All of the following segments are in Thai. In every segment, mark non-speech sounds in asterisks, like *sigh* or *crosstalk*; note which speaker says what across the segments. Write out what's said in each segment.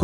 Speaker 1: ค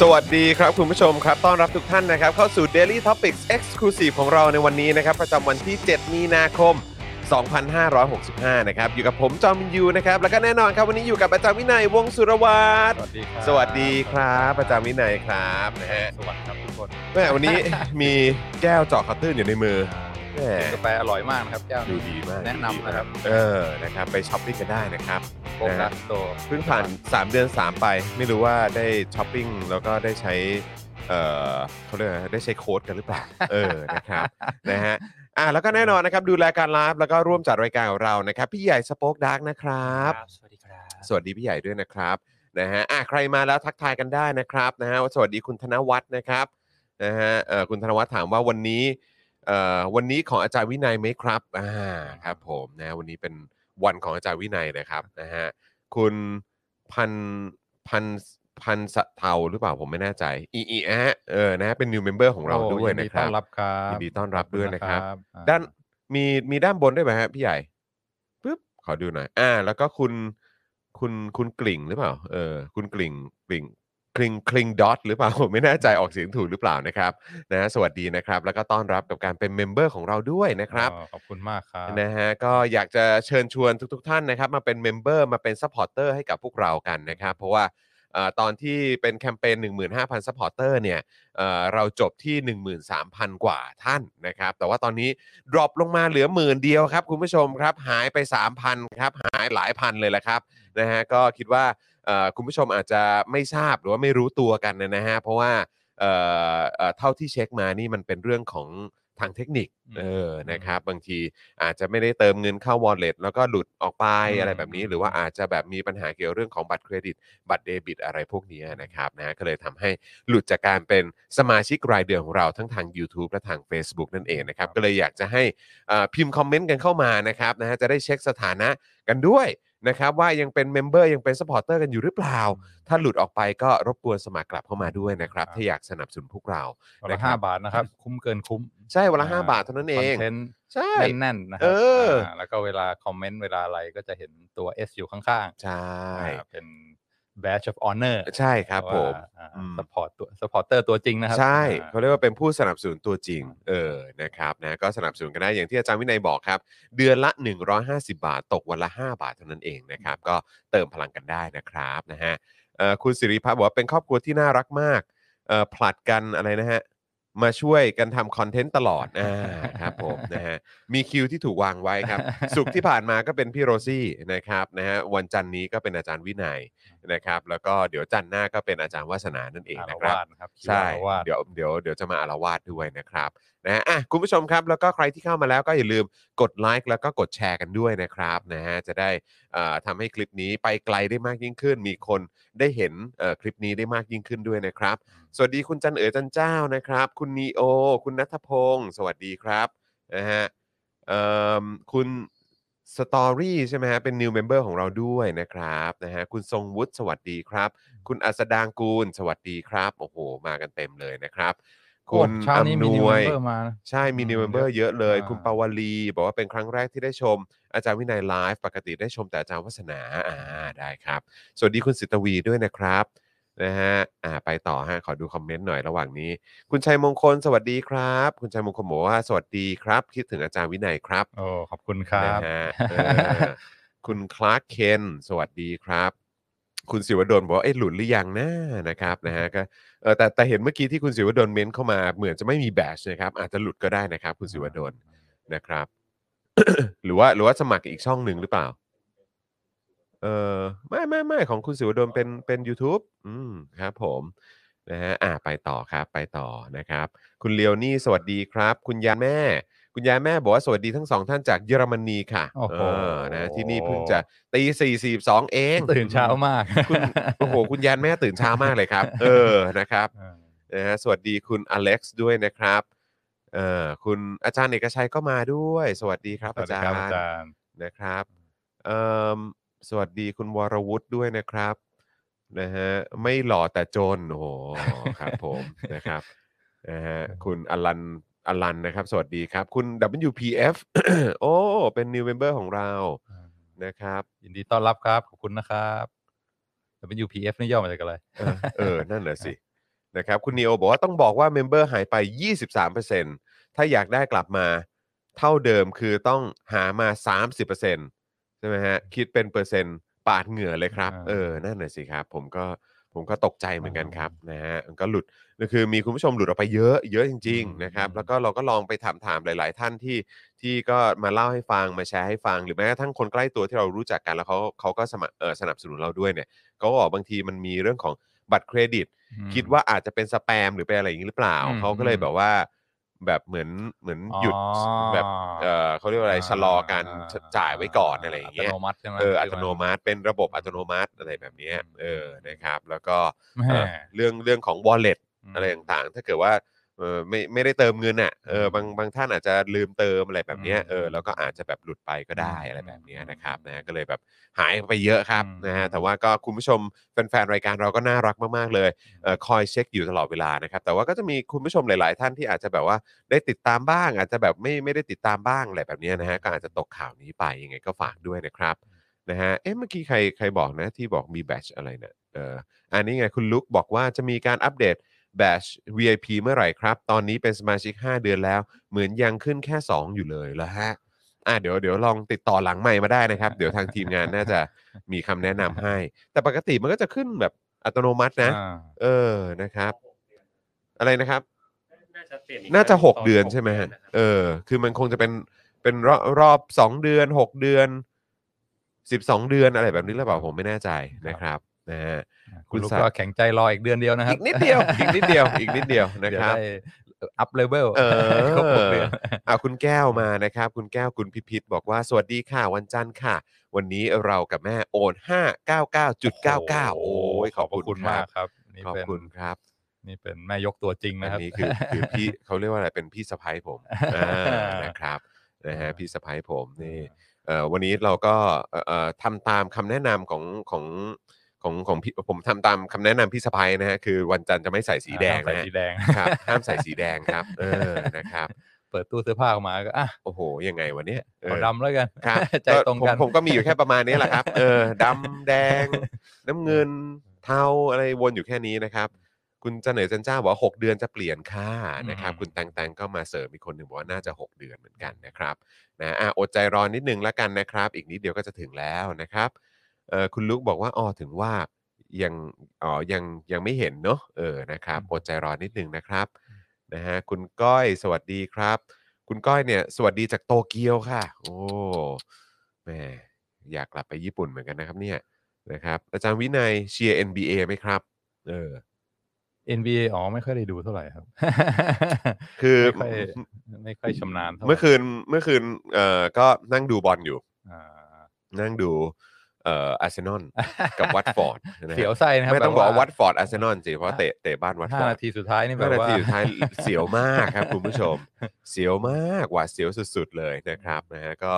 Speaker 1: สวัสดีครับ คุณผู้ชมครับ ต้อนรับทุกท่านนะครับ เข้าสู่ Daily Topics Exclusive ของเราในวันนี้นะครับ ประจำวันที่ 7 มีนาคม 2565 นะครับ อยู่กับผมจอมยูนะครับ แล้วก็แน่นอนครับ วันนี้อยู่กับอาจารย์วินัยวงศ์สุรวัตร
Speaker 2: สวัสดีครับ
Speaker 1: สวัสดีครับอาจารย์วินัยครับนะฮะ
Speaker 2: สวัสดีครับทุกคน
Speaker 1: แม่วันนี้ มีแก้วเจาะขัดตื้นอยู่ในมือแม่
Speaker 2: กาแฟอร่อยมากนะครับแก้ว
Speaker 1: ดูดีมาก
Speaker 2: แนะนำนะครับ
Speaker 1: เออนะครับไปช้อปปิ้งกันได้นะครับ
Speaker 2: โบกัสโต
Speaker 1: เพิ่งผ่าน 3 เดือน 3 ไป ไม่รู้ว่าได้ช้อปปิ้งแล้วก็ได้ใช้เอ่อเขาเรียกอะไรได้ใช้โค้ดกันหรือเปล่า เออนะครับ *laughs* นะฮะอ่ะแล้วก็แน่นอนนะครับ ดูแลการไลฟ์แล้วก็ร่วมจัดรายการของเรานะครับ พี่ใหญ่สป็อกดักนะครับ
Speaker 2: สวัสดีครับ
Speaker 1: สวัสดีพี่ใหญ่ด้วยนะครับนะฮะอ่ะใครมาแล้วทักทายกันได้นะครับนะฮะสวัสดีคุณธนวัฒน์นะครับนะฮะเอ่อคุณธนวัฒน์ถามว่าวันนี้เอ่อวันนี้ของอาจารย์วินัยไหมครับอ่าครับผมนะฮะวันนี้เป็นวันของอาจารย์วินัยนะครับนะฮะคุณพันพันพันสะเทาหรือเปล่าผมไม่แน่ใจอีอีนะฮะเออนะฮะเป็น new member ของเรา
Speaker 2: โอ้
Speaker 1: ด้วยนะครั
Speaker 2: ยินดี
Speaker 1: บ
Speaker 2: ต้อนรับครับ
Speaker 1: ยินดีต้อนรับด้วยนะครับ
Speaker 2: อ่
Speaker 1: ด้านมีมีด้านบนด้วยไหมฮะพี่ใหญ่ปึ๊บขอดูหน่อย อ่า แล้วก็คุณคุณคุณกลิ่งหรือเปล่า เออ คุณกลิ่งกลิ่งกลิ่งกลิ่งดอทหรือเปล่า *laughs* ผมไม่แน่ใจออกเสียงถูกหรือเปล่านะครับนะฮะสวัสดีนะครับ แล้วก็ต้อนรับกับการเป็นเมมเบอร์ของเราด้วยนะครับ
Speaker 2: อ๋อขอบคุณมากครับ
Speaker 1: นะฮะก็อยากจะเชิญชวนทุกๆทท่านนะครับ มาเป็นเมมเบอร์มาเป็นซัพพอร์เตอร์ให้กับพวกเรากันนะครับ เพราะว่าเอ่อตอนที่เป็นแคมเปญ15,000ซัพพอร์เตอร์เนี่ยเอ่อเราจบที่ 13,000 กว่าท่านนะครับ แต่ว่าตอนนี้ดรอปลงมาเหลือหมื่นเดียวครับ คุณผู้ชมครับ หายไป 3,000ครับหายหลายพันเลยแหละครับนะฮะก็คิดว่าเอ่อคุณผู้ชมอาจจะไม่ทราบหรือว่าไม่รู้ตัวกันนะฮะเพราะว่าเอ่อเอ่อเท่าที่เช็คมานี่มันเป็นเรื่องของทางเทคนิค
Speaker 2: อืม
Speaker 1: เออนะครับบางที อาจจะไม่ได้เติมเงินเข้า wallet แล้วก็หลุดออกไป
Speaker 2: อืม
Speaker 1: อะไรแบบนี้ หรือว่าอาจจะแบบมีปัญหาเกี่ยวเรื่องของบัตรเครดิต บัตรเดบิตอะไรพวกนี้นะครับนะฮะก็เลยทำให้หลุดจากการเป็นสมาชิกรายเดือนของเราทั้งทาง YouTube และทาง Facebook นั่นเองนะครับ ก็เลยอยากจะให้เอ่อพิมพ์คอมเมนต์กันเข้ามานะครับนะฮะจะได้เช็คสถานะกันด้วยนะครับ ว่ายังเป็นเมมเบอร์ยังเป็นสปอร์เตอร์กันอยู่หรือเปล่า ถ้าหลุดออกไปก็รบกวนสมัครกลับเข้ามาด้วยนะครับถ้าอยากสนับสนุนพวกเรา
Speaker 2: วัน
Speaker 1: นะ
Speaker 2: ละ
Speaker 1: ครับ
Speaker 2: ห้าบาทนะครับ คุ้มเกินคุ้ม
Speaker 1: ใช่วันละ
Speaker 2: อ่
Speaker 1: ห้าบาทเท่านั้นเอ
Speaker 2: คอง นเทนต์
Speaker 1: ใช่
Speaker 2: แน่นๆนะครั
Speaker 1: เอออ่
Speaker 2: าแล้วก็เวลาคอมเมนต์เวลาอะไรก็จะเห็นตัว S อยู่ข้าง
Speaker 1: ใช่
Speaker 2: ๆอ่าเป็น badge of honor
Speaker 1: ใช่ครับผม อืม
Speaker 2: สปอร์ตตัวสปอร์เตอร์ตัวจริงนะครับ
Speaker 1: ใช่
Speaker 2: อ่า
Speaker 1: เขาเรียกว่าเป็นผู้สนับสนุนตัวจริง เออนะครับนะก็สนับสนุนกันได้อย่างที่อาจารย์วินัยบอกครับ เดือนละ 150 บาท ตกวันละ 5 บาทเท่านั้นเองนะครับ ก็เติมพลังกันได้นะครับนะฮะเอ่อคุณสิริพัฒน์บอกว่าเป็นครอบครัวที่น่ารักมากเอ่อผลัดกันอะไรนะฮะ มาช่วยกันทำคอนเทนต์ตลอดอ่าครับผมนะฮะมีคิวที่ถูกวางไว้
Speaker 2: *laughs*
Speaker 1: ครับ สุกร์ที่ผ่านมาก็เป็นพี่โรซี่นะครับนะฮะวันจันทร์นี้ก็เป็นอาจารย์วินัยนะครับ แล้วก็เดี๋ยวจันทร์หน้าก็เป็นอาจารย์วาสนานั่นเองนะครับ
Speaker 2: อาวาสนะครับ
Speaker 1: ใช่
Speaker 2: อาวาส
Speaker 1: เดี๋ยวเดี๋ยวเดี๋ยวจะมาอารวาสด้วยนะครับนะฮะอ่ะคุณผู้ชมครับแล้วก็ใครที่เข้ามาแล้วก็อย่าลืมกดไลค์แล้วก็กดแชร์กันด้วยนะครับนะฮะจะได้เอ่อทำให้คลิปนี้ไปไกลได้มากยิ่งขึ้น มีคนได้เห็นเอ่อคลิปนี้ได้มากยิ่งขึ้นด้วยนะครับ สวัสดีคุณจันเอ๋อจันเจ้านะครับ คุณนีโอ คุณนัทพงศ์สวัสดีครับนะฮะเอิ่มคุณ สตอรี่ใช่ไหมฮะ เป็น new member ของเราด้วยนะครับนะฮะคุณทรงวุฒิสวัสดีครับ คุณอัสดางกูล สวัสดีครับ โอ้โห มากันเต็มเลยนะครับ คุ
Speaker 2: โอ้
Speaker 1: ณ
Speaker 2: เช้านี้มี
Speaker 1: อำ
Speaker 2: นิ
Speaker 1: น
Speaker 2: ว
Speaker 1: วย
Speaker 2: เบอร์มานะ
Speaker 1: ใช่มี new member เยอะเลย
Speaker 2: อ่า
Speaker 1: คุณปาวลี บอกว่าเป็นครั้งแรกที่ได้ชม อาจารย์วินัยไลฟ์ปกติได้ชมแต่อาจารย์วัฒนาอ่าได้ครับ สวัสดีคุณสิตวีด้วยนะครับนะฮะอ่าไปต่อฮะขอดูคอมเมนต์หน่อยระหว่างนี้ คุณชัยมงคลสวัสดีครับ คุณชัยมงคลบอกว่าสวัสดีครับ คิดถึงอาจารย์วินัยครับ
Speaker 2: โอ้ขอบคุณครับ
Speaker 1: นะ
Speaker 2: *laughs*
Speaker 1: ฮะเออ คุณคลาร์กเคนสวัสดีครับ คุณศิวดลบอกว่าเอ๊ะหลุดหรือยังนะนะครับนะฮะก็เออแต่แต่เห็นเมื่อกี้ที่คุณศิวดลเม้นเข้ามาเหมือนจะไม่มีแบชนะครับ อาจจะหลุดก็ได้นะครับ คุณศิวดลนะครับ *coughs* หรือว่าหรือว่าสมัครอีกช่องหนึ่งหรือเปล่า เออไม่ไม่ไม่ของคุณศิวดลเป็นเป็น YouTube อืมครับผมนะฮะอ่าไปต่อครับไปต่อนะครับ คุณเลียวนี่สวัสดีครับ คุณยาแม่ คุณยายแม่บอกว่าสวัสดีทั้งสองท่านจากเยอรมนีค่ะ
Speaker 2: โอ้โห
Speaker 1: เออนะที่นี่เพิ่งจะตีสี่สี่สองเอง
Speaker 2: ตื่นเช้ามาก
Speaker 1: คุณโอ้โห คุณยานแม่ตื่นเช้ามากเลยครับ เออนะครับ
Speaker 2: เออ
Speaker 1: นะฮะสวัสดีคุณอเล็กซ์ด้วยนะครับเอ่อคุณอาจารย์เอกชัยก็มาด้วย สวัสดีครับ
Speaker 2: สวั
Speaker 1: อา
Speaker 2: สดี
Speaker 1: จาร
Speaker 2: ครับ
Speaker 1: ย์
Speaker 2: อาจารย์
Speaker 1: นะครับเอิ่มสวัสดีคุณวรวุฒิด้วยนะครับนะฮะไม่หล่อแต่จนโอ้โหครับผม นะครับนะฮะคุณอลันอลันนะครับ สวัสดีครับ คุณ WPF โอ้เป็น new member ของเรานะครับ
Speaker 2: ยินดีต้อนรับครับ ขอบคุณนะครับแต่เป็น UPF นี่ย่อมาจากอะไร
Speaker 1: เออเออ นั่นแหละสิ นะครับ คุณนิโอบอกว่าต้องบอกว่าเมมเบอร์หายไป 23%ถ้าอยากได้กลับมาเท่าเดิมคือต้องหามา 30%ใช่ไหมฮะ คิดเป็นเปอร์เซ็นต์ปาดเหงื่อเลยครับ
Speaker 2: อ่า
Speaker 1: เออ นั่นแหละสิครับ ผมก็ผมก็ตกใจเหมือนกันครับนะฮะมันก็หลุดคือมีคุณผู้ชมหลุดออกไปเยอะเยอะจริง
Speaker 2: อืม
Speaker 1: ๆ นะครับ
Speaker 2: อืม
Speaker 1: แล้วก็เราก็ลองไปถามถามๆหลาย ๆ ท่านที่ที่ก็มาเล่าให้ฟังมาแชร์ให้ฟัง หรือแม้กระทั่งคนใกล้ตัวที่เรารู้จักกันแล้วเขาเขาก็สมัครเออสนับสนุนเราด้วยเนี่ย ก็บอกบางทีมันมีเรื่องของบัตรเครดิต
Speaker 2: อืม
Speaker 1: คิดว่าอาจจะเป็นสแปมหรือเป็นอะไรอย่างนี้หรือเปล่า
Speaker 2: อืม
Speaker 1: เขาก็เลยแบบว่าแบบเหมือนเหมือนหยุด
Speaker 2: อ๋อ
Speaker 1: แบบเออเขาเรียกว่าอะไรชะลอการจ่ายไว้ก่อนอะไรอย่างเงี้ย
Speaker 2: อัตโนมัติใช่ไหม
Speaker 1: เอออัตโนมัติเป็นระบบอัตโนมัติอะไรแบบเนี้ยเออนะครับ แล้วก็
Speaker 2: แม่
Speaker 1: เอ่อเรื่องเรื่องของ wallet อะไรต่างๆ ถ้าเกิดว่าเออไม่ไม่ได้เติมเงินอ่ะเออบางบางท่านอาจจะลืมเติมอะไรแบบเนี้ย
Speaker 2: อืม
Speaker 1: เออแล้วก็อาจจะแบบหลุดไปก็ได้
Speaker 2: อืม
Speaker 1: อะไรแบบเนี้ย
Speaker 2: อืม
Speaker 1: นะครับนะก็เลยแบบหายไปเยอะครับ
Speaker 2: อืม
Speaker 1: นะฮะแต่ว่าก็คุณผู้ชมแฟนๆรายการเราก็น่ารักมากๆเลยเออคอยเช็คอยู่ตลอดเวลานะครับแต่ว่าก็จะมีคุณผู้ชมหลาย ๆ ท่านที่อาจจะแบบว่าได้ติดตามบ้าง อาจจะแบบไม่ไม่ได้ติดตามบ้างอะไรแบบเนี้ยนะฮะก็อาจจะตกข่าวนี้ไปยังไงก็ฝากด้วยนะครับนะฮะเอ๊ะเมื่อกี้ใครใครบอกนะที่บอกมีแบตชอะไรนะเอออันนี้ไงคุณลุกบอกว่าจะมีการอัปเดต Bash VIP เมื่อไหร่ครับ ตอนนี้เป็นสมาชิก 5 เดือนแล้ว เหมือนยังขึ้นแค่ 2 อยู่เลยแล้วฮะ อ่ะเดี๋ยวเดี๋ยวลองติดต่อหลังใหม่มาได้นะครับ เดี๋ยวทางทีมงานน่าจะมีคำแนะนำให้ แต่ปกติมันก็จะขึ้นแบบอัตโนมัตินะ
Speaker 2: อ่า
Speaker 1: เออนะครับ อะไรนะครับ
Speaker 3: น่าจะเปลี่ยนอีก
Speaker 1: น่าจะ
Speaker 3: ครั้งต
Speaker 1: 6 เดือนใช่ไหมฮะ
Speaker 3: กเดือนนะครับ
Speaker 1: เออ คือมันคงจะเป็นเป็นรอบรอบ 2 เดือน 6 เดือน 12 เดือนอะไรแบบนี้หรือเปล่าผมไม่แน่ใจนะครับนะฮะ คุ
Speaker 2: คุณ ณลูก
Speaker 1: สัตว์
Speaker 2: ก็แข็งใจรออีกเดือนเดียวนะครับ
Speaker 1: อีกนิด
Speaker 2: *laughs*
Speaker 1: เดียวอีกนิดเดียวอีกนิด *laughs* เดียวนะครับ
Speaker 2: อัพเลเวล
Speaker 1: เออ
Speaker 2: ครบหกเดือน
Speaker 1: อ่ะคุณแก้วมานะครับ คุณแก้วคุณพิพิธบอกว่า สวัสดีค่ะ วันจันทร์ค่ะ วันนี้เรากับแม่โอน 599.99 โอ้ยขอบ
Speaker 2: ขอบ
Speaker 1: คุ
Speaker 2: คุณ ณ
Speaker 1: ค
Speaker 2: มา
Speaker 1: รั
Speaker 2: ก
Speaker 1: บ
Speaker 2: ครับนี่
Speaker 1: ขอบ
Speaker 2: เป็น
Speaker 1: คุณครับ
Speaker 2: นี่เป็นแม่ยกตัวจริง
Speaker 1: อั
Speaker 2: นะ
Speaker 1: น
Speaker 2: ครับ
Speaker 1: นี้คือคือ
Speaker 2: *laughs*
Speaker 1: พี่ เขาเรียกว่าอะไรเป็นพี่สะพ้ยผมอ่านะครับนะฮะพี่สะพ้ยผมนี่ เอ่อวันนี้เราก็เอ่อเอ่อทำตามคำแนะนำของของของของพี่ผมทำตามคำแนะนำพี่สะพ้ยนะฮะคือวันจันทร์จะไม่ใส่สีแดง
Speaker 2: อ่า
Speaker 1: นะ
Speaker 2: ใส่
Speaker 1: ฮะ
Speaker 2: สีแดง
Speaker 1: ครับห้ามใส่สีแดงครับเออนะครับ
Speaker 2: *laughs* เปิดตู้เสื้อผ้าออกมาก็อ่ะ
Speaker 1: โอ้โหยังไงวันเนี้ยเอ
Speaker 2: ขอ
Speaker 1: อ
Speaker 2: ดำแล้วกัน
Speaker 1: ครับ
Speaker 2: *laughs* ใจตรงกั
Speaker 1: ผ
Speaker 2: น
Speaker 1: มผมก็มีอยู่แค่ประมาณนี้แหละครับ เออดำแดง น้ำเงินเทาอะไรวนอยู่แค่นี้นะครับ คุณเจเนอจันเจ้าบอกว่าหกเดือนจะเปลี่ยนค่านะครับ คุณแตงแตงก็มาเสริมอีกคนหนึ่งบอกว่าน่าจะ 6 เดือนเหมือนกันนะครับนะอ่ะอดใจรอนิดนึงแล้วกันนะครับ อีกนิดเดียวก็จะถึงแล้วนะครับเออคุณลุกบอกว่าอ๋อถึงว่ายังอ๋อยังยังไม่เห็นเนาะเออนะครับอดใจรอนิดนึงนะครับนะฮะคุณก้อยสวัสดีครับ คุณก้อยเนี่ยสวัสดีจากโตเกียวค่ะ โอ้แหม่อยากกลับไปญี่ปุ่นเหมือนกันนะครับเนี่ยนะครับ อาจารย์วินัยเชียร์ NBA ไหมครับ เออ
Speaker 2: เอ็นบีอ๋อไม่ค่อยได้ดูเท่าไหร่ครับ *laughs*
Speaker 1: คือ
Speaker 2: ไม่ค่อยไม่ค่อยชำนาญเท่าไหร่
Speaker 1: เมื่อคืนเมื่อคืนเอ่อก็นั่งดูบอลอยู่
Speaker 2: อ่า
Speaker 1: นั่งดูเอ่ออาร์เซนอลกับวัตฟอร์ดนะ
Speaker 2: เสียว
Speaker 1: ฮะ
Speaker 2: ไส้นะครับ
Speaker 1: ไม่ต้องบอกว่าวัต
Speaker 2: แ
Speaker 1: ฟอร์ดอาร์เซนอลสิเพราะเตะเตะบ้านวัตฟอ
Speaker 2: ห้า
Speaker 1: ร์ด
Speaker 2: นาทีสุดท้ายนี่แบ
Speaker 1: ห้า
Speaker 2: บ
Speaker 1: นา
Speaker 2: ว่า
Speaker 1: ทีสุดท้ายเสียวมากครับ คุณผู้ชม เสียวมากหวาดเสียวสุด ๆ เลยนะครับนะฮะก็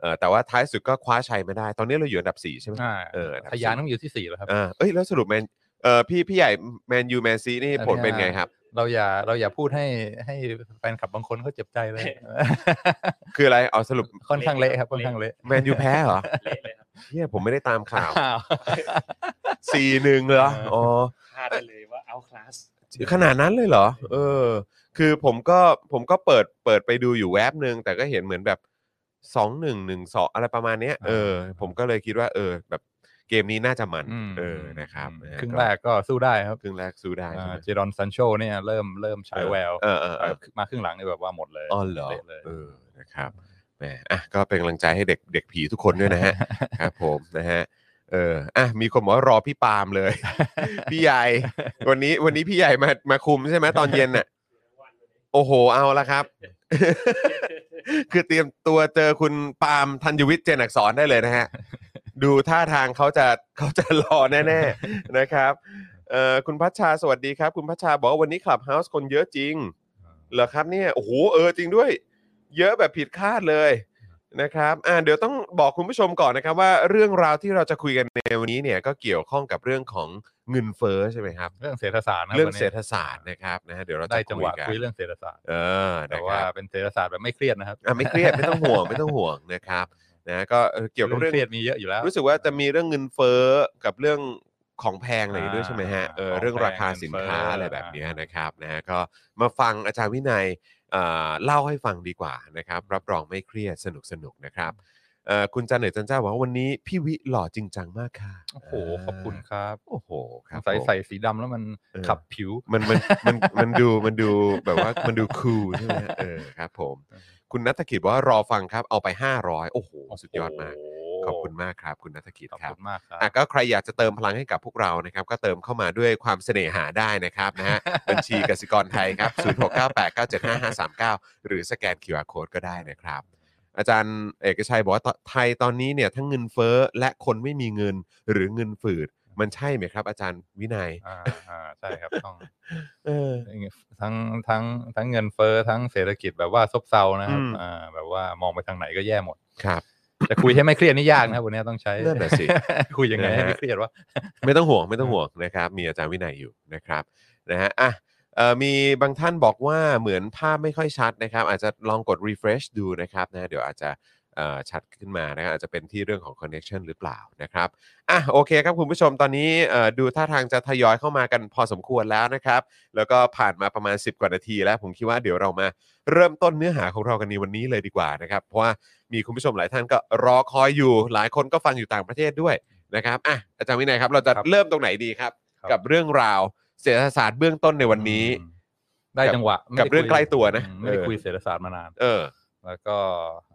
Speaker 1: เออแต่ว่าท้ายสุดก็คว้าชัยมาได้ ตอนนี้เราอยู่อันดับ 4 ใช่ไหม
Speaker 2: อ่า
Speaker 1: เออครับ
Speaker 2: ทะยานต้องอยู่ที่สี่แล้วครับ
Speaker 1: อ่าเอ้ยแล้วสรุปแมนเออพี่พี่ใหญ่แมนยูแมนซีนี่ผลเป็นไงครับ
Speaker 2: เราอย่าเราอย่าพูดให้ให้แฟนคลับบางคนเขาเจ็บใจ
Speaker 1: *laughs*
Speaker 2: เลย
Speaker 1: คืออะไรเอาสรุป
Speaker 2: ค่อนข้างเละครับค่อนข้างเละ
Speaker 1: แมนยูแพ้เหรอ
Speaker 3: เละเลยครับ
Speaker 1: เนี่ยผมไม่ได้ตามข่ *laughs* าว
Speaker 2: อ้าว
Speaker 1: สี่หนึ่งเหรออ๋อ
Speaker 3: พลาดได้เลยว่าเอาคลาส
Speaker 1: ขนาดนั้นเลยเหรอ เออ คือผมก็ผมก็เปิดเปิดไปดูอยู่แวบหนึ่งแต่ก็เห็นเหมือนแบบสองหนึ่งหนึ่งสองอะไรประมาณเนี้ยเออ ผมก็เลยคิดว่า เออ แบบเกมนี้น่าจะมัน
Speaker 2: ม
Speaker 1: เออนะครับ
Speaker 2: ม
Speaker 1: นะฮะ
Speaker 2: ครึ่งแรกก็สู้ได้ครับ
Speaker 1: ครึ่งแรกสู้ได้
Speaker 2: อ่า
Speaker 1: ใช่ไหม
Speaker 2: เจดอนซันโชเนี่ยเริ่มเริ่มฉายแวว
Speaker 1: เออเออเออ
Speaker 2: มาครึ่งหลังนี่แบบว่าหมดเลย
Speaker 1: อ๋อเหรอ
Speaker 2: ละเลย
Speaker 1: เออนะครับแหมอ่ะก็เป็นกำลังใจให้เด็กเด็กผีทุกคนด้วยนะฮะ ครับผมนะฮะเอออ่ะมีคนบอกว่ารอพี่ปาล์มเลย *laughs* พี่ใหญ่ วันนี้วันนี้พี่ใหญ่มามาคุม *laughs* ใช่ไหมตอนเย็นน่ะ โอ้โหเอาละ *laughs* ครับ คือเตรียมตัวเจอคุณปาล์มธัญวิทย์เจนอักษรได้เลยนะฮะ ดูท่าทางเขาจะเขาจะรอแน่ๆ *laughs* นะครับเอ่อคุณพัชชาสวัสดีครับ คุณพัชชาบอกว่าวันนี้คลับเฮาส์คนเยอะจริง เหรอครับเนี่ยโอ้โหเออจริงด้วย เยอะแบบผิดคาดเลยนะครับอ่าเดี๋ยวต้องบอกคุณผู้ชมก่อนนะครับว่าเรื่องราวที่เราจะคุยกันในวันนี้เนี่ยก็เกี่ยวข้องกับเรื่องของเงินเฟ้อใช่ไหมครับ
Speaker 2: เรื่องเศรษฐศาสตร์นะคบ
Speaker 1: เรื่อง
Speaker 2: วันนี้
Speaker 1: เศรษฐศาสตร์นะครับนะฮะเดี๋ยวเราจะ
Speaker 2: ได้จังหวะ
Speaker 1: คุยกัน
Speaker 2: คุยเรื่องเศรษฐศาสตร์
Speaker 1: เออ
Speaker 2: แต่
Speaker 1: นะค
Speaker 2: ว่า
Speaker 1: รับ
Speaker 2: เป็นเศรษฐศาสตร์แบบไม่เครียดนะครับ
Speaker 1: อ่ะไม่เครียดไม่ต้องห่วงไม่ต้องห่วงนะครับนะก็เออเกี่ยวกับเรื่อง
Speaker 2: เครียดมีเยอะอยู่แล้ว
Speaker 1: รู้สึกว่าจะมีเรื่องเงินเฟ้อกับเรื่องของแพงอะไรด้วยใช่ไหมฮะเออ
Speaker 2: อ่า
Speaker 1: เรื่องราคาสินค้า
Speaker 2: ของแพง
Speaker 1: อะไรแบบเนี้ยนะครับนะฮะก็มาฟังอาจารย์วินัยเอ่อเล่าให้ฟังดีกว่านะครับรับรองไม่เครียดสนุกสนุกนะครับเอ่อคุณจันเหนือจันเจ้าบอกว่าวันนี้พี่วิหล่อจริงจังมากค่ะ
Speaker 2: โอ้โหขอบคุณครับ
Speaker 1: โอ้โหครับ
Speaker 2: ใส่
Speaker 1: ผม
Speaker 2: ใส่สีดำแล้วมัน
Speaker 1: เออ
Speaker 2: ขับผิว
Speaker 1: มันมันมันมันดูมันดูแบบว่ามันดูคูลใช่ไหมฮะเออครับผม คุณนัทกิจบอกว่ารอฟังครับเอาไป 500 โอ้โห สุดยอดมาก
Speaker 2: โ
Speaker 1: ขอบคุณมากครับ คุณนัทกิจ
Speaker 2: ขอบ
Speaker 1: ครับ
Speaker 2: คุณมากครับ
Speaker 1: อ่ะก็ใครอยากจะเติมพลังให้กับพวกเรานะครับ ก็เติมเข้ามาด้วยความเสน่หาได้นะครับนะฮ *laughs* ะ บัญชีกสิกรไทยครับ 0698975539 หรือสแกน QR Code ก็ได้นะครับ อาจารย์เอกชัยบอกว่าตไทยตอนนี้เนี่ยทั้งเงินเฟ้อและคนไม่มีเงินหรือเงินฝืด มันใช่ไหมครับ อาจารย์วินัย
Speaker 2: อ่าอ่าใช่ครับต้อง
Speaker 1: เออ
Speaker 2: ทั้งทั้งทั้งเงินเฟ้อทั้งเศรษฐกิจแบบว่าซบเซานะครับ
Speaker 1: อืม
Speaker 2: อ่าแบบว่ามองไปทางไหนก็แย่หมด
Speaker 1: ครับ
Speaker 2: แต่คุยให้ไม่เครียดนี่ยากนะครับวันนี้ต้องใช้
Speaker 1: นั่นแหละสิ
Speaker 2: คุยยังไงให้
Speaker 1: นะ
Speaker 2: ไม่
Speaker 1: ฮะ
Speaker 2: เครียดวะ
Speaker 1: ไม่ต้องห่วงไม่ต้องห่วงนะครับ มีอาจารย์วินัยอยู่นะครับนะฮะอ่ะเอ่อมีบางท่านบอกว่าเหมือนภาพไม่ค่อยชัดนะครับ อาจจะลองกด refresh ดูนะครับนะเดี๋ยวอาจจะเอ่อชัดขึ้นมานะครับอาจจะเป็นที่เรื่องของ connection หรือเปล่านะครับอ่ะโอเคครับคุณผู้ชมตอนนี้เอ่อดูท่าทางจะทยอยเข้ามากันพอสมควรแล้วนะครับ แล้วก็ผ่านมาประมาณ 10 กว่านาทีแล้ว ผมคิดว่าเดี๋ยวเรามาเริ่มต้นเนื้อหาของเรากันในวันนี้เลยดีกว่านะครับ เพราะว่ามีคุณผู้ชมหลายท่านก็รอคอยอยู่ หลายคนก็ฟังอยู่ต่างประเทศด้วยนะครับอ่ะอาจารย์วินัยครับ เราจะ
Speaker 2: ครับ
Speaker 1: เริ่มตรงไหนดีครับ
Speaker 2: ครับ
Speaker 1: กับเรื่องราวเศรษฐศาสตร์เบื้องต้นในวันนี้
Speaker 2: อืมได้จังหวะไม่
Speaker 1: กับ
Speaker 2: ได้
Speaker 1: เรื่อง
Speaker 2: คุย
Speaker 1: ใกล้ตัวนะ
Speaker 2: อืมไม่ได้
Speaker 1: เออ
Speaker 2: คุยเศรษฐศาสตร์มานาน
Speaker 1: เออ
Speaker 2: แล้วก็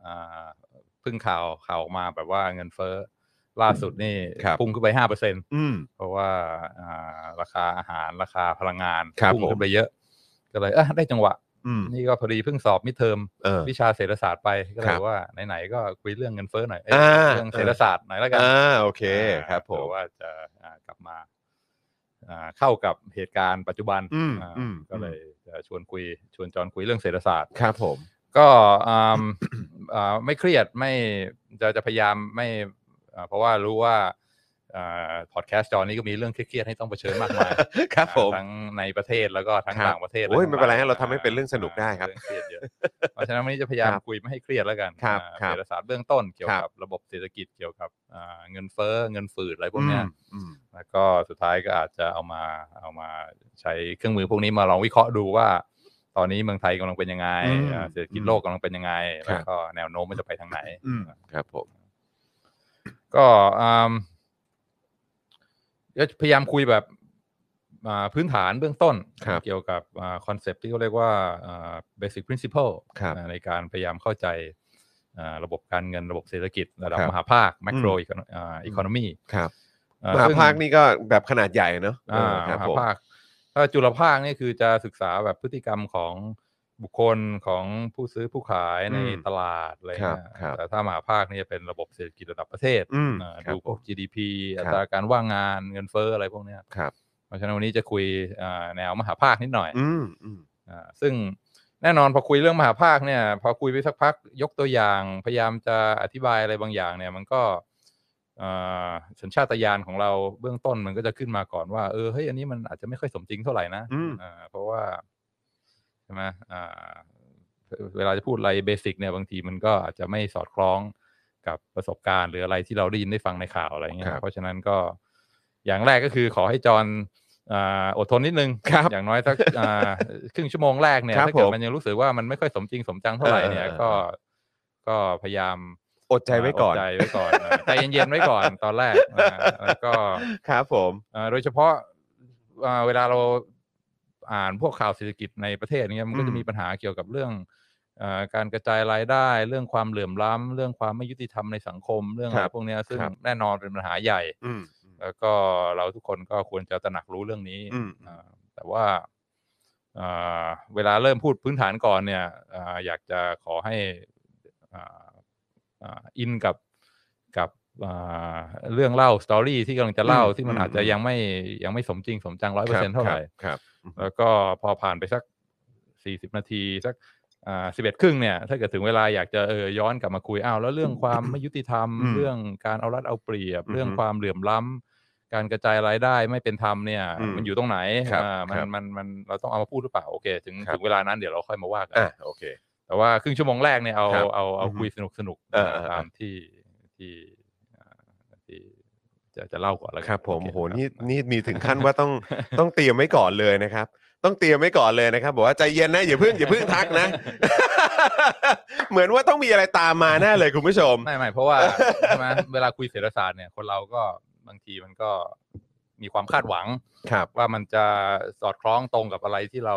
Speaker 2: อ่าเพิ่งข่าวข่าวออกมาแบบว่าเงินเฟ้อล่าสุดนี่
Speaker 1: ครับ
Speaker 2: พุ่งขึ้นไปห้าเปอร์เซ็น
Speaker 1: อืม
Speaker 2: เพราะว่าอ่าราคาอาหารราคาพลังงาน
Speaker 1: ครับ
Speaker 2: พุ่ง
Speaker 1: ผ
Speaker 2: ขึ้
Speaker 1: ม
Speaker 2: นไปเยอะ ก็เลยเอะได้จังหวะ
Speaker 1: อืม
Speaker 2: นี่ก็พอดีเพิ่งสอบมิดเทอม
Speaker 1: เออ
Speaker 2: วิชาเศรษฐศาสตร์ไปก็เล
Speaker 1: ครั
Speaker 2: ย
Speaker 1: บ
Speaker 2: ว่าไหนๆก็คุยเรื่องเงินเฟ้อหน่อยเอ้ย
Speaker 1: อ่า
Speaker 2: เรื่องเศรษฐศาสตร์หน่อยแล้วกัน
Speaker 1: อ่าโอเคครับผม
Speaker 2: เผื่อว่าจะอ่ากลับมาอ่าเข้ากับเหตุการณ์ปัจจุบัน
Speaker 1: อืม
Speaker 2: อ่า
Speaker 1: อืม
Speaker 2: ก็เลยจะชวนคุยชวนจอนคุยเรื่องเศรษฐศาสตร์
Speaker 1: ครับผม
Speaker 2: ก็อืม *coughs* อ่าไม่เครียดไม่จะจะพยายามไม่อ่าเพราะว่ารู้ว่าพอดแคสต์จอนี้ก็มีเรื่องเครียดๆให้ต้องเผชิญมากมาย
Speaker 1: ครับผม
Speaker 2: ทั้งในประเทศแล้วก็ทั้ง
Speaker 1: ครับ
Speaker 2: ต่างประเทศ
Speaker 1: โอ้ย
Speaker 2: ล
Speaker 1: ไม่เป็นไร
Speaker 2: ทั้ง
Speaker 1: ฮะเราทำให้เป็นเรื่องสนุก
Speaker 2: า
Speaker 1: ได้ครับ
Speaker 2: เองเครียดเยอะเพราะฉะนั้นวันนี้จะพยายาม
Speaker 1: ครับ
Speaker 2: คุยไม่ให้เครียดแล้วกัน
Speaker 1: ครับ
Speaker 2: อ่า
Speaker 1: ครับ
Speaker 2: เศรษฐศาสตร์เบื้องต้นเกี่ยว
Speaker 1: ครับ
Speaker 2: กับระบบเศรษฐกิจเกี่ยวกับอ่าเงินเฟ้อเงินฝืดอะไรพวกเนี้ย
Speaker 1: อืม
Speaker 2: แล้วก็สุดท้ายก็อาจจะเอามาเอามาใช้เครื่องมือพวกนี้มาลองวิเคราะห์ดูว่า ตอนนี้เมืองไทยกำลังเป็นยังไงอ่าเศรษฐกิจโลกกำลังเป็นยังไง แล้วก็แนวโน้มมันจะไปทางไหน
Speaker 1: อืมครับผม
Speaker 2: ก็อืมก็พยายามคุยแบบอ่าพื้นฐานเบื้องต้น
Speaker 1: ครับ
Speaker 2: เกี่ยวกับคอนเซปที่เขาเรียกว่าอ่า basic principle
Speaker 1: ครับ
Speaker 2: อ่าในการพยายามเข้าใจอ่าระบบการเงินระบบเศรษฐกิจระดับ
Speaker 1: ครับ
Speaker 2: มหาภาค macro econo- อ่า economy
Speaker 1: ครับ
Speaker 2: อ่
Speaker 1: มหา
Speaker 2: ซึ่ง
Speaker 1: ภาคนี่ก็แบบขนาดใหญ่เนอะ
Speaker 2: อ่า
Speaker 1: เออครับ
Speaker 2: มหา
Speaker 1: ผม
Speaker 2: ภาคถ้าจุลภาคนี่คือจะศึกษาแบบพฤติกรรมของบุคคลของผู้ซื้อผู้ขายใน
Speaker 1: อืม
Speaker 2: ตลาดอะไร
Speaker 1: ครั
Speaker 2: เงี้
Speaker 1: บ
Speaker 2: ย
Speaker 1: ครับ
Speaker 2: แต่ถ้ามหาภาคนี่จะเป็นระบบเศรษฐกิจระดับประเทศ
Speaker 1: อืม
Speaker 2: อ่า
Speaker 1: ครั
Speaker 2: ดู
Speaker 1: บ
Speaker 2: พ
Speaker 1: ผ
Speaker 2: วก
Speaker 1: ม
Speaker 2: GDP
Speaker 1: ครับ
Speaker 2: อัตราการว่างงานเงินเฟ้ออะไรพวกเนี้ย
Speaker 1: ครับ
Speaker 2: เพราะฉะนั้นวันนี้จะคุยอ่าแนวมหาภาคนิดหน่อย
Speaker 1: อืมอืม
Speaker 2: อ่าซึ่ง แน่นอนพอคุยเรื่องมหาภาคเนี่ย พอคุยไปสักพักยกตัวอย่าง พยายามจะอธิบายอะไรบางอย่างเนี่ย มันก็เอ่อสัญชาตญาณของเราเบื้องต้นมันก็จะขึ้นมาก่อนว่าเออเฮ้ยอันนี้มันอาจจะไม่ค่อยสมจริงเท่าไหร่นะ
Speaker 1: อืม
Speaker 2: อ่าเพราะว่าใช่ไหมอ่าเวลาจะพูดอะไรเบสิกเนี่ยบางทีมันก็อาจจะไม่สอดคล้องกับประสบการณ์ หรืออะไรที่เราได้ยินได้ฟังในข่าวอะไรอย่างเงี้ย
Speaker 1: ครับ
Speaker 2: เพราะฉะนั้นก็อย่างแรกก็คือขอให้จอห์น อ่าอดทนนิดนึง
Speaker 1: ครับ
Speaker 2: อย่างน้อยสักอ่า ครึ่งชั่วโมงแรกเนี่ย
Speaker 1: ครับ
Speaker 2: ถ้าเกิด
Speaker 1: ผม
Speaker 2: มันยังรู้สึกว่ามันไม่ค่อยสมจริงสมจังเท่าไหร่
Speaker 1: เออ
Speaker 2: เนี่ย
Speaker 1: เออ
Speaker 2: ก็ก็พยายาม
Speaker 1: อดใจไว้ก่อน
Speaker 2: ดใจไว้ก่อนเออใจเย็นๆไว้ก่อนตอนแรกอ่าแล้วก็
Speaker 1: ครับผม
Speaker 2: อ่าโดยเฉพาะอ่าเวลาเราอ่านพวกข่าวเศรษฐกิจในประเทศเนี่ยมันก็
Speaker 1: อื
Speaker 2: จะ
Speaker 1: ม
Speaker 2: มีปัญหาเกี่ยวกับเรื่องอ่าการกระจายรายได้ เรื่องความเหลื่อมล้ำเรื่องความไม่ยุติธรรมในสังคมเรื่องอะไรพวกเนี้ยซึ่ง
Speaker 1: ครับ
Speaker 2: แน่นอนเป็นปัญหาใหญ่
Speaker 1: อืม
Speaker 2: แล้วก็เราทุกคนก็ควรจะตระหนักรู้เรื่องนี้
Speaker 1: อืม
Speaker 2: อ่าแต่ว่าอ่าเวลาเริ่มพูดพื้นฐานก่อนเนี่ยอ่าอยากจะขอให้อ่าอ่าอินกับกับอ่าเรื่องเล่าสตอรี่ที่กำลังจะเล่า
Speaker 1: อืม
Speaker 2: ที่มัน
Speaker 1: อืม
Speaker 2: อาจจะ
Speaker 1: อืม
Speaker 2: ยังไม่ยังไม่สมจริงสมจังร้อยเปอร์เซ็นเท่าไหร่
Speaker 1: ครับ
Speaker 2: แล้วก็พอผ่านไปสักสี่สิบนาทีสักอ่าสิบเอ็ดครึ่งเนี่ย ถ้าเกิดถึงเวลาอยากจะเออย้อนกลับมาคุยอ้าวแล้วเรื่องความ
Speaker 1: *coughs*
Speaker 2: ไม่ยุติธรรม
Speaker 1: อืม
Speaker 2: เรื่องการเอารัดเอาเปรียบ
Speaker 1: อือฮึ
Speaker 2: เรื่องความเหลื่อมล้ำการกระจายรายได้ไม่เป็นธรรมเนี่ย
Speaker 1: อืม
Speaker 2: มันอยู่ตรงไหน
Speaker 1: ครับ
Speaker 2: อ่ามัน
Speaker 1: ครับ
Speaker 2: มันมันเราต้องเอามาพูดหรือเปล่าโอเค ถึง
Speaker 1: ครับ
Speaker 2: ถึงเวลานั้นเดี๋ยวเราค่อยมาว่ากัน
Speaker 1: อ่ะโอเค
Speaker 2: แต่ว่าครึ่งชั่วโมงแรกเนี่ยเอา
Speaker 1: ครับ
Speaker 2: เอาเอา
Speaker 1: อือฮึ
Speaker 2: คุยสนุกสนุก
Speaker 1: เออเออเออ
Speaker 2: ตามที่ที่อ่าที่จะจะเล่าก่อนแล้วกัน
Speaker 1: ครับผม
Speaker 2: โอเค
Speaker 1: โห
Speaker 2: ครับ
Speaker 1: นี่นี่มีถึงขั้นว่า
Speaker 2: *laughs*
Speaker 1: ต้อง ต้องเตรียมไว้ก่อนเลยนะครับ ต้องเตรียมไว้ก่อนเลยนะครับบอกว่าใจเย็นนะอย่าเพิ่งอย่าเพิ่งทักนะ *laughs* เหมือนว่าต้องมีอะไรตามมาแน่เลยคุณผู้ชม
Speaker 2: ไม่ไม่เพราะว่า ใช่ไหมเวลาคุยเศรษฐศาสตร์เนี่ยคนเราก็บางทีมันก็มีความคาดหวัง
Speaker 1: ครับ
Speaker 2: ว่ามันจะสอดคล้องตรงกับอะไรที่เรา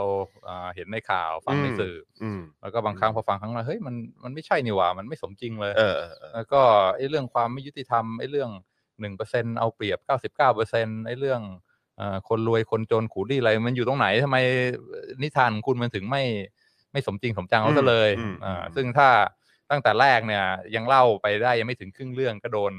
Speaker 2: อ่าเห็นในข่าวฟังใน
Speaker 1: อืม
Speaker 2: สื่อ
Speaker 1: อืม
Speaker 2: แล้วก็บางครั้งพอฟังครั้งแรกเฮ้ยมันมันไม่ใช่นี่หว่ามันไม่สมจริงเลย
Speaker 1: เออเออเออ
Speaker 2: แล้วก็ไอ้เรื่องความไม่ยุติธรรมไอ้เรื่องหนึ่งเปอร์เซ็นเอาเปรียบเก้าสิบเก้าเปอร์เซ็นไอ้เรื่องเอ่อคนรวยคนจนขูดรีดอะไรมันอยู่ตรงไหนทำไมนิทานของคุณมันถึงไม่ไม่สมจริงสมจังเอาซะเลย
Speaker 1: อืมอืม
Speaker 2: อ่า
Speaker 1: อืม
Speaker 2: ซึ่งถ้าตั้งแต่แรกเนี่ยยังเล่าไปได้ยังไม่ถึงครึ่งเรื่องก็โดน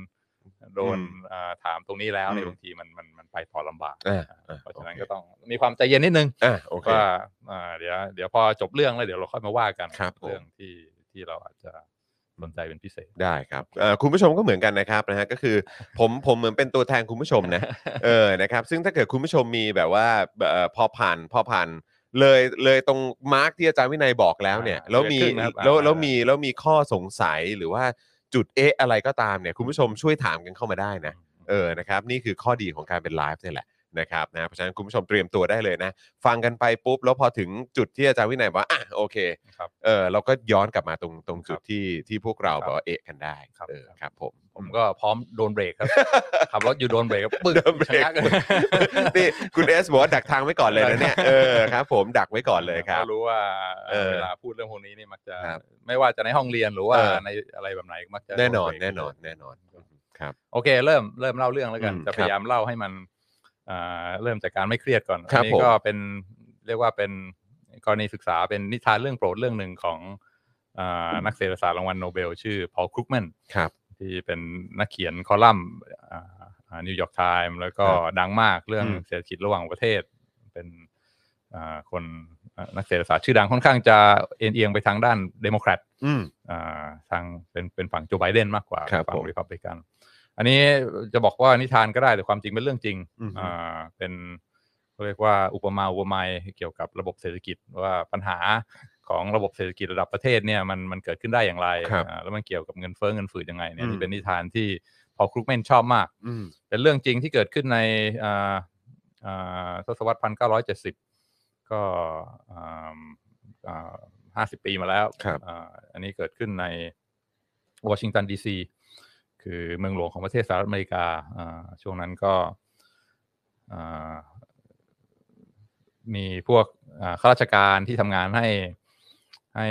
Speaker 2: โดน
Speaker 1: อืม
Speaker 2: อ่าถามตรงนี้แล้วใน
Speaker 1: อื
Speaker 2: ย
Speaker 1: ม
Speaker 2: บางทีมันมันมันไปต่อลำบาก
Speaker 1: อ่าอ่า
Speaker 2: เพราะฉะนั้น
Speaker 1: โอเค
Speaker 2: ก็ต้องมีความใจเย็นนิดนึง
Speaker 1: อ่ะโอเค
Speaker 2: ว่าอ่าเดี๋ยวเดี๋ยวพอจบเรื่องแล้วเดี๋ยวเราค่อยมาว่ากัน
Speaker 1: ครับผม
Speaker 2: เรื่องที่ที่เราอาจจะสนใจเป็นพิเศษ
Speaker 1: ได้ครับเอ่อคุณผู้ชมก็เหมือนกันนะครับนะฮะก็คือผมผมเหมือนเป็นตัวแทนคุณผู้ชมนะ เออนะครับซึ่งถ้าเกิดคุณผู้ชมมีแบบว่าเอ่อพอผ่านพอผ่านเลยเลยตรงมาร์กที่อาจารย์วินัยบอกแล้วเนี่ย
Speaker 2: อ่า
Speaker 1: แล้วมี
Speaker 2: เกิดขึ้นนะครับ
Speaker 1: แล้ว
Speaker 2: อ่า
Speaker 1: แล้วมีแล้วมีข้อสงสัยหรือว่าจุดเอ๊ะอะไรก็ตามเนี่ยคุณผู้ชมช่วยถามกันเข้ามาได้นะ เออ นะครับ นี่คือข้อดีของการเป็นไลฟ์นี่แหละนะครับนะ เพราะฉะนั้นคุณผู้ชมเตรียมตัวได้เลยนะ ฟังกันไปปุ๊บ แล้วพอถึงจุดที่อาจารย์วินัยบอกว่าอ่ะโอเค
Speaker 2: ครับ
Speaker 1: เออเราก็ย้อนกลับมาตรงตรงจุด
Speaker 2: ครับ
Speaker 1: ที่ที่พวกเรา
Speaker 2: ครับ
Speaker 1: แบบว่าเอะกันได้
Speaker 2: ครับ
Speaker 1: เออ ครับผม
Speaker 2: ผมก็พร้อมโดนเบรกครับ
Speaker 1: *laughs*
Speaker 2: ขับรถอยู่โดนเบรกครับปึ๊ก
Speaker 1: เดิมเบรก
Speaker 2: ชะงัก
Speaker 1: *laughs* นี่คุณเอสบอกว่าดักทางไว้ก่อนเลยนะ
Speaker 2: *laughs*
Speaker 1: เนี่ย เออ ครับ ผม ดักไว้ก่อนเลยครับ
Speaker 2: พาะรู้ว่า
Speaker 1: เออ
Speaker 2: เวลาพูดเรื่องพวกนี้นี่มักจะ
Speaker 1: ครับ
Speaker 2: ไม่ว่าจะในห้องเรียนหรือว่า
Speaker 1: เออ
Speaker 2: ในอะไรแบบไหนก็มักจะ
Speaker 1: แน่นอน
Speaker 2: โดเบรก
Speaker 1: แน่นอน แน่นอน ครับ
Speaker 2: โอเค เริ่มเริ่มเล่าเรื่องแล้วกัน
Speaker 1: อืม
Speaker 2: จะพยายามเล่าให้มันอ่าเริ่มจากการไม่เครียดก่อน
Speaker 1: ครับ
Speaker 2: อันนี้
Speaker 1: ผม
Speaker 2: ก็เป็นเรียกว่าเป็นกรณีศึกษาเป็นนิทานเรื่องโปรดเรื่องหนึ่งของอ่านักเศรษฐศาสตร์รางวัลโนเบล ชื่อพอลครุกแมน
Speaker 1: ครับ
Speaker 2: ที่เป็นนักเขียนคอลัมน์นิวยอร์กไทม์แล้วก็
Speaker 1: ครับ
Speaker 2: ดังมากเรื่อง
Speaker 1: อืม
Speaker 2: เศรษฐกิจระหว่างประเทศ เป็นอ่าคนอ่านักเศรษฐศาสตร์ชื่อดังค่อนข้างจะเอียงๆไปทางด้านเดโมแครต
Speaker 1: อืม
Speaker 2: อ่าทางเป็นเป็นฝั่งโจไบเดนมากกว่า
Speaker 1: ครับ
Speaker 2: ฝั่
Speaker 1: ผ
Speaker 2: ง
Speaker 1: ม
Speaker 2: ริพับลิกัน อันนี้จะบอกว่านิทานก็ได้แต่ความจริงเป็นเรื่องจริง
Speaker 1: อือฮึ
Speaker 2: อ่าเป็นเขาเรียกว่าอุปมาอุปไมยเกี่ยวกับระบบเศรษฐกิจว่าปัญหาของระบบเศรษฐกิจระดับประเทศเนี่ยมันมันเกิดขึ้นได้อย่างไร
Speaker 1: ครับ
Speaker 2: อ่าแล้วมันเกี่ยวกับเงินเฟ้อเงินฝืดยังไงเนี่ย
Speaker 1: อืม
Speaker 2: นี่เป็นนิทานที่พอลครุกแมนชอบมาก
Speaker 1: อืม
Speaker 2: เป็นเรื่องจริงที่เกิดขึ้นในอ่าอ่าทศวรรษพันเก้าร้อยเจ็ดสิบก็ห้าสิบปีมาแล้ว
Speaker 1: ครับ
Speaker 2: อ่าอันนี้เกิดขึ้นในวอชิงตันดีซีคือเมืองหลวงของประเทศสหรัฐอเมริกาอ่าช่วงนั้นก็อ่ามีพวกอ่าข้าราชการที่ทำงานให้ให้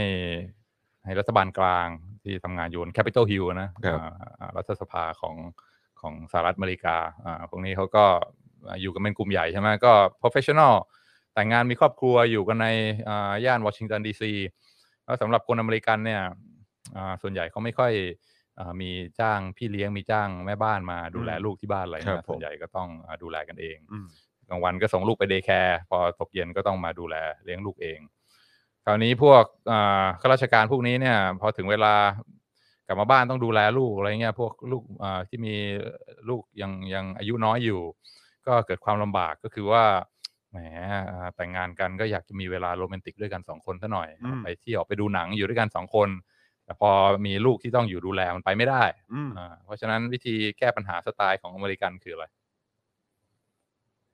Speaker 2: ให้รัฐบาลกลางที่ทำงานอยู่บนแคปิตอลฮิลนะครับ อ่าอ่ารัฐสภาของ ของสหรัฐอเมริกา อ่า พวกนี้เขาก็อ่าอยู่กันเป็นกลุ่มใหญ่ใช่ไหมก็ professional แต่งงานมีครอบครัวอยู่กันในอ่าย่านวอชิงตันดีซีแล้วสำหรับคนอเมริกันเนี่ยอ่าส่วนใหญ่เขาไม่ค่อยอ่ามีจ้างพี่เลี้ยงมีจ้างแม่บ้านมาดูแล
Speaker 1: อืม
Speaker 2: ลูกที่บ้านอะไร
Speaker 1: ครับ
Speaker 2: นะ
Speaker 1: ผม
Speaker 2: ส่วนใหญ่ก็ต้องอ่าดูแลกันเอง
Speaker 1: อืม
Speaker 2: กลางวันก็ส่งลูกไปเดย์แคร์พอตกเย็นก็ต้องมาดูแลเลี้ยงลูกเอง คราวนี้พวกอ่าข้าราชการพวกนี้เนี่ย พอถึงเวลากลับมาบ้านต้องดูแลลูกอะไรเงี้ยพวกลูกอ่าที่มีลูกยังยังอายุน้อยอยู่ ก็เกิดความลำบากก็คือว่าแหมอ่าแต่งงานกันก็อยากจะมีเวลาโรแมนติกด้วยกันสองคนซะหน่อย
Speaker 1: อืม
Speaker 2: ไปเที่ยวไปดูหนังอยู่ด้วยกันสองคนแต่พอมีลูกที่ต้องอยู่ดูแลมันไปไม่ได้
Speaker 1: อืม
Speaker 2: อ่าเพราะฉะนั้นวิธีแก้ปัญหาสไตล์ของอเมริกันคืออะไร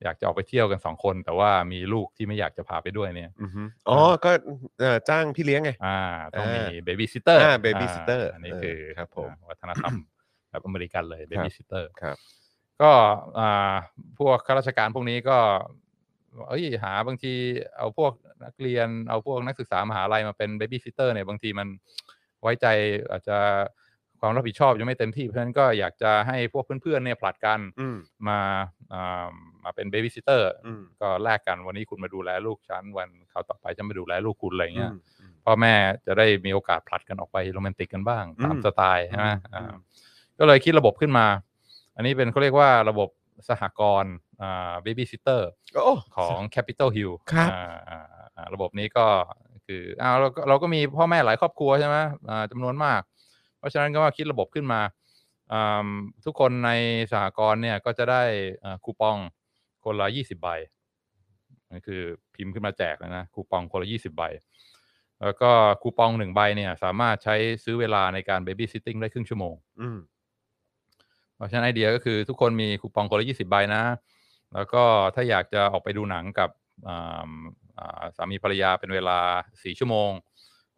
Speaker 2: อยากจะออกไปเที่ยวกันสองคน แต่ว่ามีลูกที่ไม่อยากจะพาไปด้วยเนี่ย
Speaker 1: อือฮึอ๋อก็เอ่อจ้างพี่เลี้ยงไง
Speaker 2: อ่าต้องมี
Speaker 1: อ่า
Speaker 2: เบบี้ซิ t เตอร์
Speaker 1: อ่า baby sitter
Speaker 2: อันนี้
Speaker 1: เออ
Speaker 2: คือ
Speaker 1: ครับผม
Speaker 2: อ่าวัฒนธรรม *coughs* แบบอเมริกันเลยเบบี้ซิ t เตอร์
Speaker 1: ครับ
Speaker 2: ก็อ่าพวกข้าราชการพวกนี้ก็เอ้ยหาบางทีเอาพวกนักเรียนเอาพวกนักศึกษามหาลัยมาเป็นเบบี้ซิ t เตอร์เนี่ยบางทีมันไว้ใจอาจจะความรับผิดชอบยังไม่เต็มที่เพราะฉะนั้นก็อยากจะให้พวกเพื่อนๆเนี่ยผลัดกัน
Speaker 1: อืม
Speaker 2: มาอ่ามาเป็นเบบี้ซิ t เตอร์
Speaker 1: อืม
Speaker 2: ก็แลกกันวันนี้คุณมาดูแลลูกฉันวันคราวต่อไปฉันมาดูแลลูกคุณอะไรอย่าง
Speaker 1: อื
Speaker 2: เงี้ย
Speaker 1: ม
Speaker 2: พ่อแม่จะได้มีโอกาสผลัดกันออกไปโรแมนติกกันบ้างตาม
Speaker 1: อืม
Speaker 2: สไตล์ใช่ไหม
Speaker 1: อืม
Speaker 2: อ่า
Speaker 1: อืม
Speaker 2: ก็เลยคิดระบบขึ้นมา อันนี้เป็นเขาเรียกว่าระบบสหกรณ์เบบี้ซิเตอร์
Speaker 1: โอ้
Speaker 2: ของ Capital Hill
Speaker 1: ครับ
Speaker 2: อ่าอ่าอ่าระบบนี้ก็คืออ้าวเราก็เราก็มีพ่อแม่หลายครอบครัวใช่ไหมอ่าจำนวนมาก เพราะฉะนั้นก็คิดระบบขึ้นมาอ่าทุกคนในสหกรณ์เนี่ยก็จะได้อ่าคูปองคนละยี่สิบใบนั่นคือพิมพ์ขึ้นมาแจกเลยนะคูปองคนละยี่สิบใบ แล้วก็คูปองหนึ่งใบเนี่ยสามารถใช้ซื้อเวลาในการเบบี้ซิ t ติ้งได้ครึ่งชั่วโมง
Speaker 1: ืม
Speaker 2: เพราะฉะนั้นไอเดียก็คือทุกคนมีคูปองคนละยี่สิบใบนะ แล้วก็ถ้าอยากจะออกไปดูหนังกับอ่าอ่าสามีภรรยาเป็นเวลาสี่ชั่วโมง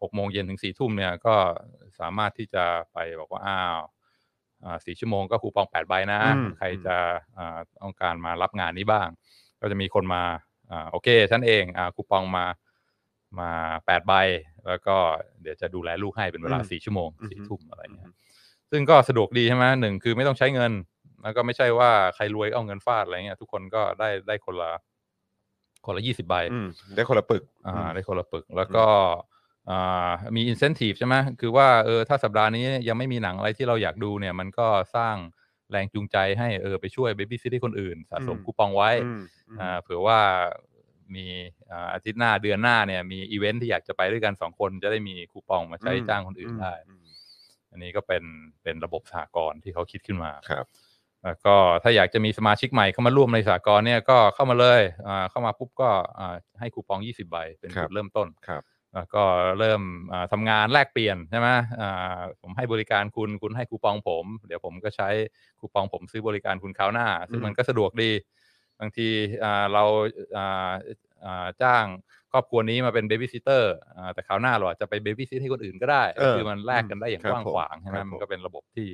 Speaker 2: หกโมงเย็นถึงสี่ทุ่มเนี่ยก็สามารถที่จะไปบอกว่าอ้าวสี่า4ชั่วโมงก็คูปองแปดใบนะ
Speaker 1: อืม
Speaker 2: ใครจะอ่าต้องการมารับงานนี้บ้าง ก็จะมีคนมาอาโอเคฉันเองอาคูปองมามาแปดใบ แล้วก็เดี๋ยวจะดูแลลูกให้เป็นเวลา
Speaker 1: อืม
Speaker 2: สี่ชั่วโมง
Speaker 1: อือฮึ
Speaker 2: สี่ทุ่มอะไรเงี้ย ซึ่งก็สะดวกดีใช่ไหมหนึ่งคือไม่ต้องใช้เงิน แล้วก็ไม่ใช่ว่าใครรวยก็เอาเงินฟาดอะไรเงี้ยทุกคนก็ได้ได้คนละคนละยี่สิบใบ
Speaker 1: อืมได้คนละปึก
Speaker 2: อ่า
Speaker 1: อืม
Speaker 2: ได้คนละปึก แล้วก็อ่ามี incentive ใช่ไหมคือว่าเออถ้าสัปดาห์นี้ยังไม่มีหนังอะไรที่เราอยากดูเนี่ย มันก็สร้างแรงจูงใจให้เออไปช่วยเบบี้ซิตี้คนอื่น สะสม
Speaker 1: อืม
Speaker 2: คูปองไว้
Speaker 1: อืมม
Speaker 2: อ่าเผื่อว่ามีอ่าอาทิตย์หน้าเดือนหน้าเนี่ยมีอีเวนท์ที่อยากจะไปด้วยกันสองคนจะได้มีคูปองมาใช้
Speaker 1: อืม
Speaker 2: จ้างคนอื่นได้
Speaker 1: อืมอืม
Speaker 2: อันนี้ก็เป็นเป็นระบบสหกรณ์ที่เขาคิดขึ้นมา
Speaker 1: ครับ
Speaker 2: แล้วก็ถ้าอยากจะมีสมาชิกใหม่เข้ามาร่วมในสหกรณ์เนี่ยก็เข้ามาเลยอ่าเข้ามาปุ๊บก็อ่าให้คูปอง 20 ใบเป็น
Speaker 1: ครั
Speaker 2: จุ
Speaker 1: บ
Speaker 2: ดเริ่มต้น
Speaker 1: ครับ
Speaker 2: แล้วก็เริ่มอ่าทำางานแลกเปลี่ยนใช่ไหมอ่าผมให้บริการคุณคุณให้คูปองผม เดี๋ยวผมก็ใช้คูปองผมซื้อบริการคุณคราวหน้า ซึ่ง
Speaker 1: อืม
Speaker 2: มันก็สะดวกดี บางทีอ่าเราอ่าอ่าจ้างครอบครัวนี้มาเป็นเบบี้ซิเตอร์แต่คราวหน้าเราอาจจะไปเบบี้ซิตให้คนอื่นก็ได้
Speaker 1: เออ
Speaker 2: คือมันแลกกันได้อย่าง
Speaker 1: ครับ
Speaker 2: กว้างขวาง
Speaker 1: ผม
Speaker 2: ใช่ไห
Speaker 1: ค
Speaker 2: ม
Speaker 1: รับผม
Speaker 2: มันก็เป็นระบบที่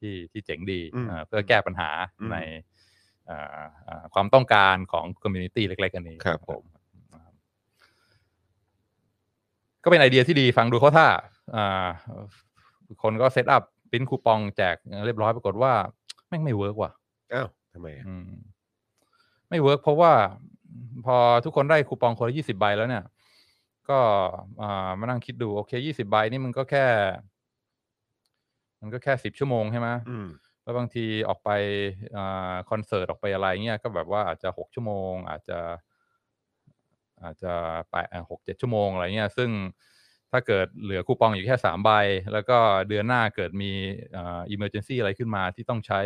Speaker 2: ที่ที่เจ๋งดี
Speaker 1: อืม
Speaker 2: อ่าเพื่อแก้ปัญหา
Speaker 1: อืม
Speaker 2: ในอ่าอ่าความต้องการของคอมมูนิตี้เล็กๆกันนี้
Speaker 1: ครับผม
Speaker 2: ก็เป็นไอเดียที่ดีฟังดูเขาท่าอ่าคนก็เซตอัพปริ้นคูปองแจกเรียบร้อยปรากฏว่า แม่งไม่เวิร์กว่ะ
Speaker 1: อ้าวทำไมอ่ะ
Speaker 2: อืมไม่เวิร์กเพราะว่าพอทุกคนได้คูปองคนละยี่สิบใบแล้วเนี่ย ก็อ่ามานั่งคิดดูโอเคยี่สิบใบนี่มันก็แค่ มันก็แค่สิบชั่วโมงใช่ไหม
Speaker 1: อืม
Speaker 2: แล้วบางทีออกไปอาคอนเสิร์ตออกไปอะไรเงี้ยก็แบบว่าอาจจะหกชั่วโมง อาจจะ อาจจะแปดหกเจ็ดชั่วโมงอะไรเงี้ยซึ่งถ้าเกิดเหลือคูปองอยู่แค่สามใบ แล้วก็เดือนหน้าเกิดมีอิมเมอร์เจนซีอะไรขึ้นมาที่ต้องใช้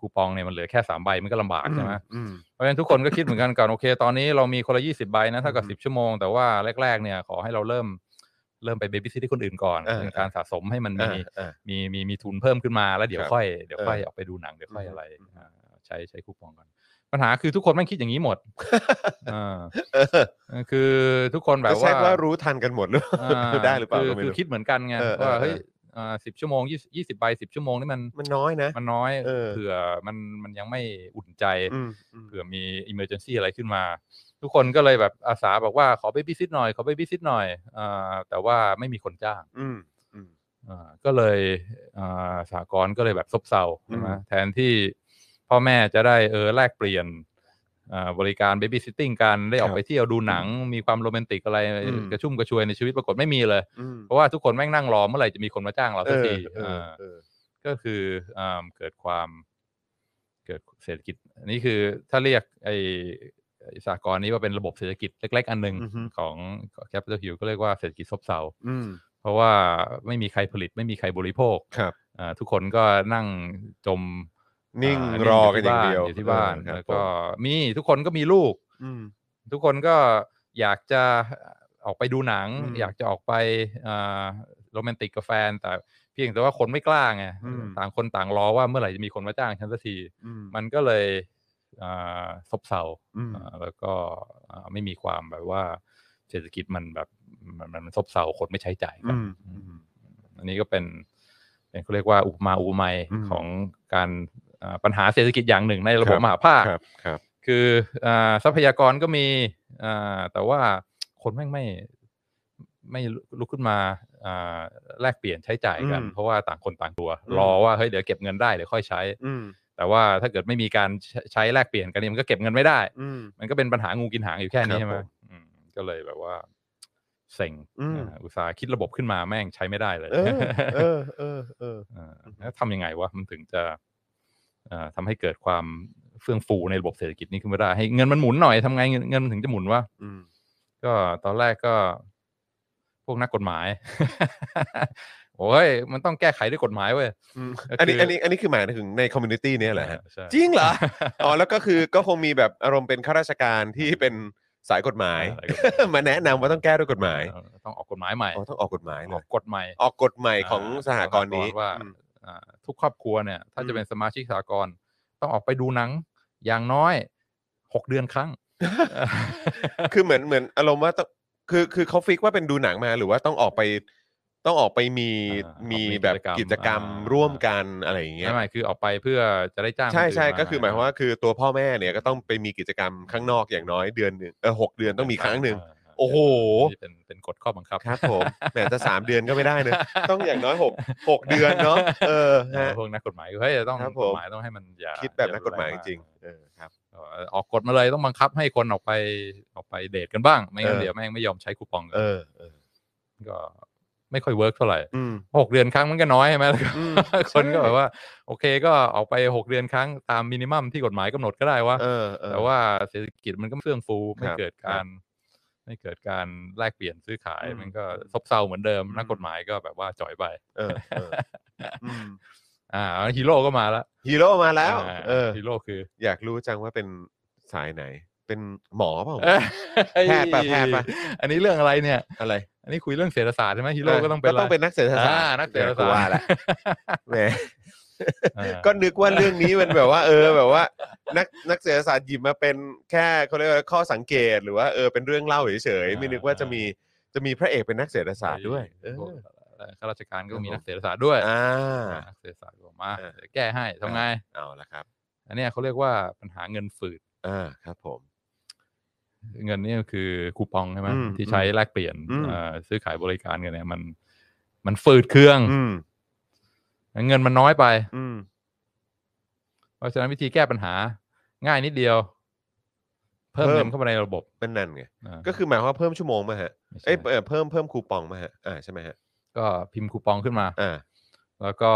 Speaker 2: คูปองเนี่ยมันเหลือแค่สามใบมันก็ลำบากใช่ไหม
Speaker 1: อืม
Speaker 2: เพราะฉะนั้นทุกคนก็คิดเหมือนกันก่อนโอเค ตอนนี้เรามีคนละยี่สิบใบนะเท่ากับ
Speaker 1: อืม
Speaker 2: สิบชั่วโมง แต่ว่าแรก ๆ เนี่ยขอให้เราเริ่มเริ่มไปเบบี้ซิที่คนอื่นก่อน
Speaker 1: อ่า
Speaker 2: เป็นการสะสมให้มันมี
Speaker 1: อ่าอ่า
Speaker 2: มีมีมีทุนเพิ่มขึ้นมาแล้วเดี๋ย
Speaker 1: ค
Speaker 2: ว
Speaker 1: รับ
Speaker 2: ค่อยเดี๋ยวค่อย
Speaker 1: เออ
Speaker 2: ออกไปดูหนังเดี๋ยวค่อย
Speaker 1: อืม
Speaker 2: อะไร
Speaker 1: อืม
Speaker 2: อ่าใช้ใช้คูปองก่อนปัญหาคือทุกคนแม่งคิดอย่างนี้หมดอ่า
Speaker 1: เออ
Speaker 2: คือทุกคนแบบ
Speaker 1: จะใช้
Speaker 2: ว่า
Speaker 1: ว่ารู้ทันกันหมดหรือเปล่า
Speaker 2: อ่า
Speaker 1: ได้หรือเปล่า
Speaker 2: คือ
Speaker 1: ก็ไม่
Speaker 2: คือ
Speaker 1: รู้
Speaker 2: คิดเหมือนกันไง
Speaker 1: เออเออ
Speaker 2: ว่า
Speaker 1: เออ
Speaker 2: เฮ้ยสิบชั่วโมงยี่สิบใบสิบชั่วโมงนี่มัน
Speaker 1: มันน้อยนะ
Speaker 2: มันน้อย
Speaker 1: เออ
Speaker 2: เผื่อมันมันยังไม่อุ่นใจ
Speaker 1: อืมอืม
Speaker 2: เผื่อมี emergency อะไรขึ้นมา ทุกคนก็เลยแบบอาสาบอกว่าขอ baby sit หน่อยขอ baby sit หน่อยอาแต่ว่าไม่มีคนจ้าง
Speaker 1: อืมอืม
Speaker 2: อ่าก็เลยอ่าสหกรณ์ก็เลยแบบซบเซาใช่ไหม
Speaker 1: อืม
Speaker 2: แทนที่พ่อแม่จะได้เออแลกเปลี่ยนอ่าบริการ baby sitting กันได้ออกไปเที่ยวดูหนัง มีความโรแมนติกอะไรกระชุ่มกระชวยในชีวิตปรากฏไม่มีเลย
Speaker 1: อืม
Speaker 2: เพราะว่าทุกคนแม่งนั่งรอเมื่อไหร่จะมีคนมาจ้างเรา
Speaker 1: เอ
Speaker 2: สัก
Speaker 1: อ
Speaker 2: ที
Speaker 1: เออ
Speaker 2: อ่า
Speaker 1: เออ
Speaker 2: ก็คืออ่าเกิดความเกิดเศรษฐกิจ อันนี้คือถ้าเรียกไอ สากรณ์นี้ว่าเป็นระบบเศรษฐกิจเล็ก ๆ อันหนึ่ง
Speaker 1: อือฮึ
Speaker 2: ของ Capital Hill ก็เรียกว่าเศรษฐกิจซบเซา
Speaker 1: อืม
Speaker 2: เพราะว่าไม่มีใครผลิตไม่มีใครบริโภค
Speaker 1: ครับ
Speaker 2: อ่าทุกคนก็นั่งจม
Speaker 1: นิ่ง
Speaker 2: า
Speaker 1: อรอกันอย่างเดียว
Speaker 2: อยู่ที่บ้าน
Speaker 1: เออครับ
Speaker 2: แล้วก็
Speaker 1: ผม
Speaker 2: มีทุกคนก็มีลูก
Speaker 1: อืม
Speaker 2: ทุกคนก็อยากจะออกไปดูหนัง
Speaker 1: อืม
Speaker 2: อยากจะออกไปโรแมนติกกับแฟน แต่เพียงแต่ว่าคนไม่กล้าไง
Speaker 1: อืม
Speaker 2: ต่างคนต่างรอว่าเมื่อไหร่จะมีคนมาจ้างฉันสักที
Speaker 1: อืม
Speaker 2: มันก็เลยอ่าซบเซา
Speaker 1: อืม
Speaker 2: อ่าแล้วก็อ่าไม่มีความแบบว่าเศรษฐกิจมันแบบมันมันซบเซาคนไม่ใช้จ่ายกั
Speaker 1: อืมอืม
Speaker 2: อันนี้ก็เป็นเป็นเขาเรียกว่าอุปมาอุปไมย
Speaker 1: อืม
Speaker 2: ของการอ่าปัญหาเศรษฐกิจอย่างหนึ่งในระบ
Speaker 1: ครับ บ
Speaker 2: มหาภาค
Speaker 1: ครับครับ
Speaker 2: คืออาทรัพยากรก็มีอ่าแต่ว่าคนแม่งไม่ไม่ลุกขึ้นมาอ่าแลกเปลี่ยนใช้จ่ายกัน
Speaker 1: อืม
Speaker 2: เพราะว่าต่างคนต่างตัว
Speaker 1: อืม
Speaker 2: รอว่าเฮ้ยเดี๋ยวเก็บเงินได้เดี๋ยวค่อยใช้
Speaker 1: อืม
Speaker 2: แต่ว่าถ้าเกิดไม่มีการใช้ใช้แลกเปลี่ยนกันเนี่ยมันก็เก็บเงินไม่ได้
Speaker 1: อืม
Speaker 2: มันก็เป็นปัญหางูกินหางอยู่แค่นี้
Speaker 1: ครับ
Speaker 2: ใช่ไหม
Speaker 1: ผม
Speaker 2: อืมก็เลยแบบว่าเซ็ง
Speaker 1: อืม
Speaker 2: อ่าอุตสาห์คิดระบบขึ้นมาแม่งใช้ไม่ได้เลย
Speaker 1: เออเออเออเออ
Speaker 2: อ่า
Speaker 1: อือฮึ
Speaker 2: แล้วทำยังไงวะมันถึงจะเอ่อทำให้เกิดความเฟื่องฟูในระบบเศรษฐกิจนี้ขึ้นมาได้ ให้เงินมันหมุนหน่อยทำไงเงินเงินมันถึงจะหมุนวะ
Speaker 1: อืม
Speaker 2: ก็ตอนแรกก็ พวกนักกฎหมาย *laughs* โอ้ยมันต้องแก้ไขด้วยกฎหมายเว้ย
Speaker 1: อืม
Speaker 2: ก็
Speaker 1: อันนี้
Speaker 2: คื
Speaker 1: อัน
Speaker 2: ออั
Speaker 1: นี้อันนี้คือหมายถึงในคอมมูนิตี้เนี่ยแหละฮะ
Speaker 2: ใช่
Speaker 1: จริงเหรอ อ๋อแล้วก็คือก็คงมีแบบอารมณ์เป็นข้าราชการที่เป็นสายกฎหมาย
Speaker 2: *laughs* อะไรก็
Speaker 1: *laughs* มาแนะนำว่าต้องแก้ด้วยกฎหมาย
Speaker 2: เออต้องออกกฎหมายใหม่
Speaker 1: อ๋อต้องออกกฎหมายเล
Speaker 2: ออก
Speaker 1: ย
Speaker 2: กฎใหม่
Speaker 1: ออกกฎใหม่ของสหกรณ์นี้
Speaker 2: ว่า
Speaker 1: อืม
Speaker 2: อ่าทุกครอบครัวเนี่ย ถ้า
Speaker 1: อื
Speaker 2: จะ
Speaker 1: ม
Speaker 2: เป็นสมาชิกสหกรณ์ต้องออกไปดูหนัง อย่างน้อยหกเดือนค
Speaker 1: *laughs*
Speaker 2: รั้ง
Speaker 1: คือเหมือนเหมือนอารมณ์ว่าต้องคือคือเขาฟิกว่าเป็นดูหนังมาหรือว่าต้องออกไปต้องออกไปมี
Speaker 2: อ่ามี
Speaker 1: มีแบบ
Speaker 2: กิ
Speaker 1: กิจ
Speaker 2: จ
Speaker 1: ก
Speaker 2: ก
Speaker 1: ร
Speaker 2: ร
Speaker 1: ร
Speaker 2: ร
Speaker 1: ม
Speaker 2: ม
Speaker 1: ร่วม
Speaker 2: อ่า
Speaker 1: กันอะไรอย่างเงี้ย
Speaker 2: ไม่ไม่คือออกไปเพื่อจะได้จ้าง
Speaker 1: ใช่
Speaker 2: นน
Speaker 1: ใช่
Speaker 2: ม
Speaker 1: ก็คือหมายความว่าคือตัวพ่อแม่เนี่ยก็ต้องไปมีกิจกรรมข้างนอกอย่างน้อยเดือนหนึ่งเออหกเดือนต้องมีครั้งหนึ่ง
Speaker 2: าา
Speaker 1: โอ้โห
Speaker 2: นี่เป็นเป็นกฎข้อบังคับ
Speaker 1: ครับผมแหมจะสามเดือนก็ไม่ได้
Speaker 2: *laughs*
Speaker 1: เนอะต้องอย่างน้อยหกหกเดือนเนาะเออฮะ
Speaker 2: พวกนักกฎหมายก็เฮ้ยต้อง
Speaker 1: ครับผ
Speaker 2: ก
Speaker 1: ม
Speaker 2: ฎหมายต้องให้มันอย่า
Speaker 1: คิดแบบ
Speaker 2: อ
Speaker 1: นักกฎหมายจ
Speaker 2: นแ
Speaker 1: ริงๆเออครับ
Speaker 2: เอ่อออกกฎมาเลยต้องบังคับให้คนออกไปออกไปเดทกันบ้าง ไม่งั้น
Speaker 1: เออ
Speaker 2: เดี๋ยวแม่งไม่ยอมใช้คูปองกัน
Speaker 1: เออเออ
Speaker 2: ก็ไม่ค่อยเวิร์กเท่าไหร่
Speaker 1: อืม
Speaker 2: หกเดือนครั้งมันก็น้อยใช่ไหมแล้วก็
Speaker 1: อืม
Speaker 2: คนก็
Speaker 1: ใช่
Speaker 2: แบบว่า โอเคก็ออกไปหกเดือนครั้งตามมินิมัมที่กฎหมายกำหนดก็ได้ว่า
Speaker 1: เออเออ
Speaker 2: แต่ว่าเศรษฐกิจมันก็เฟื่องฟูไม่
Speaker 1: ครับ
Speaker 2: เกิดการ ไม่เกิดการแลกเปลี่ยนซื้อขาย
Speaker 1: อืม
Speaker 2: มันก็ซบเซาเหมือนเดิม
Speaker 1: อืม
Speaker 2: นักกฎหมายก็แบบว่าจ่อยไป
Speaker 1: เออเอออืม *laughs*
Speaker 2: อ่าฮีโร่ก็มาแล้ว
Speaker 1: ฮีโร่มาแล้ว เออ
Speaker 2: ฮีโร่คือ
Speaker 1: อยากรู้จังว่าเป็นสายไหน เป็นหมอเปล่า
Speaker 2: เอ้ย
Speaker 1: แพทย์ปะแพทย์ปะ
Speaker 2: อันนี้เรื่องอะไรเนี่ย
Speaker 1: อะไร
Speaker 2: อันนี้คุยเรื่องเศรษฐศาสตร์ใช่ไหมฮีโร่ก็ต้องเป็น
Speaker 1: ก็ต้องเป็นนักเศรษฐศาสต
Speaker 2: อ่า
Speaker 1: ร์
Speaker 2: นักเศรษฐศาสต
Speaker 1: กู
Speaker 2: ร์
Speaker 1: ว่า
Speaker 2: *laughs*
Speaker 1: ละแหม
Speaker 2: อ่า
Speaker 1: ก็นึกว่าเรื่องนี้มันแบบว่า เออแบบว่า นักนักเศรษฐศาสตร์หยิบมาเป็นแค่เขาเรียกว่าข้อสังเกตหรือว่าเออเป็นเรื่องเล่าเฉยๆไม่นึกว่าจะมีจะมีพระเอกเป็นนักเศรษฐศาสตร์ด้วย เออ
Speaker 2: พวกเอ่อข้าราชการก็
Speaker 1: ครับ
Speaker 2: มี
Speaker 1: ผม
Speaker 2: นักเศรษฐศาสตร์ด้วย
Speaker 1: อ่า
Speaker 2: นักเศรษฐศาสตร์ก็บอกมา
Speaker 1: อ่า
Speaker 2: เดี๋ยวแก้ให้ทำไง
Speaker 1: เอาละครับ
Speaker 2: อันเนี้ยเขาเรียกว่าปัญหาเงินฝืด
Speaker 1: อ่าครับผม
Speaker 2: เงินนี่ก็คือคูปองใช่ไหม
Speaker 1: อืม
Speaker 2: ที่ใช้แลกเปลี่ยน
Speaker 1: อืม
Speaker 2: เอ่อซื้อขายบริการกันเนี่ยมัน มันฝืดเครื่อง
Speaker 1: อืม
Speaker 2: เงินมันน้อยไป
Speaker 1: อืม
Speaker 2: เพราะฉะนั้นวิธีแก้ปัญหา ง่ายนิดเดียว เพิ่ม
Speaker 1: เพิ่ม
Speaker 2: เงินเข้ามาในระบบ
Speaker 1: เป็นนั่นไง
Speaker 2: อ่า
Speaker 1: ก็คือหมายความว่าเพิ่มชั่วโมงมาฮะ
Speaker 2: ไม่ใช่
Speaker 1: เอ้ยเอ่อเพิ่มเพิ่มคูปองมาฮะอ่าใช่ไหมฮะ
Speaker 2: ก็พิมพ์คูปองขึ้นมา
Speaker 1: อ่า
Speaker 2: แล้วก็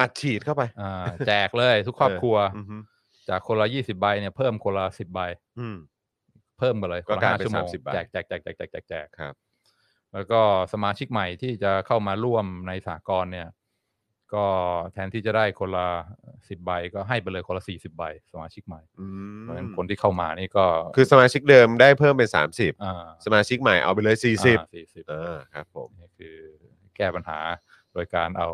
Speaker 1: อัดฉีดเข้าไป *laughs*
Speaker 2: อ่าแจกเลยทุกครอบ
Speaker 1: เออ
Speaker 2: ครัว
Speaker 1: อืมฮึ
Speaker 2: จากคนละยี่สิบใบเนี่ยเพิ่มคนละสิบใบ
Speaker 1: อืม
Speaker 2: เพิ่มไปเลย
Speaker 1: ก็กลายเป็น
Speaker 2: คละห้
Speaker 1: 30บาท
Speaker 2: แจกแจกแจกแจกแจกแจกแจก
Speaker 1: ครับ
Speaker 2: แล้วก็สมาชิกใหม่ที่จะเข้ามาร่วมในสากลเนี่ย ก็แทนที่จะได้คนละสิบใบก็ให้ไปเลยคนละสี่สิบใบ สมาชิกใหม่
Speaker 1: อืม
Speaker 2: เพราะฉะนั้นคนที่เข้ามานี่ก็
Speaker 1: คือสมาชิกเดิมได้เพิ่มเป็น 30
Speaker 2: อ่า
Speaker 1: สมาชิกใหม่เอาไปเลย
Speaker 2: อ่า
Speaker 1: 40
Speaker 2: สี่สิบ
Speaker 1: อ่าครับผม
Speaker 2: นี่คือแก้ปัญหาโดยการเอา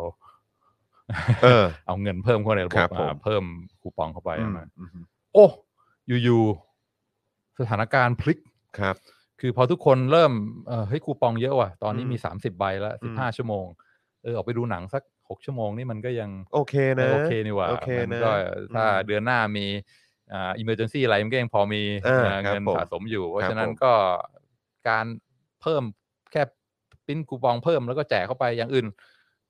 Speaker 1: เออ
Speaker 2: *laughs* เอาเงินเพิ่มเข้าในระบ
Speaker 1: ครับ บผม
Speaker 2: อ่าเพิ่มคูปองเข้าไป
Speaker 1: อืม
Speaker 2: นะ
Speaker 1: อืมฮึ
Speaker 2: โอ้อยู่ๆสถานการณ์พลิก
Speaker 1: ครับ
Speaker 2: คือพอทุกคนเริ่มเอ่อเฮ้ยคูปองเยอะว่ะ ตอนนี้
Speaker 1: อืม
Speaker 2: มี 30 ใบแล้ว
Speaker 1: อืม
Speaker 2: 15 ชั่วโมง เออออกไปดูหนังสัก 6 ชั่วโมงนี่มันก็ยัง
Speaker 1: โอเค
Speaker 2: เอ
Speaker 1: นะ
Speaker 2: อโอเคนี่หว่า
Speaker 1: โอเค
Speaker 2: มั
Speaker 1: นะ
Speaker 2: ก็
Speaker 1: ม
Speaker 2: ถ้าเดือนหน้ามีอ่าอิมเมอร์เจนซี่อะไรมันก็ยังพอมี
Speaker 1: อ่า
Speaker 2: เอ่อ
Speaker 1: ครับ
Speaker 2: เงิน
Speaker 1: ผม
Speaker 2: สะสมอยู่ เพ
Speaker 1: ครั
Speaker 2: ราะ
Speaker 1: บ
Speaker 2: ฉะนั้น
Speaker 1: ผม
Speaker 2: ก็การเพิ่มแค่ปิ้นคูปองเพิ่มแล้วก็แจกเข้าไปอย่างอื่น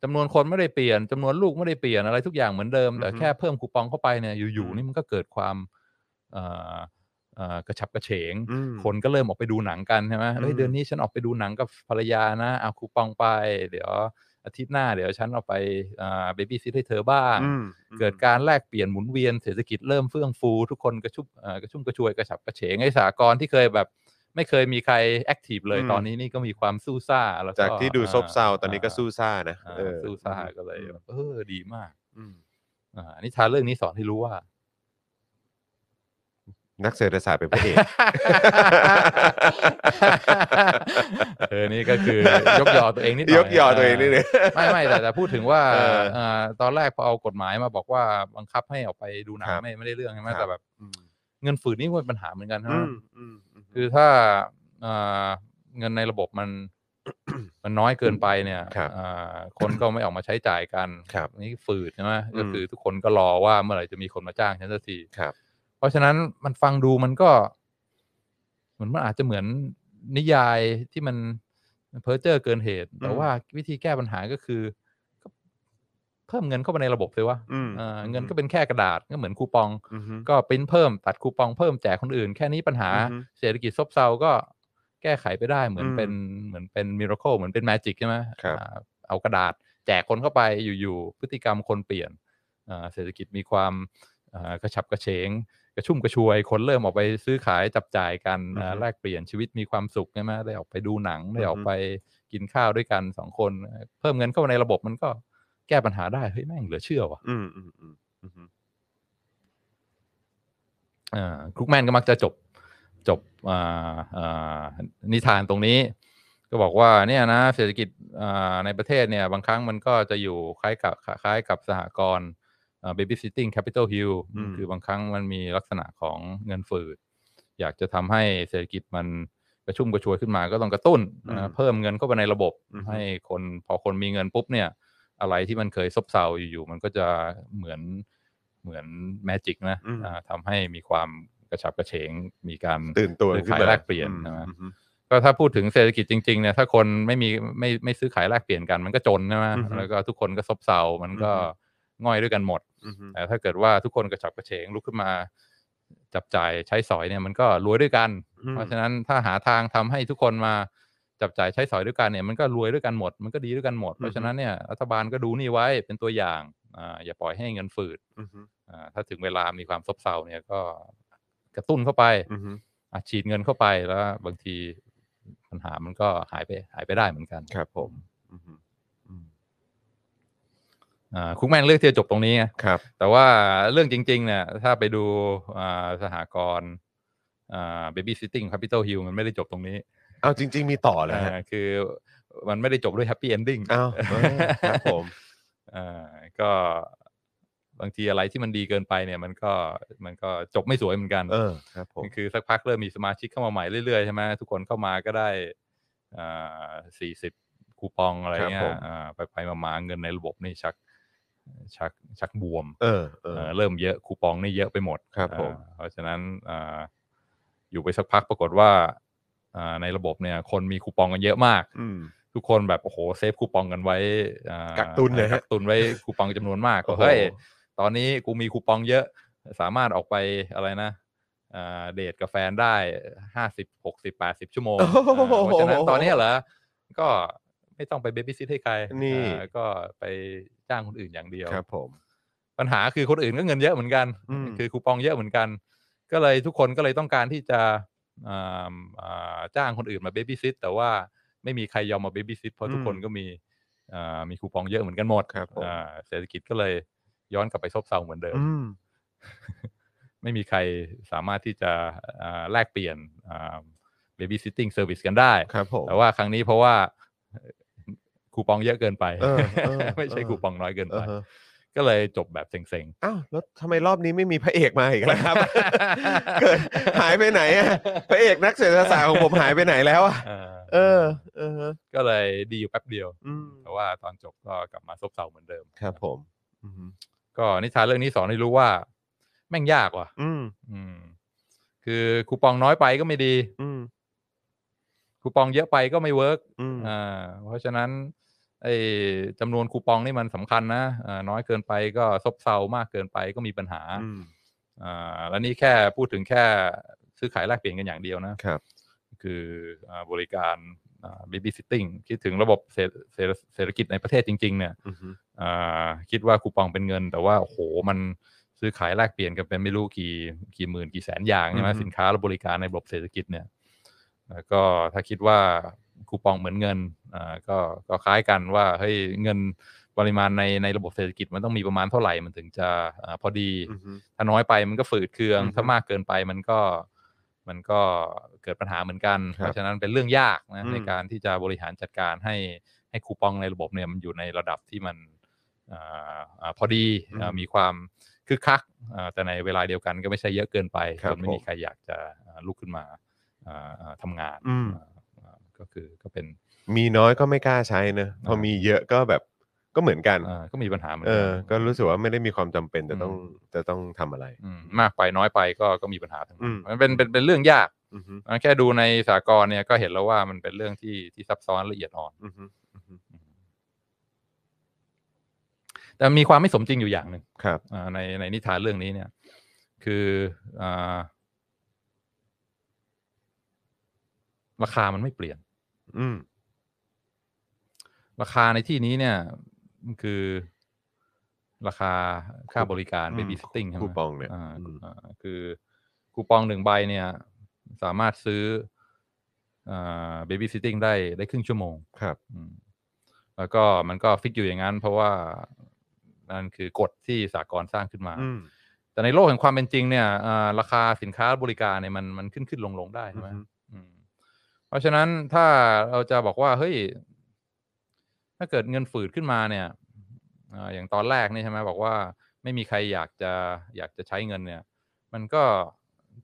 Speaker 2: จำนวนคนไม่ได้เปลี่ยนจำนวนลูกไม่ได้เปลี่ยนอะไรทุกอย่างเหมือนเดิมแต่แค่เพิ่มคูปองเข้าไปเนี่ยอยู่ๆนี่มันก็เกิดความเอ่อเอ่อกระฉับกระเฉง
Speaker 1: อืม
Speaker 2: คนก็เริ่มออกไปดูหนังกันใช่ไหมเอ้
Speaker 1: อื
Speaker 2: ย
Speaker 1: ม
Speaker 2: เดือนนี้ฉันออกไปดูหนังกับภรรยานะเอาคูปองไป เดี๋ยว อาทิตย์หน้าเดี๋ยวฉันเอาไปเบบี้ซิทให้เธอบ้าง
Speaker 1: อืม
Speaker 2: เกิดการแลกเปลี่ยนหมุนเวียนเศรษฐกิจเริ่มเฟื่องฟู ทุกคนกระชุ่มเอ่อกระชุ่มกระชวยกระฉับกระเฉงไอ้สากรณ์ที่เคยแบบ ไม่เคยมีใครแอคทีฟเลย
Speaker 1: อืม
Speaker 2: ตอนนี้นี่ก็มีความสู้ซ่าแล้ว
Speaker 1: จากที่ดูซบเซาตอนนี้ก็สู้ซ่านะ
Speaker 2: อ่า
Speaker 1: เออ
Speaker 2: สู้ซ่าก็เลยแบบเออดีมาก
Speaker 1: อืม
Speaker 2: อ่านิทานเรื่องนี้สอนให้รู้ว่า
Speaker 1: นักเศรษฐศาสตร์เป็นพระเอก
Speaker 2: เออนี่ก็คือยกยอตัวเองนิดหน่อย
Speaker 1: ยกยอตัวเองนิดนึง
Speaker 2: ไม่ไม่แต่แต่พูดถึงว่า
Speaker 1: เออ
Speaker 2: เอ่อตอนแรกพอเอากฎหมายมาบอกว่าบังคับให้ออกไปดูหนัง
Speaker 1: ครับ
Speaker 2: ไม่ไม่ได้เรื่องใช่ไหม
Speaker 1: ครับ
Speaker 2: แต่แบบ
Speaker 1: อืม
Speaker 2: เงินฝืนนี่ก็เป็นปัญหาเหมือนกันนะ
Speaker 1: อืมอืมม
Speaker 2: คือถ้าเอ่อเงินในระบบมัน มันน้อยเกินไปเนี่ย
Speaker 1: ครับ
Speaker 2: เอ่อคนก็ไม่ออกมาใช้จ่ายกัน
Speaker 1: ครับ
Speaker 2: นี่ฝืดใช่ไหมก็
Speaker 1: อืม
Speaker 2: คือทุกคนก็รอว่าเมื่อไหร่จะมีคนมาจ้างฉันสักที
Speaker 1: ครับ
Speaker 2: เพราะฉะนั้นมันฟังดูมันก็เหมือนมันอาจจะเหมือนนิยายที่มันเพ้อเจ้อเกินเหตุ แต่
Speaker 1: อืม
Speaker 2: ว่าวิธีแก้ปัญหาก็คือก็เพิ่มเงินเข้าไปในระบบเลยวะ
Speaker 1: อืม
Speaker 2: เออเงินก็เป็นแค่กระดาษก็เหมือนคูปอง
Speaker 1: อืม
Speaker 2: ก็ปริ้นเพิ่มตัดคูปองเพิ่มแจกคนอื่น แค่นี้ปัญหา
Speaker 1: อือฮึ
Speaker 2: เศรษฐกิจซบเซาก็แก้ไขไปได้เหมือน
Speaker 1: อืม
Speaker 2: เป็นเหมือนเป็นมิราเคิลเหมือนเป็นแมจิกใช่ไหม
Speaker 1: ครับ
Speaker 2: อ่าเอากระดาษแจกคนเข้าไปอยู่ๆพฤติกรรมคนเปลี่ยนอ่าเศรษฐกิจมีความอ่ากระฉับกระเฉง กระชุ่มกระชวย คนเริ่มออกไปซื้อขายจับจ่ายกัน
Speaker 1: อือฮึ
Speaker 2: อ่าแลกเปลี่ยนชีวิตมีความสุขใช่ไหมได้ออกไปดูหนังได้ออ
Speaker 1: อื
Speaker 2: ก
Speaker 1: อฮึ
Speaker 2: ไปกินข้าวด้วยกันสองคน เพิ่มเงินเข้ามาในระบบมันก็แก้ปัญหาได้เฮ้ยแม่งเหลือเชื่อว่ะ
Speaker 1: อืมอืมอืมอืม
Speaker 2: อ่าครุกแมนก็มักจะจบจบอ่าอ่านิทานตรงนี้ ก็บอกว่าเนี่ยนะเศรษฐกิจอ่าในประเทศเนี่ย บางครั้งมันก็จะอยู่คล้ายกับคล้ายกับสหกรณ์เบบี้ซิตติ้งแคปิตอลฮิล
Speaker 1: อืม
Speaker 2: คือบางครั้งมันมีลักษณะของเงินฝืด อยากจะทำให้เศรษฐกิจมันกระชุ่มกระชวยขึ้นมาก็ต้องกระตุ้น
Speaker 1: อืม
Speaker 2: นะเพิ่มเงินเข้าไปในระบบ
Speaker 1: อือฮึ
Speaker 2: ให้คนพอคนมีเงินปุ๊บเนี่ย อะไรที่มันเคยซบเซาอยู่ๆมันก็จะเหมือนเหมือนแมจิกนะ
Speaker 1: อืม
Speaker 2: อ่าทำให้มีความกระฉับกระเฉงมีการ
Speaker 1: ตื่นตัว
Speaker 2: ซื้อ
Speaker 1: ขึ้น
Speaker 2: ขาย
Speaker 1: มา
Speaker 2: แลกเปลี่ยน
Speaker 1: อืม
Speaker 2: ใช่ไหม
Speaker 1: อืม
Speaker 2: ก็ถ้าพูดถึงเศรษฐกิจจริงๆเนี่ยถ้าคนไม่มีไม่ไม่ซื้อขายแลกเปลี่ยนกันมันก็จนใช่ไหม
Speaker 1: อือฮึ
Speaker 2: แล้วก็ทุกคนก็ซบเซา มันก็
Speaker 1: อือฮึ
Speaker 2: ง่อยด้วยกันหมด
Speaker 1: อืมอืม
Speaker 2: แต่ถ้าเกิดว่าทุกคนกระฉับกระเฉงลุกขึ้นมา จับจ่ายใช้สอยเนี่ยมันก็รวยด้วยกัน
Speaker 1: อืม
Speaker 2: เพราะฉะนั้นถ้าหาทางทำให้ทุกคนมาจับจ่ายใช้สอยด้วยกันเนี่ยมันก็รวยด้วยกันหมด มันก็ดีด้วยกันหมด เพราะฉะนั้นเนี่ยรัฐบาลก็ดูนี่ไว้เป็นตัวอย่างอ่าอย่าปล่อยให้เงินฝืด
Speaker 1: อืม
Speaker 2: อ่าถ้าถึงเวลามีความซบเซาเนี่ยก็กระตุ้นเข้าไป
Speaker 1: อืม
Speaker 2: อาฉีดเงินเข้าไปแล้วบางทีปัญหามันก็หายไปหายไปได้เหมือนกัน
Speaker 1: ครับผมอืมอืม
Speaker 2: อ่าคุกแมนเลือกที่จะจบตรงนี้ไง
Speaker 1: ครับ
Speaker 2: แต่ว่าเรื่องจริง ๆ เนี่ย ถ้าไปดูอ่าสหกรณ์เบบี้ซิตติ้งแคปิตอลฮิลมันไม่ได้จบตรงนี้
Speaker 1: เอาจริง ๆ มีต่อเลยฮะ
Speaker 2: อ่าคือมันไม่ได้จบด้วยแฮปปี้เอนดิ้ง
Speaker 1: เอาเออครับผม
Speaker 2: อ่าก็บางทีอะไรที่มันดีเกินไปเนี่ย มันก็มันก็จบไม่สวยเหมือนกัน
Speaker 1: เออครับผม
Speaker 2: คือสักพักเริ่มมีสมาชิกเข้ามาใหม่เรื่อยๆใช่ไหมทุกคนเข้ามาก็ได้สี่สิบคูปองอะไร
Speaker 1: ครับ
Speaker 2: เงี้
Speaker 1: ผ
Speaker 2: ย
Speaker 1: ม
Speaker 2: อ่าไปไปๆมาๆเงินในระบบนี่ชักชักชักบวม
Speaker 1: เออเออ
Speaker 2: เอ่อเริ่มเยอะคูปองนี่เยอะไปหมด
Speaker 1: ครับผม
Speaker 2: อ่าเพราะฉะนั้นอ่าอยู่ไปสักพักปรากฏว่าอ่าในระบบเนี่ย คนมีคูปองกันเยอะมาก
Speaker 1: อืม
Speaker 2: ทุกคนแบบโอ้โหเซฟคูปองกันไว้อ่า
Speaker 1: กักตุนเลยฮะ
Speaker 2: กักตุนไว้คูปองจำนวนมาก
Speaker 1: โอ้
Speaker 2: ก็
Speaker 1: โห
Speaker 2: เฮ้ยตอนนี้กูมีคูปองเยอะ สามารถออกไปอะไรนะอ่าเดทกับแฟนได้ห้าสิบหกสิบแปดสิบชั่วโมงอ่าเพราะฉะนั้นตอนเนี้ยเหรอ ก็ไม่ต้องไปเบบี้ซิทให้ใคร
Speaker 1: นี่
Speaker 2: อ่าก็ไปจ้างคนอื่นอย่างเดียว
Speaker 1: ครับผม
Speaker 2: ปัญหาคือคนอื่นก็เงินเยอะเหมือนกัน
Speaker 1: อืม
Speaker 2: คือคูปองเยอะเหมือนกัน ก็เลยทุกคนก็เลยต้องการที่จะอ่าอ่าจ้างคนอื่นมาเบบี้ซิตแต่ว่าไม่มีใครยอมมาเบบี้ซิตเพราะทุกคนก็มีอ่ามีคูปองเยอะเหมือนกันหมด
Speaker 1: ครับผม
Speaker 2: อ่าเศรษฐกิจก็เลยย้อนกลับไปซบเซาเหมือนเดิม
Speaker 1: อืม
Speaker 2: ไม่มีใครสามารถที่จะอ่าแลกเปลี่ยนเบบี้ซิตติ้งเซอร์วิสกันได้
Speaker 1: ครับผม
Speaker 2: แต่ว่าครั้งนี้เพราะว่าคูปองเยอะเกินไป
Speaker 1: เออเออ
Speaker 2: *laughs* ไม่ใช่
Speaker 1: เออ
Speaker 2: คูปองน้อยเกิน
Speaker 1: เอ
Speaker 2: ไป
Speaker 1: อฮะ
Speaker 2: ก็เลยจบแบบเซ็งๆ
Speaker 1: อ้าวแล้วทำไมรอบนี้ไม่มีพระเอกมาอีกแล้ว
Speaker 2: *laughs*
Speaker 1: ครับ *laughs* เกิดหายไปไหนอะพระเอกนักเศรษฐศาสตร์ของผมหายไปไหนแล้วอะ
Speaker 2: เออ
Speaker 1: เออ เออฮะ
Speaker 2: ก็เลยดีอยู่แป๊บเดียว
Speaker 1: อืม
Speaker 2: แต่ว่าตอนจบก็กลับมาซบเซาเหมือนเดิม
Speaker 1: ครับผม อืม
Speaker 2: ก็นิทานเรื่องนี้สอนให้รู้ว่า แม่งยากว่ะ
Speaker 1: อืม
Speaker 2: อืม คือคูปองน้อยไปก็ไม่ดี
Speaker 1: อืม
Speaker 2: คูปองเยอะไปก็ไม่เวิร์ก
Speaker 1: อืม
Speaker 2: อ่าเพราะฉะนั้นไอ้จำนวนคูปองนี่มันสำคัญนะอ่าน้อยเกินไปก็ซบเซามากเกินไปก็มีปัญหา
Speaker 1: อืม
Speaker 2: อ่าแล้วนี่แค่พูดถึงแค่ซื้อขายแลกเปลี่ยนกันอย่างเดียวนะครับ คืออ่าบริการ บิบิซิตติ้งคิดถึงระบบเศรษฐเศรษฐเศรษฐกิจในประเทศจริง ๆ เนี่ย
Speaker 1: อือฮึ
Speaker 2: อ่าคิดว่าคูปองเป็นเงิน แต่ว่าโอ้โหมันซื้อขายแลกเปลี่ยนกันเป็นไม่รู้กี่กี่หมื่นกี่แสนอย่างใช่ไหม
Speaker 1: อือฮึ
Speaker 2: สินค้าและบริการในระบบเศรษฐกิจเนี่ยแล้วก็ถ้าคิดว่าคูปองเหมือนเงินอ่าก็ก็คล้ายกันว่าเฮ้ยเงินปริมาณในในระบบเศรษฐกิจมันต้องมีประมาณเท่าไหร่มันถึงจะอาพอดี
Speaker 1: อือฮึ
Speaker 2: ถ้าน้อยไปมันก็ฝืดเคือง
Speaker 1: อือฮึ
Speaker 2: ถ้ามากเกินไปมันก็มันก็เกิดปัญหาเหมือนกัน
Speaker 1: ครับ
Speaker 2: เพราะฉะนั้นเป็นเรื่องยากนะ
Speaker 1: อืม
Speaker 2: ในการที่จะบริหารจัดการให้ให้คูปองในระบบเนี่ยมันอยู่ในระดับที่มันอ่าอ่าพอดีอ่ามีความคึกคักอ่าแต่ในเวลาเดียวกันก็ไม่ใช่เยอะเกินไป
Speaker 1: ครั
Speaker 2: จ
Speaker 1: บ
Speaker 2: นไม่มี
Speaker 1: ผม
Speaker 2: ใครอยากจะอ่าลุกขึ้นมาอ่าอ่าทำงาน
Speaker 1: อืม
Speaker 2: อ่าอ่าก็คือก็เป็น
Speaker 1: มีน้อยก็ไม่กล้าใช้เนอะพอ
Speaker 2: อ่ามี
Speaker 1: มีเยอะก็แบบก็เหมือนกัน
Speaker 2: อ่าก็มีปัญหาเหมือน
Speaker 1: เอ
Speaker 2: กั
Speaker 1: อ ก็รู้สึกว่าไม่ได้มีความจำเป็นแต่
Speaker 2: อืม
Speaker 1: ต้องจะต้องทำอะไร
Speaker 2: อืมมากไปน้อยไปก็ก็มีปัญหาทั้ง
Speaker 1: อืม
Speaker 2: นั้นมันเป็นเป็นเป็นเรื่องยาก
Speaker 1: อือฮึ
Speaker 2: อ่าแค่ดูในสากลเนี่ยก็เห็นแล้วว่ามันเป็นเรื่องที่ที่ซับซ้อนละเอียดอ่อน
Speaker 1: อือฮึอือฮึ
Speaker 2: แต่มีความไม่สมจริงอยู่อย่างหนึ่ง
Speaker 1: ครับ
Speaker 2: อ่าในในนิทานเรื่องนี้เนี่ย คืออ่าราคามันไม่เปลี่ยน
Speaker 1: อืม
Speaker 2: ราคาในที่นี้เนี่ยมันคือราคาค่าบริการ baby sitting ใช่ไหม
Speaker 1: คูปองเนี่ย
Speaker 2: อ่า
Speaker 1: อืม
Speaker 2: อ่าคือคูปองหนึ่งใบเนี่ย สามารถซื้อเบบี้ซิตติ้งได้ได้ครึ่งชั่วโมง
Speaker 1: ครับ
Speaker 2: อืมแล้วก็มันก็ฟิกอยู่อย่างนั้น เพราะว่านั่นคือกฎที่สากลสร้างขึ้นมา
Speaker 1: อืม
Speaker 2: แต่ในโลกแห่งความเป็นจริงเนี่ยอ่าราคาสินค้าบริการเนี่ยมันมันขึ้นขึ้นลงลงได้ใช่ไหม
Speaker 1: อือฮึ
Speaker 2: อืมเพราะฉะนั้นถ้าเราจะบอกว่าเฮ้ย ถ้าเกิดเงินฝืดขึ้นมาเนี่ยอ่าอย่างตอนแรกเนี่ยใช่ไหมบอกว่า ไม่มีใครอยากจะอยากจะใช้เงินเนี่ย มันก็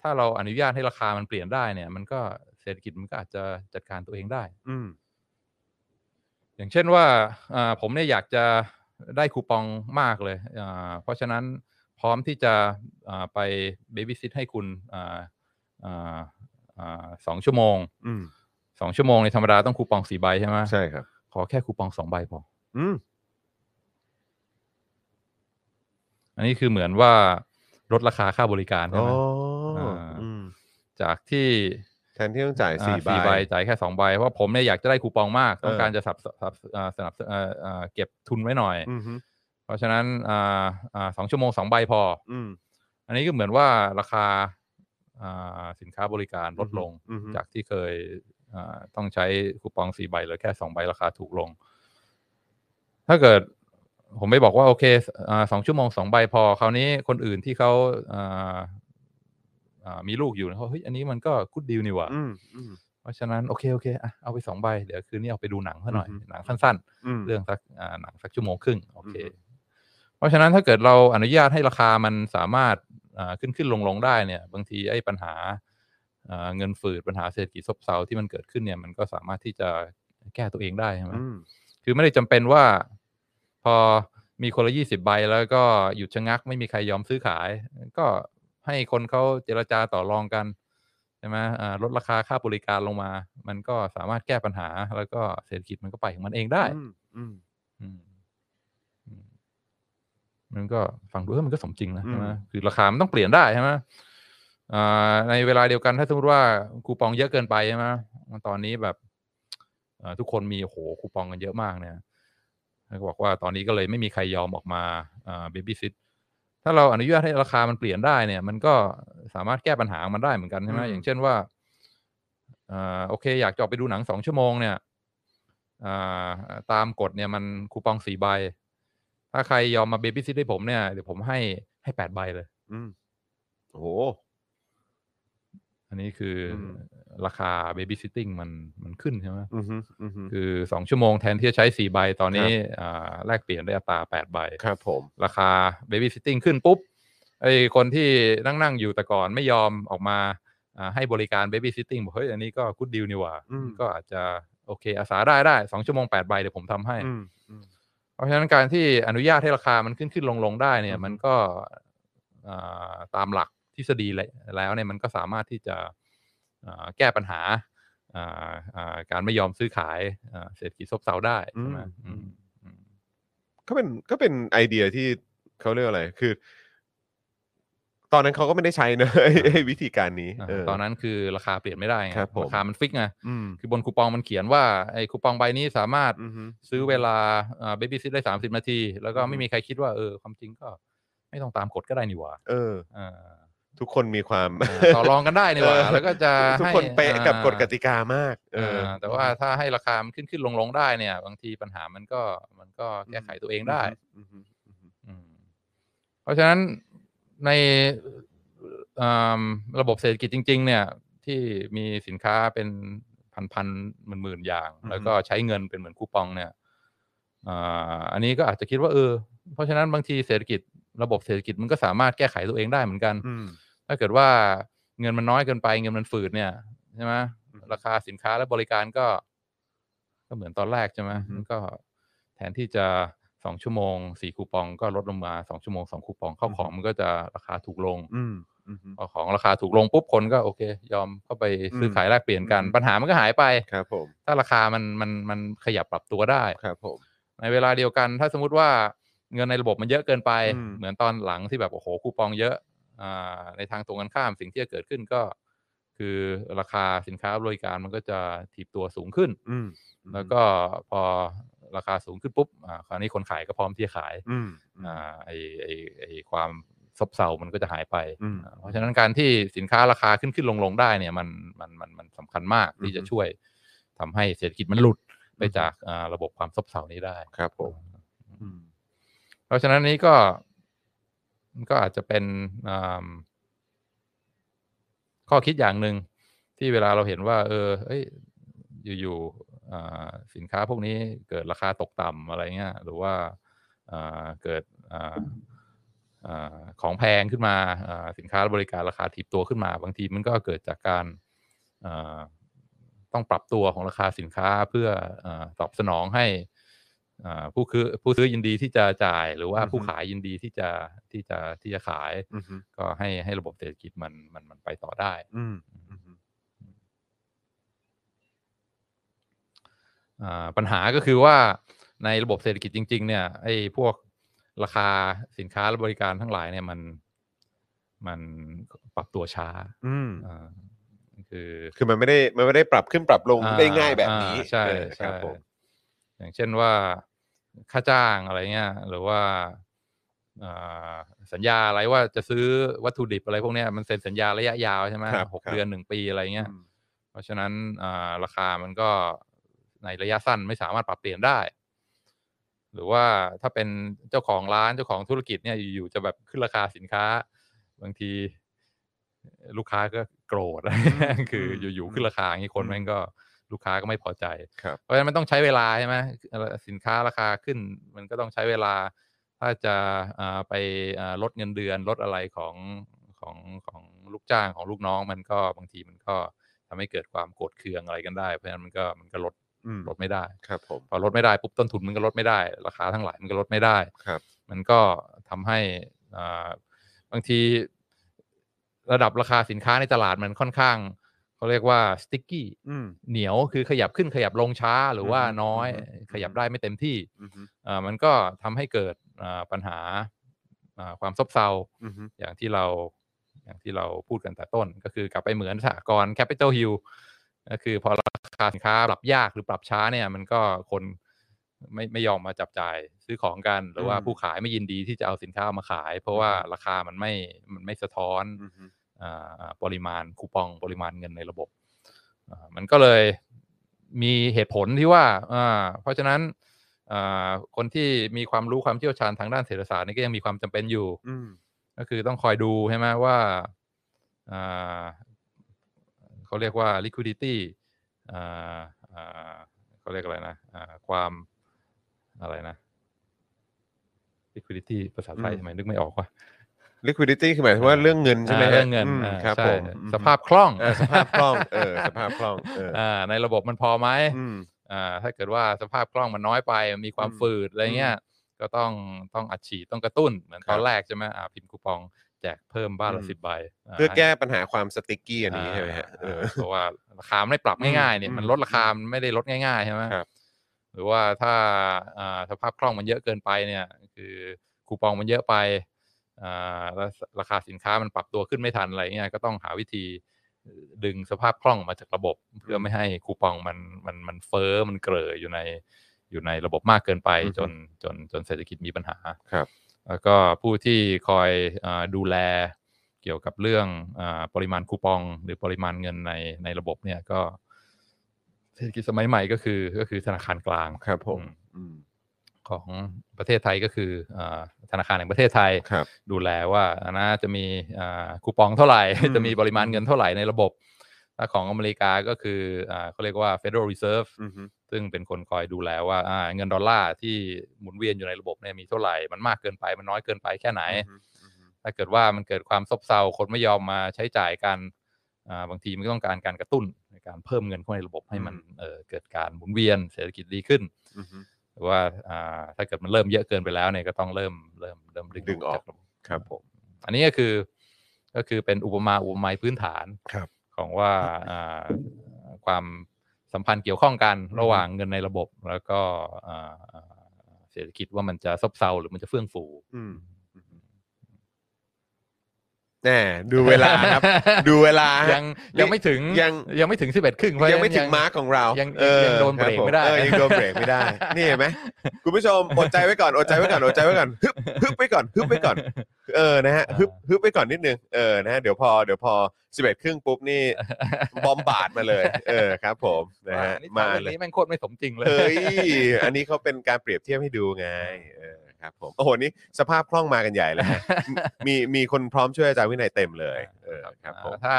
Speaker 2: ถ้าเราอนุญาตให้ราคามันเปลี่ยนได้เนี่ย มันก็เศรษฐกิจมันก็อาจจะจัดการตัวเองได้
Speaker 1: อืม
Speaker 2: อย่างเช่นว่าอ่าผมเนี่ยอยากจะได้คูปองมากเลยอ่าเพราะฉะนั้นพร้อมที่จะอ่าไปเบบี้ซิทให้คุณอ่าอ่าอ่าสองชั่วโมง
Speaker 1: อืม
Speaker 2: สองชั่วโมงในยธรรมดาต้องคูปองสี่ใบใช่ไหม
Speaker 1: ใช่ครับ
Speaker 2: ขอแค่คูปองสองใบพอ
Speaker 1: อืม
Speaker 2: อันนี้คือเหมือนว่าลดราคาค่าบริการใช่
Speaker 1: อ๋อ
Speaker 2: ไหม
Speaker 1: อ
Speaker 2: อ่า
Speaker 1: อืม
Speaker 2: จากที่
Speaker 1: แทนที่ต้องจ่าย
Speaker 2: อ่า
Speaker 1: สี่ใบ
Speaker 2: ใบจ่ายแค่สองใบ เพราะผมเนี่ยอยากจะได้คูปองมาก ต้อง
Speaker 1: เออ
Speaker 2: การจะสับสับอ่าสนับเอ่อเอ่อเก็บทุนไว้หน่อย
Speaker 1: อืมฮึ
Speaker 2: เพราะฉะนั้นอ่าอ่าสองชั่วโมงสองใบพอ
Speaker 1: อืม
Speaker 2: อันนี้ก็เหมือนว่าราคาอ่าสินค้าบริการลดลง
Speaker 1: อืมฮึ
Speaker 2: จากที่เคยอ่าต้องใช้คูปองสี่ใบเหลือแค่สองใบราคาถูกลง ถ้าเกิดผมไม่บอกว่าโอเคอ่าสองชั่วโมงสองใบพอ คราวนี้คนอื่นที่เขาอ่าอ่ามีลูกอยู่เขาเฮ้ยอันนี้มันก็กูดดีลนี่หว่า
Speaker 1: อืมอืม
Speaker 2: เพราะฉะนั้นโอเคโอเคอ่ะเอาไปสองใบ เดี๋ยวคืนนี้เอาไปดูหนังซะหน่อย
Speaker 1: อือฮึ
Speaker 2: หนังสั้น ๆ
Speaker 1: อืม
Speaker 2: เรื่องสักอ่าหนังสักชั่วโมงครึ่งโอเค
Speaker 1: อือฮึ
Speaker 2: เพราะฉะนั้นถ้าเกิดเราอนุญาตให้ราคามันสามารถอ่าขึ้นขึ้นลงลงได้เนี่ย บางทีไอ้ปัญหาอ่าเงินฝืดปัญหาเศรษฐกิจซบเซาที่มันเกิดขึ้นเนี่ย มันก็สามารถที่จะแก้ตัวเองได้ใช่ไหม
Speaker 1: อืม
Speaker 2: คือไม่ได้จำเป็นว่า พอมีคนละยี่สิบใบแล้วก็หยุดชะงัก ไม่มีใครยอมซื้อขาย ก็ให้คนเขาเจรจาต่อรองกันใช่ไหมอ่าลดราคาค่าบริการลงมา มันก็สามารถแก้ปัญหา แล้วก็เศรษฐกิจมันก็ไปของมันเองได้
Speaker 1: อืมอืม
Speaker 2: อืมอืมมันก็ฟังดูเออมันก็สมจริงนะ
Speaker 1: อืม
Speaker 2: ใช่ไหมคือราคามันต้องเปลี่ยนได้ใช่ไหมอ่าในเวลาเดียวกันถ้าสมมติว่าคูปองเยอะเกินไปใช่ไหมตอนนี้แบบเอ่อทุกคนมีโอ้โหคูปองกันเยอะมากเนี่ยแล้วก็บอกว่าตอนนี้ก็เลยไม่มีใครยอมออกมาเบบี้ซิทถ้าเราอนุญาตให้ราคามันเปลี่ยนได้เนี่ย มันก็สามารถแก้ปัญหามันได้เหมือนกันใช่ไหมอย่างเช่นว่า อ่าโอเค อยากจะออกไปดูหนังสองชั่วโมงเนี่ยอ่าตามกฎเนี่ยมันคูปองสี่ใบ ถ้าใครยอมมาเบบี้ซิทให้ผมเนี่ยเดี๋ยวผมให้ให้แปดใบเลย
Speaker 1: อืมโอ้โห
Speaker 2: อันนี้คืออ
Speaker 1: ม
Speaker 2: ราคาเบบี้ซิตติ้งมันมันขึ้นใช่ไหม
Speaker 1: อืมฮึอืมฮึ
Speaker 2: คือสองชั่วโมงแทนที่จะใช้สี่ใบ ตอนนี้อ่าแลกเปลี่ยนได้อัตราแปดใบ
Speaker 1: ครับผม
Speaker 2: ราคาเบบี้ซิตติ้งขึ้นปุ๊บไอ้คนที่นั่งนั่งๆอยู่แต่ก่อนไม่ยอมออกมาอ่าให้บริการเบบี้ซิตติ้งบอกเฮ้ยอันนี้ก็กูดดีลนี่หว่า
Speaker 1: อืม
Speaker 2: ก็อาจจะโอเคอาสาได้ได้สองชั่วโมงแปดใบเดี๋ยวผมทำให้
Speaker 1: อืมอืม
Speaker 2: เพราะฉะนั้นการที่อนุญาตให้ราคามันขึ้นขึ้นลงลงได้เนี่
Speaker 1: อือ
Speaker 2: ย
Speaker 1: ฮึ
Speaker 2: มันก็อ่าตามหลักทฤษฎีและแล้วเนี่ยมันก็สามารถที่จะอ่าแก้ปัญหาอ่าอ่าการไม่ยอมซื้อขายอ่าเศรษฐกิจซบเซาได้ใช่ไหมอืมอืม
Speaker 1: ก็เป็นก็เป็นไอเดียที่เขาเรียกอะไร คือ ตอนนั้นเขาก็ไม่ได้ใช้นะ *laughs* ไอ้ไอ้วิธีการนี้
Speaker 2: อ่า
Speaker 1: เ
Speaker 2: ตอนนั้นคือราคาเปลี่ยนไม่ได้ไง
Speaker 1: ครับผม
Speaker 2: ราคามันฟิกไง
Speaker 1: อืม
Speaker 2: คือบนคูปองมันเขียนว่าไอ้คูปองใบนี้สามารถ
Speaker 1: อือฮึ
Speaker 2: ซื้อเวลาเบบี้ซิทได้สามสิบนาที แล้วก็
Speaker 1: อือฮึ
Speaker 2: ไม่มีใครคิดว่าเออความจริงก็ ไม่ต้องตามกฎก็ได้นี่หว่า
Speaker 1: เออ
Speaker 2: เอ
Speaker 1: *laughs*
Speaker 2: อ
Speaker 1: ทุกคนมีความ
Speaker 2: ต่อรองกันได้นี่หว่า
Speaker 1: เออ
Speaker 2: แล้วก็จะ
Speaker 1: ทุกคน
Speaker 2: ให้
Speaker 1: เป๊ะกับ
Speaker 2: อ่
Speaker 1: กฎกติกามาก เออ
Speaker 2: าแต่ว่าถ้าให้ราคามันขึ้นขึ้นลงลงๆได้เนี่ย บางทีปัญหามันก็มันก็แก้ไขตัวเองได้
Speaker 1: อืมอืมอืม
Speaker 2: อืมเพราะฉะนั้นในเอ่อระบบเศรษฐกิจจริง ๆ เนี่ย ที่มีสินค้าเป็นพันๆหมื่นๆอย่าง แล้วก็ใช้เงินเป็นเหมือนคูปองเนี่ยเอ่ออันนี้ก็อาจจะคิดว่าเออ เพราะฉะนั้นบางทีเศรษฐกิจระบบเศรษฐกิจมันก็สามารถแก้ไขตัวเองได้เหมือนกัน
Speaker 1: อืม
Speaker 2: ถ้าเกิดว่าเงินมันน้อยเกินไปเงินมันฝืดเนี่ยใช่ไหม
Speaker 1: อืม
Speaker 2: ราคาสินค้าและบริการก็ ก็เหมือนตอนแรกใช่ไหม
Speaker 1: อือฮึ
Speaker 2: มันก็แทนที่จะสองชั่วโมงสี่คูปอง ก็ลดลงมาสองชั่วโมงสองคูปองเข้าของมันก็จะราคาถูกลง
Speaker 1: อืมอืมอืม
Speaker 2: พอของราคาถูกลงปุ๊บคนก็โอเค ยอมเข้าไปซื้ออ
Speaker 1: ม
Speaker 2: ขายแลกเปลี่ยนกัน
Speaker 1: อืม
Speaker 2: ปัญหามันก็หายไป
Speaker 1: ครับผม
Speaker 2: ถ้าราคามันมันมันขยับปรับตัวได้
Speaker 1: ครับผม
Speaker 2: ในเวลาเดียวกันถ้าสมมุติว่าเงินในระบบมันเยอะเกินไป
Speaker 1: อืม
Speaker 2: เหมือนตอนหลังที่แบบโอ้โหคูปองเยอะอ่าในทางตรงกันข้ามสิ่งที่จะเกิดขึ้นก็ คือราคาสินค้าบริการมันก็จะถีบตัวสูงขึ้น
Speaker 1: อืม
Speaker 2: แล้วก็พอราคาสูงขึ้นปุ๊บอ่าคราวนี้คนขายก็พร้อมที่จะขาย
Speaker 1: อืม
Speaker 2: อ่าไอไอไอความซบเซามันก็จะหายไป
Speaker 1: อืม
Speaker 2: อ่าเพราะฉะนั้นการที่สินค้าราคาขึ้นขึ้นลงลงได้เนี่ยมันมันมันมันสำคัญมากที่จะ
Speaker 1: อือฮึ
Speaker 2: ช่วยทำให้เศรษฐกิจมันหลุดไปจากอ่าระบบความซบเซานี้ได้
Speaker 1: ครับผมอืม
Speaker 2: เพราะฉะนั้นนี้ก็ก็อาจจะเป็นอ่าข้อคิดอย่างหนึ่งที่เวลาเราเห็นว่า เออเอ้ยอยู่ๆอ่าสินค้าพวกนี้เกิดราคาตกต่ำอะไรเงี้ยหรือว่าอ่าเกิดอ่าอ่าของแพงขึ้นมาอ่าสินค้าและบริการราคาถีบตัวขึ้นมา บางทีมันก็เกิดจากการอ่าต้องปรับตัวของราคาสินค้าเพื่ออาตอบสนองให้อ่าผู้คือผู้ซื้อยินดีที่จะจ่าย หรือว่าผู้ขายยินดีที่จะที่จะที่จะขาย
Speaker 1: อืมอืม
Speaker 2: ก็ให้ให้ระบบเศรษฐกิจมันมันมันไปต่อได้
Speaker 1: อืมอืม
Speaker 2: อ่าปัญหาก็คือว่าในระบบเศรษฐกิจจริง ๆ เนี่ยไอ้พวกราคาสินค้าและบริการทั้งหลายเนี่ยมันมันปรับตัวช้า
Speaker 1: อืม
Speaker 2: อ่าคือ
Speaker 1: คือมันไม่ได้มันไม่ได้ปรับขึ้นปรับลงได้ง่ายแบบนี้
Speaker 2: อ่าใช่
Speaker 1: เออค
Speaker 2: ใช่
Speaker 1: รับผม
Speaker 2: อย่างเช่นว่าค่าจ้างอะไรเงี้ยหรือว่าอ่าสัญญาอะไรว่าจะซื้อวัตถุดิบอะไรพวกเนี้ยมันเซ็นสัญญาระยะยาวใช่ไหม
Speaker 1: ครับ
Speaker 2: หก
Speaker 1: ครับ
Speaker 2: เดือนหนึ่งปีอะไรเงี้ย
Speaker 1: อืม
Speaker 2: เพราะฉะนั้นอ่าราคามันก็ในระยะสั้นไม่สามารถปรับเปลี่ยนได้ หรือว่าถ้าเป็นเจ้าของร้านเจ้าของธุรกิจเนี่ยอยู่ๆจะแบบขึ้นราคาสินค้า บางทีลูกค้าก็โกรธ *laughs* คือ
Speaker 1: ม
Speaker 2: อยู่ๆขึ้นราคาอย่างนี้คน
Speaker 1: อืม
Speaker 2: แม่งก็ลูกค้าก็ไม่พอใจ
Speaker 1: ครับ
Speaker 2: เพราะฉะนั้นมันต้องใช้เวลาใช่ไหมสินค้าราคาขึ้น มันก็ต้องใช้เวลา ถ้าจะอ่าไปอ่าลดเงินเดือนลดอะไรของของของลูกจ้างของลูกน้องมันก็บางทีมันก็ทำให้เกิดความโกรธเคืองอะไรกันได้ เพราะฉะนั้นมันก็มันก็ลด
Speaker 1: อืม
Speaker 2: ลดไม่ได้
Speaker 1: ครับผม
Speaker 2: พอลดไม่ได้ปุ๊บต้นทุนมันก็ลดไม่ได้ ราคาทั้งหลายมันก็ลดไม่ได้
Speaker 1: ครับ
Speaker 2: มันก็ทำให้อ่าบางทีระดับราคาสินค้าในตลาดมันค่อนข้างเขาเรียกว่า sticky
Speaker 1: อืม
Speaker 2: เหนียวคือขยับขึ้นขยับลงช้าหรือว่า
Speaker 1: อือฮึ
Speaker 2: น้อย
Speaker 1: อือฮึ
Speaker 2: ขยับได้ไม่เต็มที่
Speaker 1: อืม
Speaker 2: เอ่อมันก็ทำให้เกิดเอ่อปัญหาเอ่อความซบเซา
Speaker 1: อืม
Speaker 2: อย่างที่เราอย่างที่เราพูดกันแต่ต้น ก็คือกลับไปเหมือนสหกรณ์ Capital Hill ก็คือพอราคาสินค้าปรับยากหรือปรับช้าเนี่ยมันก็คนไม่ไม่ยอมมาจับจ่ายซื้อของกัน หรือว่า
Speaker 1: อืม
Speaker 2: ผู้ขายไม่ยินดีที่จะเอาสินค้ามาขาย เพราะว่าราคามันไม่มันไม่สะท้อน
Speaker 1: อือฮึ
Speaker 2: อ่าปริมาณคูปองปริมาณเงินในระบบอ่ามันก็เลยมีเหตุผลที่ว่าอ่าเพราะฉะนั้นอ่าคนที่มีความรู้ความเชี่ยวชาญทางด้านเศรษฐศาสตร์นี่ก็ยังมีความจำเป็นอยู่
Speaker 1: อืม
Speaker 2: ก็คือต้องคอยดูใช่ไหมว่าอ่าเขาเรียกว่า liquidity อ่าอ่าเขาเรียกอะไรนะอ่าความอะไรนะ liquidity ภาษาไทย
Speaker 1: อืม
Speaker 2: ทำไมนึกไม่ออกว่า
Speaker 1: liquidity คือหมายถึงว่าเรื่องเงินใช่ไหมฮะ
Speaker 2: อ่าเรื่องเงิน
Speaker 1: ม
Speaker 2: อ่า
Speaker 1: ครับ
Speaker 2: ใช่
Speaker 1: ผม
Speaker 2: สภาพคล่อง
Speaker 1: เออสภาพคล่องเออสภาพคล่องเออ
Speaker 2: อ่าในระบบมันพอไหม
Speaker 1: อืม
Speaker 2: อ่าถ้าเกิดว่าสภาพคล่องมันน้อยไป มีความ
Speaker 1: อืม
Speaker 2: ฝืดอะไรเงี้ย ก็ต้องต้องอัดฉีดต้องกระตุ้น เหมือนตอ
Speaker 1: ครั
Speaker 2: น
Speaker 1: บ
Speaker 2: แรกใช่ไหมอ่าพิมพ์คูปองแจกเพิ่มบ้าน
Speaker 1: อื
Speaker 2: ละ
Speaker 1: ม
Speaker 2: สิบใบา
Speaker 1: เพื่อแก้ปัญหาความสติ๊กกี้อันนี้ใช่ไหมฮะเออ
Speaker 2: าเพราะว่าราคาไม่ปรับง่ายๆเนี่ย
Speaker 1: อืม
Speaker 2: มันลดราคามันไม่ได้ลดง่ายๆใช่ไหม
Speaker 1: ครับ
Speaker 2: หรือว่าถ้าอ่าสภาพคล่องมันเยอะเกินไปเนี่ย คือคูปองมันเยอะไป อ่าแล้วราคาสินค้ามันปรับตัวขึ้นไม่ทันอะไรเงี้ยก็ต้องหาวิธีดึงสภาพคล่องมาจากระบบ เพื่อไม่ให้คูปองมันมันมันเฟ้อมันเกลออยู่ในอยู่ในระบบมากเกินไป
Speaker 1: อือฮึ
Speaker 2: จนจนจนเศรษฐกิจมีปัญหา
Speaker 1: ครับ
Speaker 2: แล้วก็ผู้ที่คอยเออดูแลเกี่ยวกับเรื่องอาปริมาณคูปอง หรือปริมาณเงินในในระบบเนี่ยก็เศรษฐกิจสมัยใหม่ก็คือก็คือธนาคารกลาง
Speaker 1: ครับผมอืม
Speaker 2: ของประเทศไทยก็คือเออธนาคารแห่งประเทศไทย
Speaker 1: ครับ
Speaker 2: ดูแลว่านะจะมีอ่าคูปองเท่าไหร่
Speaker 1: อืม
Speaker 2: จะมีปริมาณเงินเท่าไหร่ในระบบถ้าของอเมริกาก็คืออาเขาเรียกว่า Federal Reserve
Speaker 1: อือฮึ
Speaker 2: ซึ่งเป็นคนคอยดูแลว่าอ่าเงินดอลลาร์ที่หมุนเวียนอยู่ในระบบเนี่ยมีเท่าไหร่ มันมากเกินไปมันน้อยเกินไปแค่ไหน
Speaker 1: อือฮึอือฮึ
Speaker 2: ถ้าเกิดว่ามันเกิดความซบเซาคนไม่ยอมมาใช้จ่ายกันอ่าบางทีมันก็ต้องการการกระตุ้นในการเพิ่มเงินเข้าในระบบให้มันเอ่อเกิดการหมุนเวียนเศรษฐกิจดีขึ้น
Speaker 1: อือฮึ
Speaker 2: หรือว่าอ่าถ้าเกิดมันเริ่มเยอะเกินไปแล้วเนี่ยก็ต้องเริ่มเริ่มเริ่ม
Speaker 1: ดึงออก
Speaker 2: จากระบบ
Speaker 1: ครับผม
Speaker 2: อันนี้ก็คือก็คือเป็นอุปมาอุปไมยพื้นฐาน
Speaker 1: ครับ
Speaker 2: ของว่าอ่าความสัมพันธ์เกี่ยวข้องกันระหว่างเงินในระบบ แล้วก็อ่าอ่าเศรษฐกิจว่ามันจะซบเซาหรือมันจะเฟื่องฟู
Speaker 1: อืมแน่ดูเวลา
Speaker 2: *laughs*
Speaker 1: ครับ ดูเวลาฮะ
Speaker 2: ยังยังไม่ถึง
Speaker 1: ยัง
Speaker 2: ยังไม่ถึงสิบเอ็ดครึ่งเพราะ
Speaker 1: ยังไม่
Speaker 2: ฉะ
Speaker 1: ถึ
Speaker 2: นั้น
Speaker 1: งมาร์กของเรา
Speaker 2: ยัง
Speaker 1: เออ
Speaker 2: ยังโดนเบรก
Speaker 1: คผ
Speaker 2: ไม่ได้
Speaker 1: เออยังโดนเบรกไม่
Speaker 2: *laughs*
Speaker 1: ได้ นี่เห็นไหมคุณผู้ชมอดใจไว้ก่อนอดใจไว้ก่อนอดใจไว้ก่อนฮึบฮึบไปก่อนฮึบไปก่อน เออนะฮะฮึบฮึบไปก่อนนิดนึงเออนะฮะเดี๋ยวพอเดี๋ยวพอสิบเอ็ดครึ่งปุ๊บนี่บอมบาดมาเลย เออครับ ผมนะฮะ
Speaker 2: นี่
Speaker 1: มา
Speaker 2: ทำ
Speaker 1: เลย
Speaker 2: เรื่องนี้แม่งโคตรไม่สมจริงเลย
Speaker 1: เฮ้ยอันนี้เขาเป็นการเปรียบเทียบให้ดูไงเออครับ ผมโอ้โหนี่สภาพคล่องมากันใหญ่ *laughs* เลยฮะมีมีคนพร้อมช่วยอาจารย์วินัยเต็มเลย เออครับผม
Speaker 2: อ่าถ้า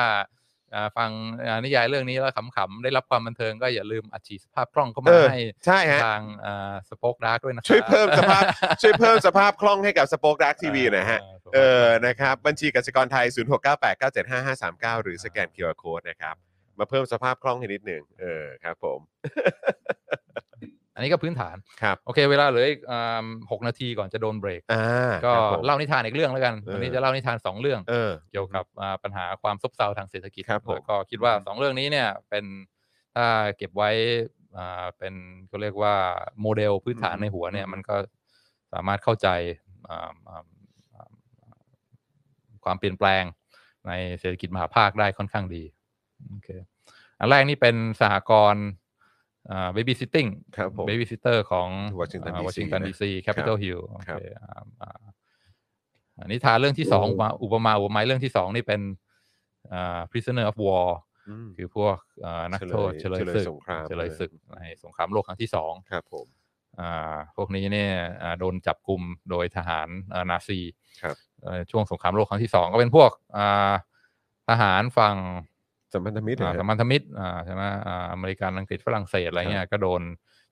Speaker 2: อ่าฟังอ่านิยายเรื่องนี้แล้วขำๆได้รับความบันเทิงก็อย่าลืมอัดฉีดสภาพคล่องเข้า
Speaker 1: เอ
Speaker 2: มา
Speaker 1: อ
Speaker 2: ให้
Speaker 1: ใช่ฮะ
Speaker 2: ทางสป็อกดาร์กด้วยนะครับ
Speaker 1: ช่วยเพิ่มส
Speaker 2: *laughs*
Speaker 1: ภาพ ช่วยเพิ่มสภาพคล่องให้กับสป็อคดักทีวีหน่อยฮะ เออ นะครับ บัญชีกสิกรไทย 0698975539 หรือสแกน QR Code นะครับ มาเพิ่มสภาพคล่องให้นิดหนึ่ง เออ ครับผม
Speaker 2: อันนี้ก็พื้นฐาน
Speaker 1: ครับ
Speaker 2: โอเค เวลาเหลืออีกอ่าหกนาทีก่อนจะโดนเบรก
Speaker 1: อ่า
Speaker 2: ก็
Speaker 1: ครับผม
Speaker 2: เล่านิทานอีกเรื่องแล้วกัน
Speaker 1: เออ
Speaker 2: วันนี้จะเล่านิทานสองเรื่อง
Speaker 1: เออ
Speaker 2: เกี่ยวกับอ่าปัญหาความซบเซาทางเศรษฐกิจ
Speaker 1: ครับผม
Speaker 2: แล้วก็คิดว่าสองเรื่องนี้เนี่ยเป็นถ้าเก็บไว้อ่าเป็นเขาเรียกว่าโมเดลพื้นฐาน
Speaker 1: อืม
Speaker 2: ในหัวเนี่ย
Speaker 1: อืม
Speaker 2: มันก็สามารถเข้าใจอ่าอ่าอ่าความเปลี่ยนแปลงในเศรษฐกิจมหาภาคได้ค่อนข้างดีโอเคอันแรกนี่เป็นสหกรณ์เบบี้ซิตติ้ง
Speaker 1: ครับผม
Speaker 2: เบบี้ซิเตอร์ของ
Speaker 1: Washington
Speaker 2: อ่า
Speaker 1: DC นะ
Speaker 2: DC Capitol Hill โอ
Speaker 1: ครั
Speaker 2: เค
Speaker 1: บ
Speaker 2: อ่าอ่าอันนี้ทาเรื่องที่สองอุปมาอุปมาอุปไมยเรื่องที่สองนี่เป็นอ่า prisoner of war
Speaker 1: อืม
Speaker 2: คือพวกอ่านักโทษ
Speaker 1: เฉ
Speaker 2: เฉ
Speaker 1: ล
Speaker 2: ล
Speaker 1: ย
Speaker 2: ยศึ
Speaker 1: เฉลยส
Speaker 2: ก
Speaker 1: งคราม
Speaker 2: เฉลยศึกในสงครามโลกครั้งที่สอง
Speaker 1: ครับผม
Speaker 2: อ่าพวกนี้เนี่ยอ่าโดนจับกลุ่มโดยทหารอ่านาซี
Speaker 1: ครับ
Speaker 2: เอ่อช่วงสงครามโลกครั้งที่สองก็เป็นพวกอ่าทหารฝั่ง
Speaker 1: สัมพันธมิตรนะ
Speaker 2: อ่า
Speaker 1: ฮะ
Speaker 2: สัมพันธมิตรอ่าใช่ไหมอ่าอเมริกันอังกฤษฝรั่งเศสอะไรเงี้ยก็โดน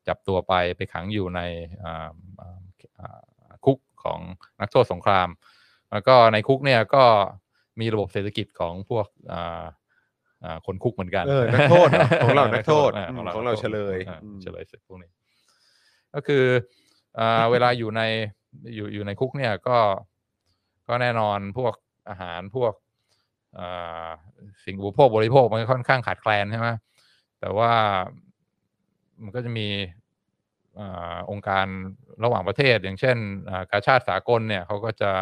Speaker 2: จับตัวไปไปขังอยู่ในอ่าอ่าอ่าคุกของนักโทษสงคราม แล้วก็ในคุกเนี่ยก็มีระบบเศรษฐกิจของพวกอ่าอ่าคนคุกเหมือนกัน
Speaker 1: เออนักโทษเหรอของเรานักโทษ
Speaker 2: อ่
Speaker 1: อืมของเรา
Speaker 2: นักโทษ
Speaker 1: เฉลย
Speaker 2: อ่า
Speaker 1: อืม
Speaker 2: เฉลยศึกพวกนี้ ก็คืออ่า เวลาอยู่ในอยู่อยู่ในคุกเนี่ยก็ก็แน่นอนพวกอาหารพวกอ่าสิ่งอุปโภคบริโภคมันก็ค่อนข้างขาดแคลนใช่ไหมแต่ว่ามันก็จะมีอ่าองค์การระหว่างประเทศ อย่างเช่นอ่ากาชาติสากลเนี่ยเขาก็จะ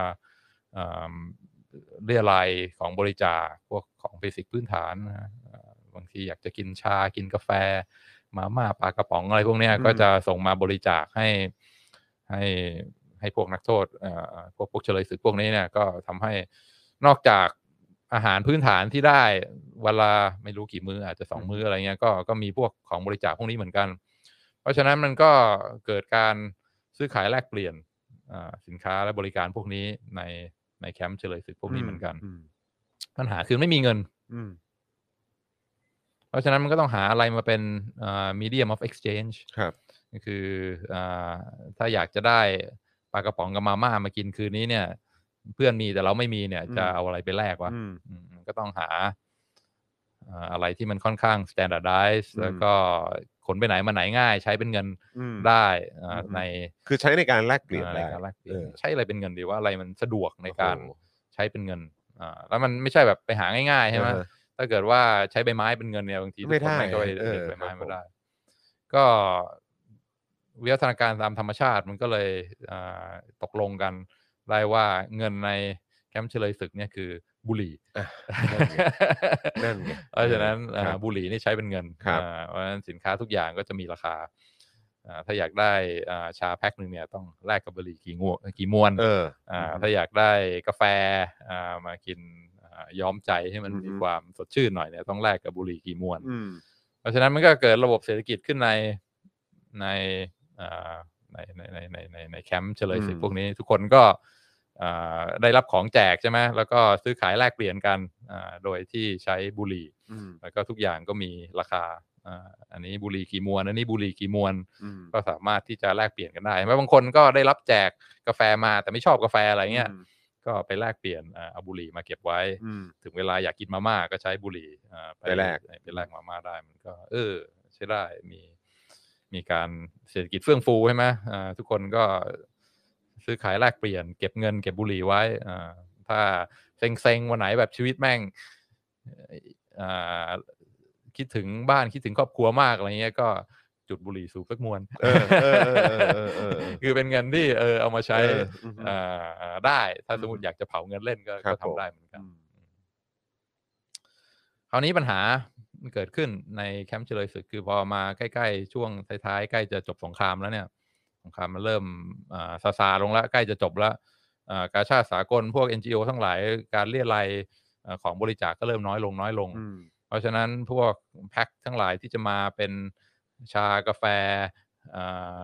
Speaker 2: อ่าเรียรายของบริจาคพวกของเบสิกพื้นฐานนะอ่าบางทีอยากจะกินชากินกาแฟ มาม่าปลากระป๋องอะไรพวกเนี้ย
Speaker 1: อืม
Speaker 2: ก็จะส่งมาบริจาคให้ให้ให้พวกนักโทษเอ่อพวกพวกเฉลยศึกพวกนี้เนี่ยก็ทำให้นอกจากอาหารพื้นฐานที่ได้เวลาไม่รู้กี่มื้ออาจจะสองมื้ออะไรเงี้ยก็ก็มีพวกของบริจาคพวกนี้เหมือนกัน เพราะฉะนั้นมันก็เกิดการซื้อขายแลกเปลี่ยนอ่าสินค้าและบริการพวกนี้ในในแคมป์เฉลยศึกพวกนี้เหมือนกัน
Speaker 1: ม
Speaker 2: ปัญหาคือไม่มีเงิน
Speaker 1: อืม
Speaker 2: เพราะฉะนั้นมันก็ต้องหาอะไรมาเป็นอ่า medium of exchange
Speaker 1: ครับ
Speaker 2: ก็คืออาถ้าอยากจะได้ปลากระป๋องกับมาม่ามากินคืนนี้เนี่ย เพื่อนมีแต่เราไม่มีเนี่ย
Speaker 1: อืม
Speaker 2: จะเอาอะไรไปแลกวะ
Speaker 1: อืม
Speaker 2: อืมก็ต้องหาอ่าอะไรที่มันค่อนข้าง standardize
Speaker 1: อืม
Speaker 2: แล้วก็ขนไปไหนมาไหนง่าย ใช้เป็นเงิน
Speaker 1: อืม
Speaker 2: ได้อ่า
Speaker 1: อืม
Speaker 2: ใน
Speaker 1: คือใช้ในการแลกเปลี่ยน
Speaker 2: อ่าใน
Speaker 1: ได้
Speaker 2: การแลกเปลี่ย
Speaker 1: เอน อ
Speaker 2: ใช้อะไรเป็นเงินดีว่าอะไรมันสะดวกในการ
Speaker 1: โอ้โห
Speaker 2: ใช้เป็นเงินอ่าแล้วมันไม่ใช่แบบไปหาง่ายๆใช่ไหม
Speaker 1: เออ
Speaker 2: ถ้าเกิดว่าใช้ใบไม้เป็นเงินเนี่ยบางทีทุกคน
Speaker 1: ไม่ได้
Speaker 2: งก็ไป
Speaker 1: เออ
Speaker 2: ใบไม้
Speaker 1: ครับผม
Speaker 2: ไม่ได้ ก็วิวัฒนาการตามธรรมชาติมันก็เลยอ่าตกลงกัน ได้ว่าเงินในแคมป์เฉลยศึกเนี่ยคือบุหรี่
Speaker 1: อ่ะ นั่นไงนั่นไง
Speaker 2: *laughs* เพราะฉะนั้น
Speaker 1: เออครับ
Speaker 2: อ่าบุหรี่นี่ใช้เป็นเงิน
Speaker 1: ครับ
Speaker 2: อ่าเพราะฉะนั้นสินค้าทุกอย่างก็จะมีราคาอ่าถ้าอยากได้อ่าชาแพ็คหนึ่งเนี่ยต้องแลกกับบุหรี่กี่งวงกี่มวน
Speaker 1: เออ
Speaker 2: อ่า
Speaker 1: อืม
Speaker 2: ถ้าอยากได้กาแฟอ่ามากินอ่าย้อมใจให้มัน
Speaker 1: อือฮึ
Speaker 2: มีความสดชื่นหน่อยเนี่ยต้องแลกกับบุหรี่กี่มวน
Speaker 1: อืม
Speaker 2: เพราะฉะนั้นมันก็เกิดระบบเศรษฐกิจขึ้นในในอ่าในในในในในในแคมป์เฉลยศึก
Speaker 1: อืม
Speaker 2: พวกนี้ทุกคนก็อ่าได้รับของแจกใช่ไหมแล้วก็ซื้อขายแลกเปลี่ยนกันอ่าโดยที่ใช้บุหรี่
Speaker 1: อืม
Speaker 2: แล้วก็ทุกอย่างก็มีราคาอ่าอันนี้บุหรี่กี่มวนอันนี้บุหรี่กี่มวน
Speaker 1: อืม
Speaker 2: ก็สามารถที่จะแลกเปลี่ยนกันได้ใช่ไหมบางคนก็ได้รับแจกกาแฟมาแต่ไม่ชอบกาแฟอะไรเงี้ยก็ไปแลกเปลี่ยนอ่าเอาบุหรี่มาเก็บไว้
Speaker 1: อืม
Speaker 2: ถึงเวลาอยากกินมาม่าก็ใช้บุหรี่อ่า
Speaker 1: ไปแลก
Speaker 2: ไปแลกมาม่าได้มันก็ เออ ใช้ได้มี มีการเศรษฐกิจเฟื่องฟูใช่ไหมอ่าทุกคนก็ซื้อขายแลกเปลี่ยน เก็บเงินเก็บบุหรี่ไว้อ่าถ้าเซ็งๆวันไหนแบบชีวิตแม่งอ่าคิดถึงบ้านคิดถึงครอบครัวมากอะไรเงี้ยก็จุดบุหรี่สูบสักมวน
Speaker 1: เออเออเออเออเออเออ
Speaker 2: *laughs* คือเป็นเงินที่เออเอามาใช้
Speaker 1: เอออือฮึ
Speaker 2: อ่าได้ถ้าสมม
Speaker 1: อื
Speaker 2: ติ
Speaker 1: ม
Speaker 2: อยากจะเผาเงินเล่นก็
Speaker 1: ครั
Speaker 2: ก็
Speaker 1: บผม
Speaker 2: ทำได้เหมือนกั
Speaker 1: อื
Speaker 2: น
Speaker 1: ม
Speaker 2: คราวนี้ปัญหามันเกิดขึ้นในแคมป์เฉลยศึกคือพอมาใกล้ๆ ช่วงท้ายๆ ใกล้จะจบสงครามแล้วเนี่ย สงครามมันเริ่มอ่าซาซาลงแล้วใกล้จะจบแล้วอ่ากาชาติสากลพวก NGO ทั้งหลายการเรียรายเอ่อของบริจาคก็เริ่มน้อยลงน้อยลง
Speaker 1: อืม
Speaker 2: เพราะฉะนั้นพวกแพ็คทั้งหลายที่จะมาเป็นชากาแฟอ่า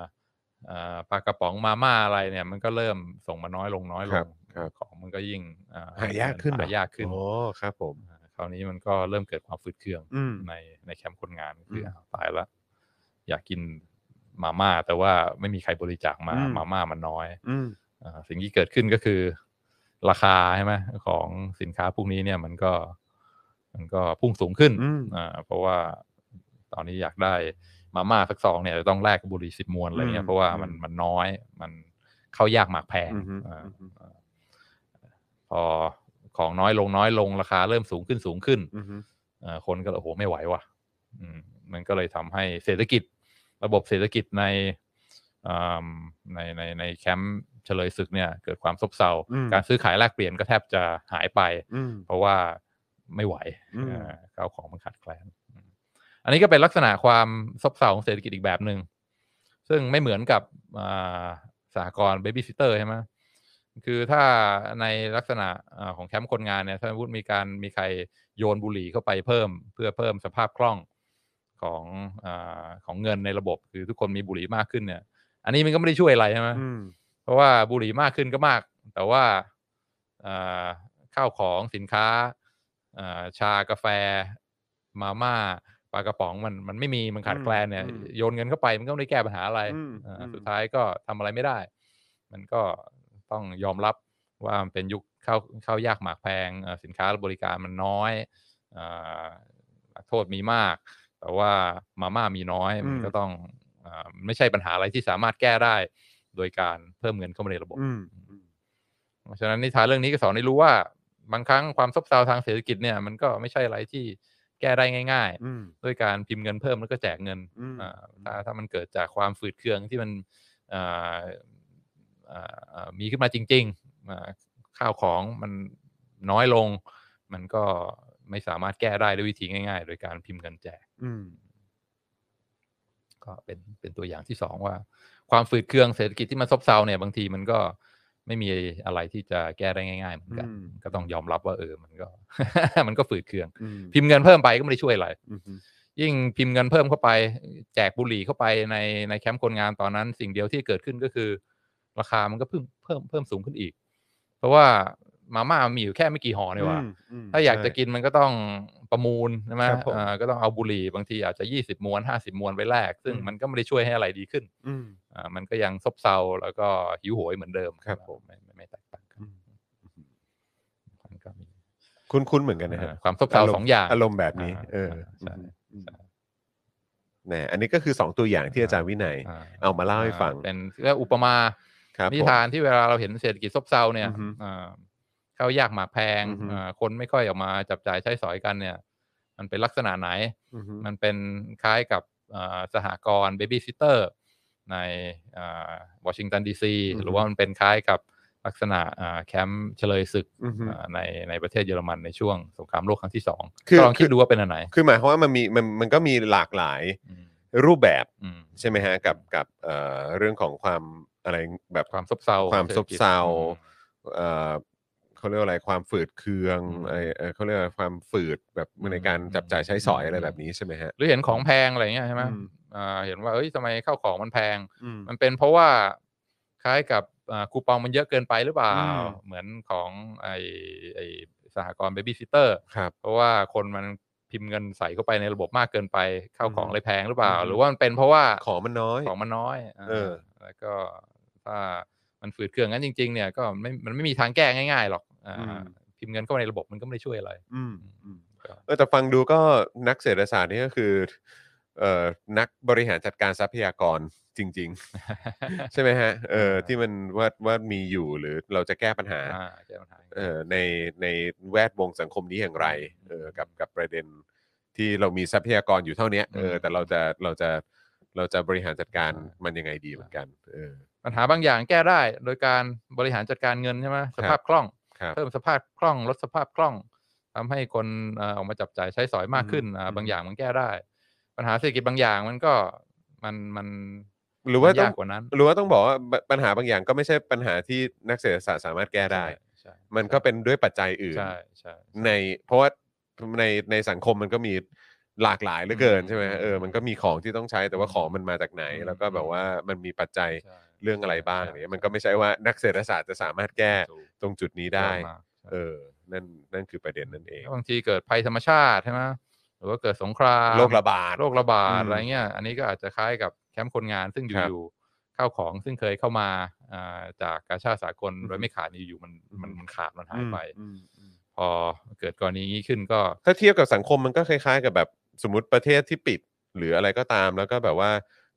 Speaker 2: อ่าปลากระป๋องมาม่าอะไรเนี่ย มันก็เริ่มส่งมาน้อยลงน้อยล
Speaker 1: ครับ
Speaker 2: ง
Speaker 1: ครับ
Speaker 2: ของมันก็ยิ่งอ่
Speaker 1: หายากขึ้นเหรอ
Speaker 2: หายากขึ้น
Speaker 1: โอ้ครับผม
Speaker 2: อ่าคราวนี้มันก็เริ่มเกิดความฟืดเคือง
Speaker 1: อืม
Speaker 2: ในในแคมป์คนงานคือ
Speaker 1: ม
Speaker 2: อ้าวตายละอยากกินมาม่าแต่ว่าไม่มีใครบริจาคมา
Speaker 1: อืม
Speaker 2: มาม่ามันน้อย
Speaker 1: อืม
Speaker 2: อ่าสิ่งที่เกิดขึ้นก็คือ ราคาใช่ไหมของสินค้าพวกนี้เนี่ยมันก็ มันก็พุ่งสูงขึ้น
Speaker 1: อืม
Speaker 2: อ่าเพราะว่าตอนนี้อยากได้มาม่าสักซองเนี่ยจะต้องแลกกับบุหรี่สิบมวนอะไร
Speaker 1: อื
Speaker 2: เงี้ย
Speaker 1: ม
Speaker 2: เพราะว่ามัน
Speaker 1: อืม
Speaker 2: มันน้อย มันเข้ายากหมากแพง
Speaker 1: อือฮึ
Speaker 2: อ่า
Speaker 1: อือฮึ
Speaker 2: พอของน้อยลงน้อยลงราคาเริ่มสูงขึ้นสูงขึ้น
Speaker 1: อืม
Speaker 2: เอ่อคนก็เลยโอ้โหไม่ไหวว่ะอืมมันก็เลยทำให้เศรษฐกิจ ระบบเศรษฐกิจในอ่ำในในในแคมป์เฉลยศึกเนี่ย เกิดความซบเซา
Speaker 1: อืม
Speaker 2: การซื้อขายแลกเปลี่ยนก็แทบจะหายไป
Speaker 1: อืม
Speaker 2: เพราะว่าไม่ไหว
Speaker 1: อืม
Speaker 2: เอ่อข้าวของมันขาดแคลนอืมอันนี้ก็เป็นลักษณะความซบเซาของเศรษฐกิจอีกแบบหนึ่งซึ่งไม่เหมือนกับอ่าสหกรณ์เบบี้ซิเตอร์ใช่ไหมคือถ้าในลักษณะอ่าของแคมป์คนงานเนี่ยถ้าพูดมีการมีใครโยนบุหรี่เข้าไปเพิ่ม เพื่อเพิ่มสภาพคล่องของอาของเงินในระบบ คือทุกคนมีบุหรี่มากขึ้นเนี่ย อันนี้มันก็ไม่ได้ช่วยอะไรใช่ไหม
Speaker 1: อืม
Speaker 2: เพราะว่าบุหรี่มากขึ้นก็มาก แต่ว่าอ่าข้าวของสินค้าอ่าชากาแฟ มาม่าปลากระป๋องมันมันไม่มีมันขาด
Speaker 1: อืม
Speaker 2: แคลนเนี่ย
Speaker 1: อืม
Speaker 2: โยนเงินเข้าไปมันก็ไม่ได้แก้ปัญหาอะไร
Speaker 1: อืม
Speaker 2: อ่า
Speaker 1: อืม
Speaker 2: สุดท้ายก็ทำอะไรไม่ได้ มันก็ต้องยอมรับว่ามันเป็นยุคข้าวข้าวยากหมากแพงอ่าสินค้าและบริการมันน้อยอานักโทษมีมาก แต่ว่ามาม่ามีน้อยมัน
Speaker 1: อืม
Speaker 2: ก็ต้องอาไม่ใช่ปัญหาอะไรที่สามารถแก้ได้ โดยการเพิ่มเงินเข้ามาในระบบ
Speaker 1: อืม
Speaker 2: เพราะฉะนั้นนิทานเรื่องนี้ก็สอนให้รู้ว่า บางครั้งความซบเซาทางเศรษฐกิจเนี่ยมันก็ไม่ใช่อะไรที่แก้ได้ง่าย
Speaker 1: อืม
Speaker 2: ๆ ด้วยการพิมพ์เงินเพิ่มแล้วก็แจกเงิน
Speaker 1: อืม
Speaker 2: อ่าถ้าถ้ามันเกิดจากความฝืดเคืองที่มันอ่าอ่าอ่ามีขึ้นมาจริงๆอ่าข้าวของมันน้อยลง มันก็ไม่สามารถแก้ได้ด้วยวิธีง่าย ๆ โดยการพิมพ์เงินแจก
Speaker 1: อืม
Speaker 2: ก็เป็นเป็นตัวอย่างที่สองว่า ความฝืดเคืองเศรษฐกิจที่มันซบเซาเนี่ยบางทีมันก็ไม่มีอะไรที่จะแก้ได้ง่าย ๆ เหมือนกัน
Speaker 1: อืม
Speaker 2: ก็ต้องยอมรับว่าเออมันก็ *laughs* มันก็ฝืดเคือง
Speaker 1: อืม
Speaker 2: พิมพ์เงินเพิ่มไปก็ไม่ได้ช่วยอะไร
Speaker 1: อืม
Speaker 2: ยิ่งพิมพ์เงินเพิ่มเข้าไป แจกบุหรี่เข้าไปในในแคมป์คนงานตอนนั้น สิ่งเดียวที่เกิดขึ้นก็คือ ราคามันก็เพิ่มเพิ่มเพิ่มสูงขึ้นอีก เพราะว่ามาม่ามันมีอยู่แค่ไม่กี่ห่อเนี่ยว่า ถ้าอยากจะกินมันก็ต้องประมูลใช่ไหม
Speaker 1: ครับผม
Speaker 2: เอ่อก็ต้องเอาบุหรี่บางทีอาจจะ 20 มวน 50 มวนไปแลก ซึ่ง
Speaker 1: อืม
Speaker 2: มันก็ไม่ได้ช่วยให้อะไรดีขึ้น
Speaker 1: อืม
Speaker 2: อ่ามันก็ยังซบเซาแล้วก็หิวโหยเหมือนเดิม
Speaker 1: ครับผม
Speaker 2: ไไม่ไม่แตกต่างกันมันก็มี
Speaker 1: คุ้นคุ้นๆเหมือนกันนะฮะ
Speaker 2: อ่าความซบเซาสองอย่าง
Speaker 1: อารมณ์แบบนี้
Speaker 2: อ่า
Speaker 1: เออ
Speaker 2: ใช่
Speaker 1: อืม
Speaker 2: ใช่
Speaker 1: แหมอันนี้ก็คือสองตัวอย่างที่อาจารย์วินัย
Speaker 2: อ่า
Speaker 1: เอามาเล่าให้ฟัง
Speaker 2: เป็นเรียกว่าอุปมา
Speaker 1: ครับผม
Speaker 2: นิทานที่เวลาเราเห็นเศรษฐกิจซบเซาเนี่ย
Speaker 1: อือฮึ
Speaker 2: อ่าข้าวยากหมากแพง
Speaker 1: อือฮึ
Speaker 2: อ่าคนไม่ค่อยออกมาจับจ่ายใช้สอยกันเนี่ย มันเป็นลักษณะไหน
Speaker 1: อือฮึ
Speaker 2: มันเป็นคล้ายกับอ่าสหกรณ์เบบี้ซิเตอร์ในวอชิงตันดีซี
Speaker 1: อือฮึ
Speaker 2: หรือว่ามันเป็นคล้ายกับ ลักษณะอ่าแคมป์เฉลยศึก
Speaker 1: อือฮึ
Speaker 2: อ่าในในประเทศเยอรมันในช่วงสงครามโลกครั้งที่สอง
Speaker 1: คือ
Speaker 2: ก็ลองคิดดูว่าเป็นอันไหน
Speaker 1: คือหมายความว่ามันมีมันมันก็มีหลากหลาย
Speaker 2: อืม
Speaker 1: รูปแบบ
Speaker 2: อืม
Speaker 1: ใช่ไหมฮะกับกับเอ่อเรื่องของความอะไรแบบ
Speaker 2: ความซบเซา
Speaker 1: ความซบเซา
Speaker 2: อืม
Speaker 1: เอ่อเขาเรียกว่าอะไรความฝืดเคือง
Speaker 2: อืม
Speaker 1: ไอเอ่อเขาเรียกว่าความฝืดแบบในการจับจ่ายใช้สอยอะไร
Speaker 2: อืม
Speaker 1: แบบนี้ใช่ไหมฮะ
Speaker 2: หรือเห็นของแพงอะไรเงี้ยใช่ไหม
Speaker 1: อืม
Speaker 2: อ่าเห็นว่าเอ้ยทำไมข้าวของมันแพง
Speaker 1: อืม
Speaker 2: มันเป็นเพราะว่าคล้ายกับอ่าคูปองมันเยอะเกินไปหรือเปล่า
Speaker 1: อืม
Speaker 2: เหมือนของไอไอสหกรณ์เบบี้ซิเตอร์
Speaker 1: ครับ
Speaker 2: เพราะว่าคนมันพิมพ์เงินใส่เข้าไปในระบบมากเกินไปข้าวของ
Speaker 1: อืม
Speaker 2: เลยแพงหรือเปล่า
Speaker 1: อืม
Speaker 2: หรือว่ามันเป็นเพราะว่า
Speaker 1: ของมันน้อย
Speaker 2: ของมันน้อยา
Speaker 1: เออ
Speaker 2: แล้วก็ถ้ามันฝืดเครื่องงั้นจริง ๆ เนี่ยก็ไม่มันไม่มีทางแก้ง่าย ๆ หรอกอ่าพิมพ์เงินเข้าไปในระบบมันก็ไม่ได้ช่วยอะไร
Speaker 1: อืมอืม
Speaker 2: ก็
Speaker 1: เออแต่ฟังดูก็นักเศรษฐศาสตร์นี่ก็คือเอ่อนักบริหารจัดการทรัพยากรจริง ๆ ใช่ไหมฮะเออที่มันว่าว่ามีอยู่หรือเราจะแก้ปัญหา
Speaker 2: อ่าแก้ปัญหา
Speaker 1: เออในในแวดวงสังคมนี้อย่างไรเออกับกับประเด็นที่เรามีทรัพยากรอยู่เท่าเนี้ยเออ
Speaker 2: อืม
Speaker 1: แต่เราจะเราจะเราจะบริหารจัดการ
Speaker 2: ใช่
Speaker 1: มันยังไงดีเหมือนกันเออ
Speaker 2: ปัญหาบางอย่างแก้ได้โดยการบริหารจัดการเงินใช่ไหมสภาพคล่อง
Speaker 1: ครับ
Speaker 2: เพิ่มสภาพคล่องลดสภาพคล่องทำให้คนเอ่อออกมาจับจ่ายใช้สอยมากขึ้นอ่า
Speaker 1: อืม
Speaker 2: บางอย่างมันแก้ได้ ปัญหาเศรษฐกิจบางอย่างมันก็มันมัน
Speaker 1: หรือว่า
Speaker 2: มั
Speaker 1: ต้อย
Speaker 2: นาง กกว่านั้น
Speaker 1: หรือว่าต้องบอกว่าปัญหาบางอย่างก็ไม่ใช่ปัญหาที่นักเศรษฐศาสตร์สามารถแก้ได้
Speaker 2: ใช่
Speaker 1: มันก็เป็นด้วยปัจจัยอื่น
Speaker 2: ใช่ใช่
Speaker 1: ในเพราะว่าในในสังคมมันก็มีหลากหลายเหลือเกินใช่ไหม
Speaker 2: อืม
Speaker 1: เออมันก็มีของที่ต้องใช้แต่ว่า
Speaker 2: อืม
Speaker 1: ของมันมาจากไหน
Speaker 2: อืม
Speaker 1: แล้วก็แบบว่ามันมีปัจจัย
Speaker 2: ใช่
Speaker 1: เรื่องอะไรบ้าง
Speaker 2: ใช่
Speaker 1: เนี่ยมันก็ไม่ใช่ว่านักเศรษฐศาสตร์จะสามารถแก้
Speaker 2: ถูก
Speaker 1: ตรงจุดนี้ได้
Speaker 2: เยอะมากใช่
Speaker 1: เออนั่นนั่นคือประเด็นนั่นเอง
Speaker 2: แล้วบางทีเกิดภัยธรรมชาติใช่ไหมหรือว่าเกิดสงคราม
Speaker 1: โรคระบาด
Speaker 2: โรคระบาด
Speaker 1: อืม
Speaker 2: อะไรเงี้ยอันนี้ก็อาจจะคล้ายกับแคมป์คนงานซึ่ง
Speaker 1: ครับ
Speaker 2: อยู่ๆข้าวของซึ่งเคยเข้ามาอ่าจากกาชาติสากล
Speaker 1: อืม
Speaker 2: โดยไม่ขาดอยู่ๆมันมัน
Speaker 1: อืม
Speaker 2: มันขาดมันหายไป
Speaker 1: อืมอืม
Speaker 2: พอเกิดกรณีนี้ขึ้นก็
Speaker 1: ถ้าเทียบกับสังคมมันก็คล้าย ๆ กับแบบสมมติประเทศที่ปิด หรืออะไรก็ตามแล้วก็แบบว่า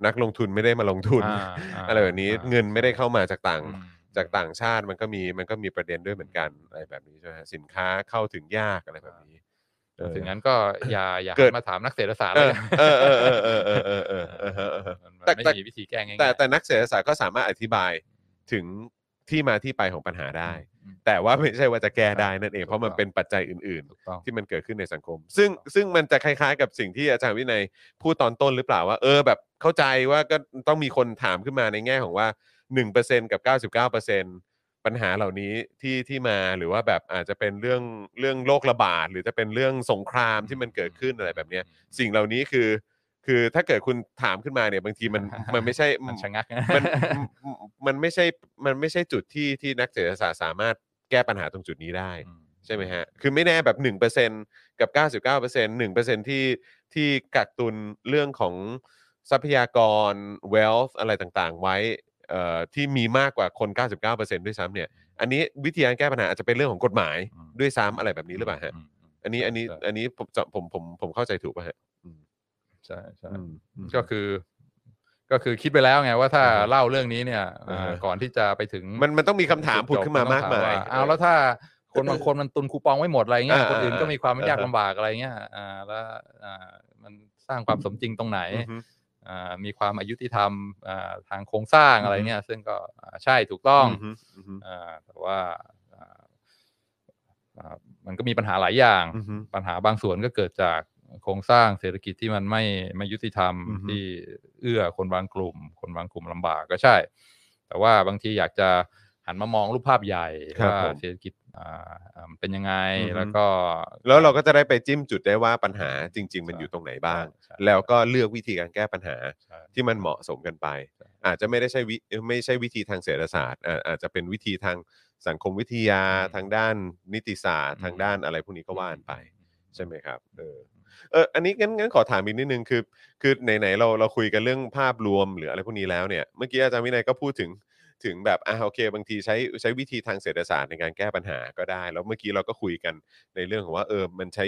Speaker 1: นักลงทุนไม่ได้มาลงทุน
Speaker 2: อ่าอ่า
Speaker 1: อะไรแบบนี้
Speaker 2: อ่า
Speaker 1: เงินไม่ได้เข้ามาจากต่าง
Speaker 2: อืม
Speaker 1: จากต่างชาติมันก็มีมันก็มีประเด็นด้วยเหมือนกันอะไรแบบนี้ใช่ไหมฮะสินค้าเข้าถึงยากอะไรแบบนี้เออ
Speaker 2: ถึงงั้นก็อย่าอย่า
Speaker 1: เกิด
Speaker 2: หันมาถามนักเศรษฐศาสตร์
Speaker 1: เอ
Speaker 2: เลย
Speaker 1: อเออเออเออเออเออเออเออเออเออเออ
Speaker 2: มัน
Speaker 1: แต่
Speaker 2: ไม่
Speaker 1: แต่
Speaker 2: มีวิธีแก้ง่ายๆ
Speaker 1: แต่แต่นักเศรษฐศาสตร์ก็สามารถอธิบายถึงที่มาที่ไปของปัญหาได้
Speaker 2: อืม
Speaker 1: แต่ว่าไม่ใช่ว่าจะแก้ได้นั่นเอง
Speaker 2: ถูกต้อง
Speaker 1: เพราะมันเป็นปัจจัยอื่น
Speaker 2: ถูกต้อง
Speaker 1: ๆ ที่มันเกิดขึ้นในสังคม ซึ่งซึ่งมันจะคล้ายๆ กับสิ่งที่อาจารย์วินัยพูดตอนต้นหรือเปล่าว่า เออแบบเข้าใจว่าก็ต้องมีคนถามขึ้นมาในแง่ของว่า 1%กับ 99%ปัญหาเหล่านี้ที่ที่มาหรือว่าแบบอาจจะเป็นเรื่องเรื่องโรคระบาด หรือจะเป็นเรื่องสงครามที่มันเกิดขึ้นอะไรแบบเนี้ย สิ่งเหล่านี้คือ คือถ้าเกิดคุณถามขึ้นมาเนี่ยบางทีมัน มันไม่ใช่
Speaker 2: มันชะงักนะ *laughs*
Speaker 1: มันมันไม่ใช่มันไม่ใช่จุดที่ที่นักเศรษฐศาสตร์สามารถแก้ปัญหาตรงจุดนี้ได้
Speaker 2: อืม
Speaker 1: ใช่ไหมฮะ คือไม่แน่แบบ 1%กับ 99% 1%ที่ที่กักตุนเรื่องของทรัพยากร wealth อะไรต่างๆ ไว้เอ่อที่มีมากกว่าคน 99%ด้วยซ้ำเนี่ย อันนี้วิธีการแก้ปัญหาอาจจะเป็นเรื่องของกฎหมาย
Speaker 2: อืม
Speaker 1: ด้วยซ้ำอะไรแบบนี้หรือเปล่าฮะ
Speaker 2: มม
Speaker 1: อันนี้อันนี้
Speaker 2: ใช่
Speaker 1: อันนี้ผมจะผมผมผมเข้าใจถูกป่ะฮะ
Speaker 2: ใช่ใช่
Speaker 1: อืมอืม
Speaker 2: ก็คือ ก็คือคิดไปแล้วไงว่าถ้า
Speaker 1: อ่าฮะ
Speaker 2: เล่าเรื่องนี้เนี่ยอ่า
Speaker 1: อ่าฮะ
Speaker 2: ก่อนที่จะไปถึง
Speaker 1: มันมันต้องมีคำถามผุดขึ้นมามากมาย
Speaker 2: เอาวแล้วถ้าคนบางคนมันตุนคูปองไว้หมดอะไรเงี้ย
Speaker 1: อ่า
Speaker 2: คนอื่นก็
Speaker 1: อ่ามี
Speaker 2: มีควา
Speaker 1: อ่าย
Speaker 2: มาก
Speaker 1: ฮะ
Speaker 2: ลำบากอะไรเงี้ยอ่าแล้วอ่ามันสร้างความสมจริงตรงไหน
Speaker 1: อือฮึ
Speaker 2: อ่ามีความอายุติธรรมอ่าทางโครงสร้างอะไร
Speaker 1: อือฮึ
Speaker 2: เนี่ย ซึ่งก็อ่าใช่ถูกต้อง
Speaker 1: ฮึอือฮึ
Speaker 2: อ่าแต่ว่าอ่าอ่ามันก็มีปัญหาหลายอย่าง
Speaker 1: อือฮึ
Speaker 2: ปัญหาบางส่วนก็เกิดจากโครงสร้างเศรษฐกิจที่มันไม่ไม่ยุติธรรม
Speaker 1: อือฮึ
Speaker 2: ที่เอื้อคนบางกลุ่ม คนบางกลุ่มลำบากก็ใช่ แต่ว่าบางทีอยากจะหันมามองรูปภาพใหญ่
Speaker 1: ครับ
Speaker 2: ว่า
Speaker 1: ผม
Speaker 2: เศรษฐกิจอ่าอ่ามันเป็นยังไง
Speaker 1: อือฮึ
Speaker 2: แล้วก็
Speaker 1: แล้วเราก็จะได้ไปจิ้มจุดได้ว่าปัญหาจริง ๆ มัน
Speaker 2: ใช่
Speaker 1: อยู่ตรงไหนบ้าง
Speaker 2: ใช่
Speaker 1: แล้วก็เลือกวิธีการแก้ปัญหา
Speaker 2: ใช่
Speaker 1: ที่มันเหมาะสมกันไป
Speaker 2: ใช่
Speaker 1: อาจจะไม่ได้ใช่วิไม่ใช่วิธีทางเศรษฐศาสตร์อ่าอาจจะเป็นวิธีทางสังคมวิทยาทางด้านนิติศาสตร์ ทางด้านอะไรพวกนี้ก็ว่ากันไป ใช่ไหมครับเออเอออันนี้งั้นงั้นขอถามอีกนิดนึงคือ คือไหนๆเราเราคุยกันเรื่องภาพรวมหรืออะไรพวกนี้แล้วเนี่ยเมื่อกี้อาจารย์วินัยก็พูดถึงถึงแบบอ่าโอเค บางทีใช้ใช้วิธีทางเศรษฐศาสตร์ในการแก้ปัญหาก็ได้ แล้วเมื่อกี้เราก็คุยกันในเรื่องของว่าเออมันใช้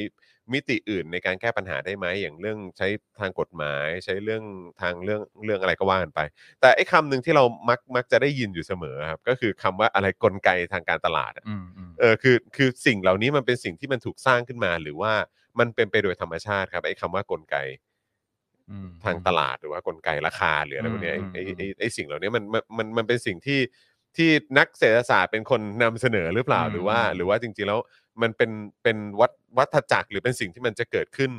Speaker 1: มิติอื่นในการแก้ปัญหาได้ไหมอย่างเรื่องใช้ทางกฎหมาย ใช้เรื่องทางเรื่องเรื่องอะไรก็ว่ากันไป แต่ไอ้คำหนึ่งที่เรามักมักจะได้ยินอยู่เสมอครับก็คือคำว่าอะไรกลไกทางการตลาดอะ
Speaker 2: อืมอืม
Speaker 1: เออคือคือสิ่งเหล่านี้มันเป็นสิ่งที่มันถูกสร้างขึ้นมา หรือว่ามันเป็นไปโดยธรรมชาติครับไอ้คำว่ากลไก
Speaker 2: อืม
Speaker 1: ทางตลาดหรือว่ากลไกราคาหรืออะไรพวกเนี้ย
Speaker 2: อืม
Speaker 1: ไอ้
Speaker 2: อืม
Speaker 1: ไอ้ไอ้ไอ้สิ่งเหล่านี้มันมันมันมันเป็นสิ่งที่ ที่นักเศรษฐศาสตร์เป็นคนนำเสนอหรือเปล่า
Speaker 2: อืม
Speaker 1: หรือว่า
Speaker 2: อืม
Speaker 1: หรือว่าจริงๆแล้วมันเป็นเป็นวัฏวัฏจักรหรือเป็นสิ่งที่มันจะเกิดขึ้น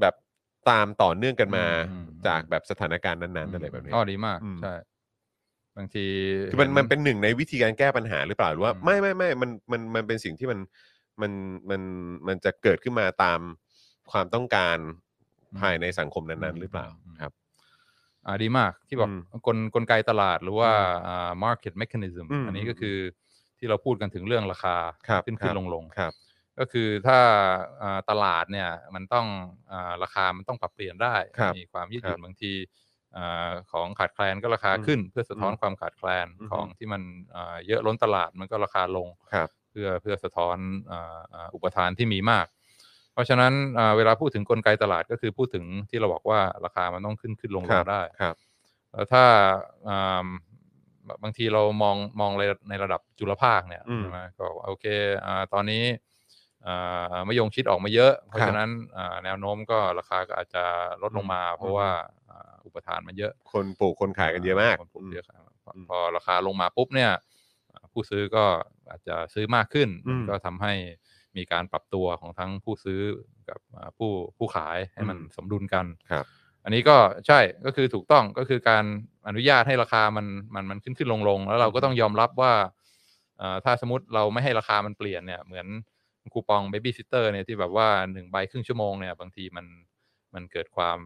Speaker 1: แบบตามต่อเนื่องกันมา
Speaker 2: อืมอืม
Speaker 1: จากแบบสถานการณ์นั้นๆอะไรแบบนี้
Speaker 2: อ๋อดีมาก
Speaker 1: อืม
Speaker 2: ใช่บางที
Speaker 1: คือมันมันเป็นหนึ่งในวิธีการแก้ปัญหาหรือเปล่าหรือว่า
Speaker 2: อืม
Speaker 1: ไม่ไม่ไม่มันมันมันเป็นสิ่งที่มันมันมันมันจะเกิดขึ้นมาตามความต้องการภายในสังคมนั้นๆ หรือเปล่าครับ
Speaker 2: อ่าดีมากที่บอก
Speaker 1: อืม
Speaker 2: กลกลไกตลาดหรือว่าอ่า market mechanism
Speaker 1: อืม
Speaker 2: อันนี้ก็
Speaker 1: อืม
Speaker 2: คือที่เราพูดกันถึงเรื่องราคา
Speaker 1: ครับ
Speaker 2: ขึ้น
Speaker 1: ครั
Speaker 2: ขึ้น
Speaker 1: บ
Speaker 2: ลงลง
Speaker 1: ครับ
Speaker 2: ก็คือถ้าอ่าตลาดเนี่ยมันต้องอาราคามันต้องปรับเปลี่ยนได้
Speaker 1: ครับ
Speaker 2: มีความยืดหยุ่
Speaker 1: ค
Speaker 2: น
Speaker 1: รับ
Speaker 2: บางทีอาของขาดแคลนก็ราคาขึ้น เพื่อสะท้อน
Speaker 1: อืม
Speaker 2: ความขาดแคลน
Speaker 1: อือฮึ
Speaker 2: ของที่มันอ่าเยอะล้นตลาดมันก็ราคาลง
Speaker 1: ครับ
Speaker 2: เพื่อเพื่อสะท้อนอ่าอ่าอุปทานที่มีมาก เพราะฉะนั้นอ่าเวลาพูดถึงกลไกตลาดก็คือพูดถึงที่เราบอกว่าราคามันต้องขึ้นขึ้นลงลงได้
Speaker 1: ครับ
Speaker 2: แล้วถ้าอ่าบบางทีเรามองมองในในระดับจุลภาคเนี่ย
Speaker 1: อืม
Speaker 2: ใช่ไหมก็บอกว่าโอเคอาตอนนี้อ่ามะยงชิดออกมาเยอะ เพราะ
Speaker 1: ครับ
Speaker 2: ฉะนั้นอ่าแนวโน้มก็ราคาก็อาจจะลดลงมา เพราะว่าอ่าอุปทานมันเยอะ
Speaker 1: คนปลูกคนขายกันเยอะมาก
Speaker 2: คนปลูกเยอะครับพอ
Speaker 1: อืม
Speaker 2: พอราคาลงมาปุ๊บเนี่ยอ่าผู้ซื้อก็อาจจะซื้อมากขึ้น
Speaker 1: อืม
Speaker 2: มันก็ทำให้มีการปรับตัวของทั้งผู้ซื้อกับอ่าผู้ผู้ขายให้มัน
Speaker 1: อืม
Speaker 2: สมดุลกัน
Speaker 1: ครับ
Speaker 2: อันนี้ก็ใช่ก็คือถูกต้องก็คือการอนุญาตให้ราคามันมันมันขึ้นขึ้นลงลงแล้วเราก็ต้องยอมรับว่าเอ่อถ้าสมมติเราไม่ให้ราคามันเปลี่ยนเนี่ยเหมือนคูปอง baby sitter เนี่ยที่แบบว่าหนึ่งใบครึ่งชั่วโมงเนี่ยบางทีมันมันเกิดความ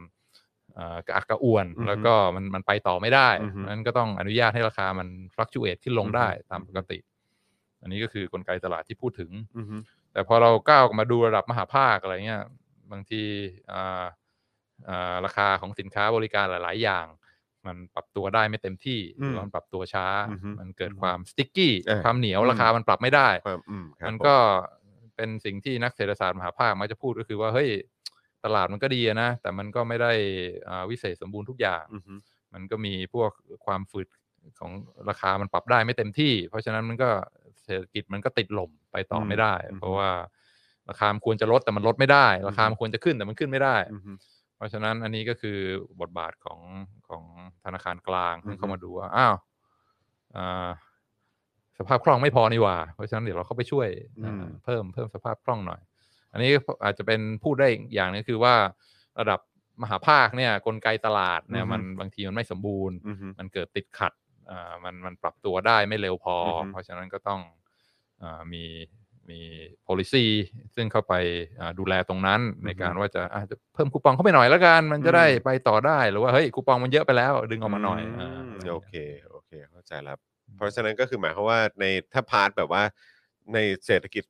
Speaker 2: เอ่อกระอักกระอ่วน
Speaker 1: อือฮึ
Speaker 2: แล้วก็มันมันไปต่อไม่ได้
Speaker 1: อือฮึ
Speaker 2: นั้นก็ต้องอนุญาตให้ราคามัน fluctuate ขึ้นลงได้
Speaker 1: อือฮึ
Speaker 2: ตามปกติ อันนี้ก็คือกลไกตลาดที่พูดถึง
Speaker 1: อือฮึ
Speaker 2: แต่พอเราก้าวมาดูระดับมหาภาคอะไรเงี้ยบางทีอ่าอ่าราคาของสินค้าบริการหลาย ๆ อย่าง มันปรับตัวได้ไม่เต็มที่ห
Speaker 1: อืม
Speaker 2: รือว่ามันปรับตัวช้า
Speaker 1: อือฮึ
Speaker 2: มันเกิด
Speaker 1: อือฮึ
Speaker 2: ความสติ๊กกี้
Speaker 1: อ่า
Speaker 2: ความเหนียว
Speaker 1: อืม
Speaker 2: ราคามันปรับไม่ได้
Speaker 1: ความอืมครับ
Speaker 2: มัน
Speaker 1: ผ
Speaker 2: ก็เป็นสิ่งที่นักเศรษฐศาสตร์มหาภาคมักจะพูดก็คือว่าเฮ้ยตลาดมันก็ดีอะนะ แต่มันก็ไม่ได้อ่าวิเศษสมบูรณ์ทุกอย่าง
Speaker 1: อือฮึ
Speaker 2: มันก็มีพวกความฝืดของราคามันปรับได้ไม่เต็มที่ เพราะฉะนั้นมันก็เศรษฐกิจมันก็ติดลมไปต่ออ
Speaker 1: ม
Speaker 2: ไม่ได้
Speaker 1: อืม
Speaker 2: เพราะว่าราคามันควรจะลดแต่มันลดไม่ได้ ราคา
Speaker 1: อืม
Speaker 2: มันควรจะขึ้นแต่มันขึ้นไม่ได้
Speaker 1: อือฮึ
Speaker 2: เพราะฉะนั้นอันนี้ก็คือบทบาทของของธนาคารกลาง
Speaker 1: อือฮึ
Speaker 2: ซึ่งเข้ามาดูว่าอ้าวอ่าสภาพคล่องไม่พอนี่หว่า เพราะฉะนั้นเดี๋ยวเราเข้าไปช่วยอ่าเพิ่มเพิ่มสภาพคล่องหน่อย อันนี้อาจจะเป็นพูดได้อีกอย่างหนึงคือว่าระดับมหาภาคเนี่ยกลไกตลาดเนี่ยมันบางทีมันไม่สมบูรณ์
Speaker 1: อือฮึ
Speaker 2: มันเกิดติดขัดอ่ามันมันปรับตัวได้ไม่เร็วพอ
Speaker 1: อือฮึ
Speaker 2: เพราะฉะนั้นก็ต้องอามีมี policy ซึ่งเข้าไปอ่าดูแลตรงนั้นในการว่าจะอาจจะเพิ่มคูปองเข้าไปหน่อยละกัน มันจะได้ไปต่อได้หรือว่าเฮ้ยคูปองมันเยอะไปแล้ว ดึงออกมาหน่อยอ่า
Speaker 1: อืม
Speaker 2: ะไรย่างงี้ย
Speaker 1: โอเคโอเคเข้าใจแล้วเพราะฉะนั้นก็คือหมายความว่าในถ้าพาร์ทแบบว่า ในเศรษฐกิจ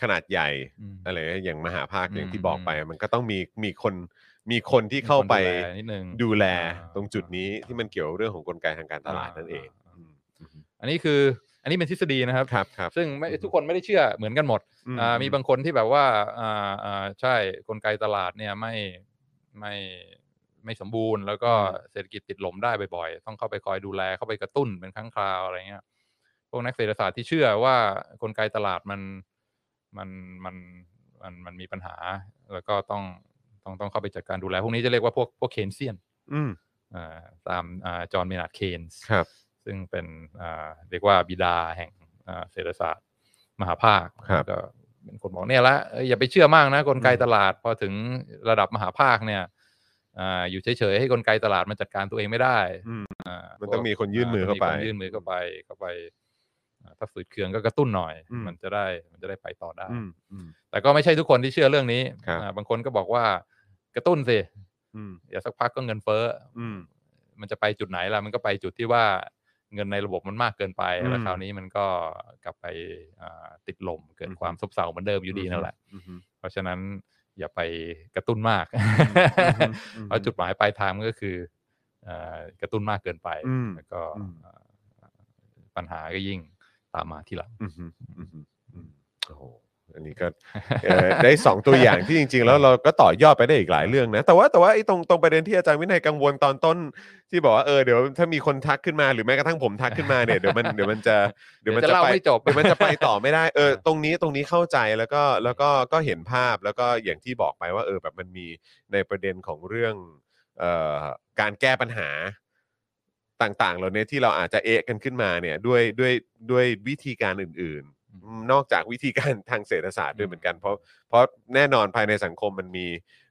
Speaker 1: ขนาดใหญ่
Speaker 2: อืม
Speaker 1: อะไรอย่างมหาภาค
Speaker 2: อืม
Speaker 1: อย่างที่บอกไป
Speaker 2: อืม
Speaker 1: มันก็ต้องมีมีคนมีคนที่เข้าไป
Speaker 2: มีคนดูแลนิดนึง
Speaker 1: ดูแล
Speaker 2: อ่า
Speaker 1: ตรงจุดนี้ที่มันเกี่ยวเรื่องของกลไกทางการตลาดนั่นเอง
Speaker 2: อ่า
Speaker 1: อืมอือฮึ
Speaker 2: อันนี้คืออันนี้เป็นทฤษฎีนะครับ
Speaker 1: ครับครับ
Speaker 2: ซึ่งไม่
Speaker 1: อือฮึ
Speaker 2: ทุกคนไม่ได้เชื่อเหมือนกันหมด
Speaker 1: อื
Speaker 2: อ่ามีบางคนที่แบบว่าอ่าอ่าใช่กลไกตลาดเนี่ยไม่ไม่ไม่สมบูรณ์ แล้วก็เศรษฐกิจติดหลมได้บ่อยๆ ต้องเข้าไปคอยดูแลเข้าไปกระตุ้นเป็นครั้งคราวอะไรเงี้ยพวกนักเศรษฐศาสตร์ที่เชื่อว่ากลไกตลาดมันมันมันมันมันมีปัญหา แล้วก็ต้องต้องต้องเข้าไปจัดการดูแล พวกนี้จะเรียกว่าพวกพวกเคนเซียน
Speaker 1: อืม
Speaker 2: อ่าตามจอห์นเมนาร์ดเคนส์
Speaker 1: ครับ
Speaker 2: ซึ่งเป็นอ่าเรียกว่าบิดาแห่งอ่าเศรษฐศาสตร์มหาภาค
Speaker 1: ครับ
Speaker 2: ก็เป็นคนบอกเนี่ยละเอ้ยอย่าไปเชื่อมากนะกลไก
Speaker 1: อืม
Speaker 2: ตลาดพอถึงระดับมหาภาคเนี่ยอ่าอยู่เฉยๆให้กลไกตลาดมันจัดการตัวเองไม่ได้
Speaker 1: มันต้องมีคนยื่นมือเข้าไป
Speaker 2: คนยื่นมือเข้าไปเข้าไปอ่าถ้าฝืดเคืองก็กระตุ้นหน่อย
Speaker 1: อืม
Speaker 2: มันจะได้มันจะได้ไปต่อได้
Speaker 1: อืมอืม
Speaker 2: แต่ก็ไม่ใช่ทุกคนที่เชื่อเรื่องนี้
Speaker 1: ครับ
Speaker 2: อ่าบางคนก็บอกว่ากระตุ้นสิ
Speaker 1: อืม
Speaker 2: เดี๋ยวสักพักก็เงินเฟ้อ
Speaker 1: อืม
Speaker 2: มันจะไปจุดไหนล่ะ มันก็ไปจุดที่ว่าเงินในระบบมันมากเกินไป
Speaker 1: อืม
Speaker 2: แล้วคราวนี้มันก็กลับไปอ่าติดลมเกิด
Speaker 1: อืม
Speaker 2: ความซบเซาเหมือนเดิมอยู่ดีนั่นแหละ
Speaker 1: อืมอืม
Speaker 2: เพราะฉะนั้นอย่าไปกระตุ้นมาก
Speaker 1: มอืม
Speaker 2: *laughs* เพราะจุดหมายปลายทางมันก็คือเอ่อกระตุ้นมากเกินไป
Speaker 1: อืม
Speaker 2: แล้วก็
Speaker 1: อืม
Speaker 2: เอ่อปัญหาก็ยิ่งตามมาทีหลัง
Speaker 1: อืมอืมอืมอืมโอ้โหอันนี้ก็ เอ่อได้สองตัวอย่างที่จริง ๆ แล้วเราก็ต่อยอดไปได้อีกหลายเรื่องนะ แต่ว่าแต่ว่าไอ้ตรงตรงประเด็นที่อาจารย์วินัยกังวลตอนต้น ที่บอกว่าเออเดี๋ยวถ้ามีคนทักขึ้นมาหรือแม้กระทั่งผมทักขึ้นมาเนี่ยเดี๋ยวมันเดี๋ยวมันจะเดี๋ยวมัน
Speaker 2: เดี๋ยว
Speaker 1: จะ
Speaker 2: จะเล่า
Speaker 1: ไป
Speaker 2: ไม่จบ
Speaker 1: เดี๋ยวมันจะไปต่อไม่ได้เออ
Speaker 2: เออ
Speaker 1: ตรงนี้ตรงนี้เข้าใจแล้วก็แล้วก็ก็เห็นภาพแล้วก็อย่างที่บอกไปว่าเออแบบมันมีในประเด็นของเรื่องเอ่อการแก้ปัญหา ต่างๆ เหล่านี้ที่เราอาจจะเอะกันขึ้นมาเนี่ยด้วยด้วยด้วยวิธีการอื่นๆ นอกจากวิธีการ *laughs* ทางเศรษฐศาสตร์ด้วยเหมือนกันเพราะเพราะแน่นอนภายในสังคมมันมี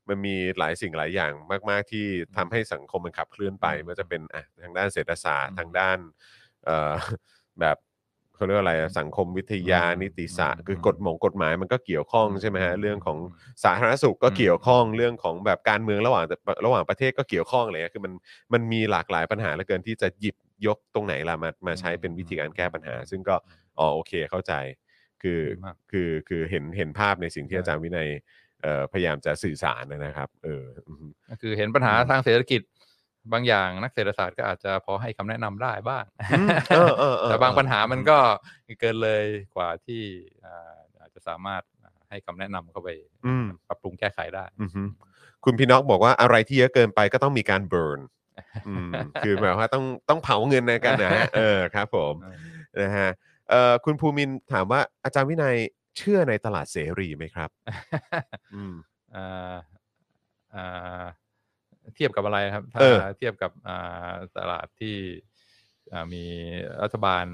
Speaker 1: มันมีหลายสิ่งหลายอย่างมากๆที่ทำให้สังคมมันขับเคลื่อนไป
Speaker 2: อืม
Speaker 1: ไม่ว่าจะเป็นอ่ะทางด้านเศรษฐศาสตร์
Speaker 2: อืม
Speaker 1: ทางด้านเอ่อแบบเขาเรียกว่าอะไรอะสังคมวิทยา
Speaker 2: อืม
Speaker 1: นิติศาสตร์
Speaker 2: อืม
Speaker 1: คือกฎหมงกฎหมายมันก็เกี่ยวข้องใช่ไหมฮะเรื่องของ สาธารณสุขก็
Speaker 2: อืม
Speaker 1: เกี่ยวข้องเรื่องของแบบการเมืองระหว่างระหว่างประเทศก็เกี่ยวข้องอะไรเงี้ยคือมันมันมีหลากหลายปัญหาเหลือเกินที่จะหยิบยกตรงไหนล่ะมามาใช้เป็นวิธีการแก้ปัญหา ซึ่งก็อ๋อโอเคเข้าใจคือ
Speaker 2: ดีมาก
Speaker 1: คือคือเห็นเห็นภาพในสิ่งที่
Speaker 2: ใช่
Speaker 1: อาจารย์วินัยเอ่อพยายามจะสื่อสารนะครับ เอออือฮึ
Speaker 2: ก็คือเห็นปัญหา
Speaker 1: อืม
Speaker 2: ทางเศรษฐกิจ บางอย่างนักเศรษฐศาสตร์ก็อาจจะพอให้คำแนะนำได้บ้าง
Speaker 1: *laughs* เออเออเออ
Speaker 2: แต่บางปัญหามันก็เกินเลยกว่าที่อ่าอาจจะสามารถให้คำแนะนำเข้าไป
Speaker 1: อืม
Speaker 2: ปรับปรุงแก้ไขได้ *laughs*
Speaker 1: อือฮึคุณพี่นอกบอกว่าอะไรที่เยอะเกินไปก็ต้องมีการเบิร์นอืมคือหมายความว่าต้องต้องเผาเงินในกันนะฮะเออครับผม นะฮะเอ่อคุณภูมินถามว่าอาจารย์วินัยเชื่อในตลาดเสรีไหมครับ อืม
Speaker 2: อ่าอ่าเทียบกับอะไรครับ ถ้า
Speaker 1: เออ
Speaker 2: เทียบกับอ่าตลาดที่อ่ามีรัฐบาล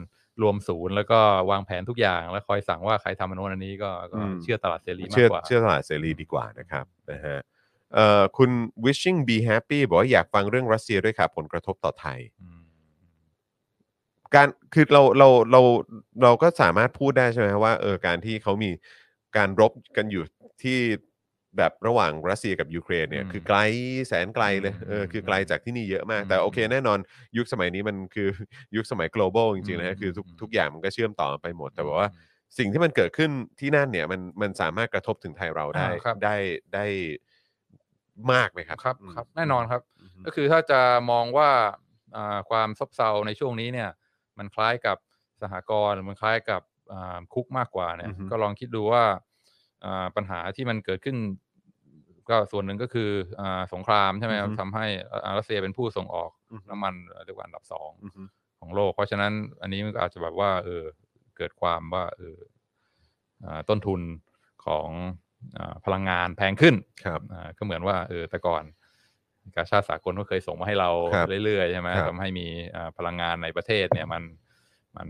Speaker 2: รวมศูนย์ แล้วก็วางแผนทุกอย่าง แล้วคอยสั่งว่าใครทำอันโน้นอันนี้ก็ก็เชื่อตลาดเสรีมา
Speaker 1: เชื่อก
Speaker 2: กว่า
Speaker 1: เชื่อตลาดเสรีดีกว่านะครับนะฮะเอ่อคุณ wishing be happy บอกว่าอยากฟังเรื่องรัสเซียด้วยค่ะผลกระทบต่อไทย
Speaker 2: อืม
Speaker 1: การคือเราเราเราเราก็สามารถพูดได้ใช่ไหมว่าเออการที่เขามีการรบกันอยู่ที่แบบระหว่างรัสเซียกับยูเครนเนี่ยคือไกลแสนไกลเลยเออคือไกลจากที่นี่เยอะมาก แต่โอเคแน่นอนยุคสมัยนี้มันคือ *laughs* ยุคสมัย global จริงๆนะฮะคือทุกทุกอย่างมันก็เชื่อมต่อไปหมดแต่ว่า
Speaker 2: อืม
Speaker 1: สิ่งที่มันเกิดขึ้นที่นั่นเนี่ยมันมันสามารถกระทบถึงไทยเราได้
Speaker 2: อ่าครับ
Speaker 1: ได้ได้มากไหมครับ
Speaker 2: ครับ
Speaker 1: อืม
Speaker 2: ครับแน่นอนครับ
Speaker 1: อืม
Speaker 2: ก็คือถ้าจะมองว่าอ่าความซบเซาในช่วงนี้เนี่ย มันคล้ายกับสหกรณ์มันคล้ายกับอ่าคุกมากกว่าเนี่
Speaker 1: อื
Speaker 2: ย
Speaker 1: อฮึ
Speaker 2: ก็ลองคิดดูว่าอ่าปัญหาที่มันเกิดขึ้น ก็ส่วนหนึ่งก็คืออาสงครามใช่ไหมครับทำให้อ่ารัสเซียเป็นผู้ส่งออกน้ำมันเรียกว่าอันดับสอง
Speaker 1: อืมอืม
Speaker 2: ของโลก เพราะฉะนั้นอันนี้มันก็อาจจะแบบว่า เออ เกิดความว่า เอออาต้นทุนของอาพลังงานแพงขึ้น
Speaker 1: ครับ
Speaker 2: อ่าก็เหมือนว่า เออ แต่ก่อนกาชาติสากลก็เคยส่งมาให้เรา
Speaker 1: ครับ
Speaker 2: เรื่อยๆใช่ไหม
Speaker 1: ครับ
Speaker 2: ทำให้มีอ่าพลังงานในประเทศเนี่ยมันมัน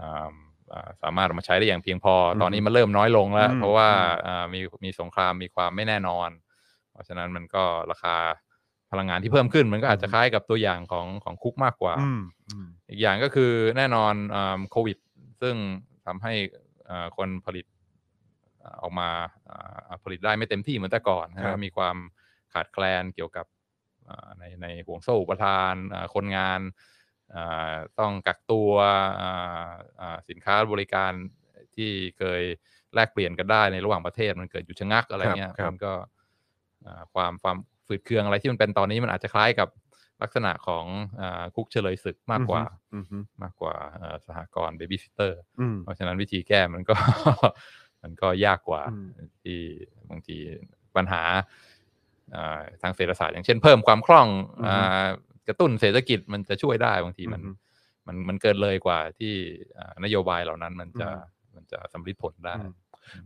Speaker 2: อ่าอ่าสามารถเอามาใช้ได้อย่างเพียงพอ ตอนนี้มันเริ่มน้อยลงแล้ว
Speaker 1: อืม
Speaker 2: เพราะว่า
Speaker 1: อืม
Speaker 2: อ่ามีมีสงครามมีความไม่แน่นอน เพราะฉะนั้นมันก็ราคาพลังงานที่เพิ่มขึ้น มันก็อาจจะคล้ายกับตัวอย่างของของคุกมากกว่า
Speaker 1: อืมอืม
Speaker 2: อีกอย่างก็คือแน่นอนอ่าโควิด ซึ่งทำให้อ่าคนผลิตอ่าออกมาอ่าผลิตได้ไม่เต็มที่เหมือนแต่ก่อนนะ
Speaker 1: ค
Speaker 2: ค
Speaker 1: รั
Speaker 2: รับบ มีความขาดแคลนเกี่ยวกับอ่าในในห่วงโซ่อุปทานอ่าคนงานอ่าต้องกักตัวอ่าอ่าสินค้าบริการที่เคยแลกเปลี่ยนกันได้ในระหว่างประเทศมันเกิดหยุดชะงักอะไรเงี้
Speaker 1: ค
Speaker 2: ย
Speaker 1: รับครับ
Speaker 2: มันก็อ่าความความฝืดเคืองอะไรที่มันเป็นตอนนี้มันอาจจะคล้ายกับลักษณะของอาคุกเฉลยศึกมากกว่า
Speaker 1: อืมอืม
Speaker 2: มากกว่าเอ่อสหกรณ์เบบี้ซิเตอร์
Speaker 1: อืม
Speaker 2: เพราะฉะนั้นวิธีแก้มันก็ *laughs* มันก็ยากกว่า
Speaker 1: อืม
Speaker 2: ที่บางทีปัญหาเอ่อทางเศรษฐศาสตร์อย่างเช่นเพิ่มความคล่องอ่ากระตุ้นเศรษฐกิจมันจะช่วยได้บางทีมัน
Speaker 1: อือฮึ
Speaker 2: มันมันเกินเลยกว่าที่อ่านโยบายเหล่านั้นมันจะ
Speaker 1: อืม
Speaker 2: มันจะสำลิดผลได้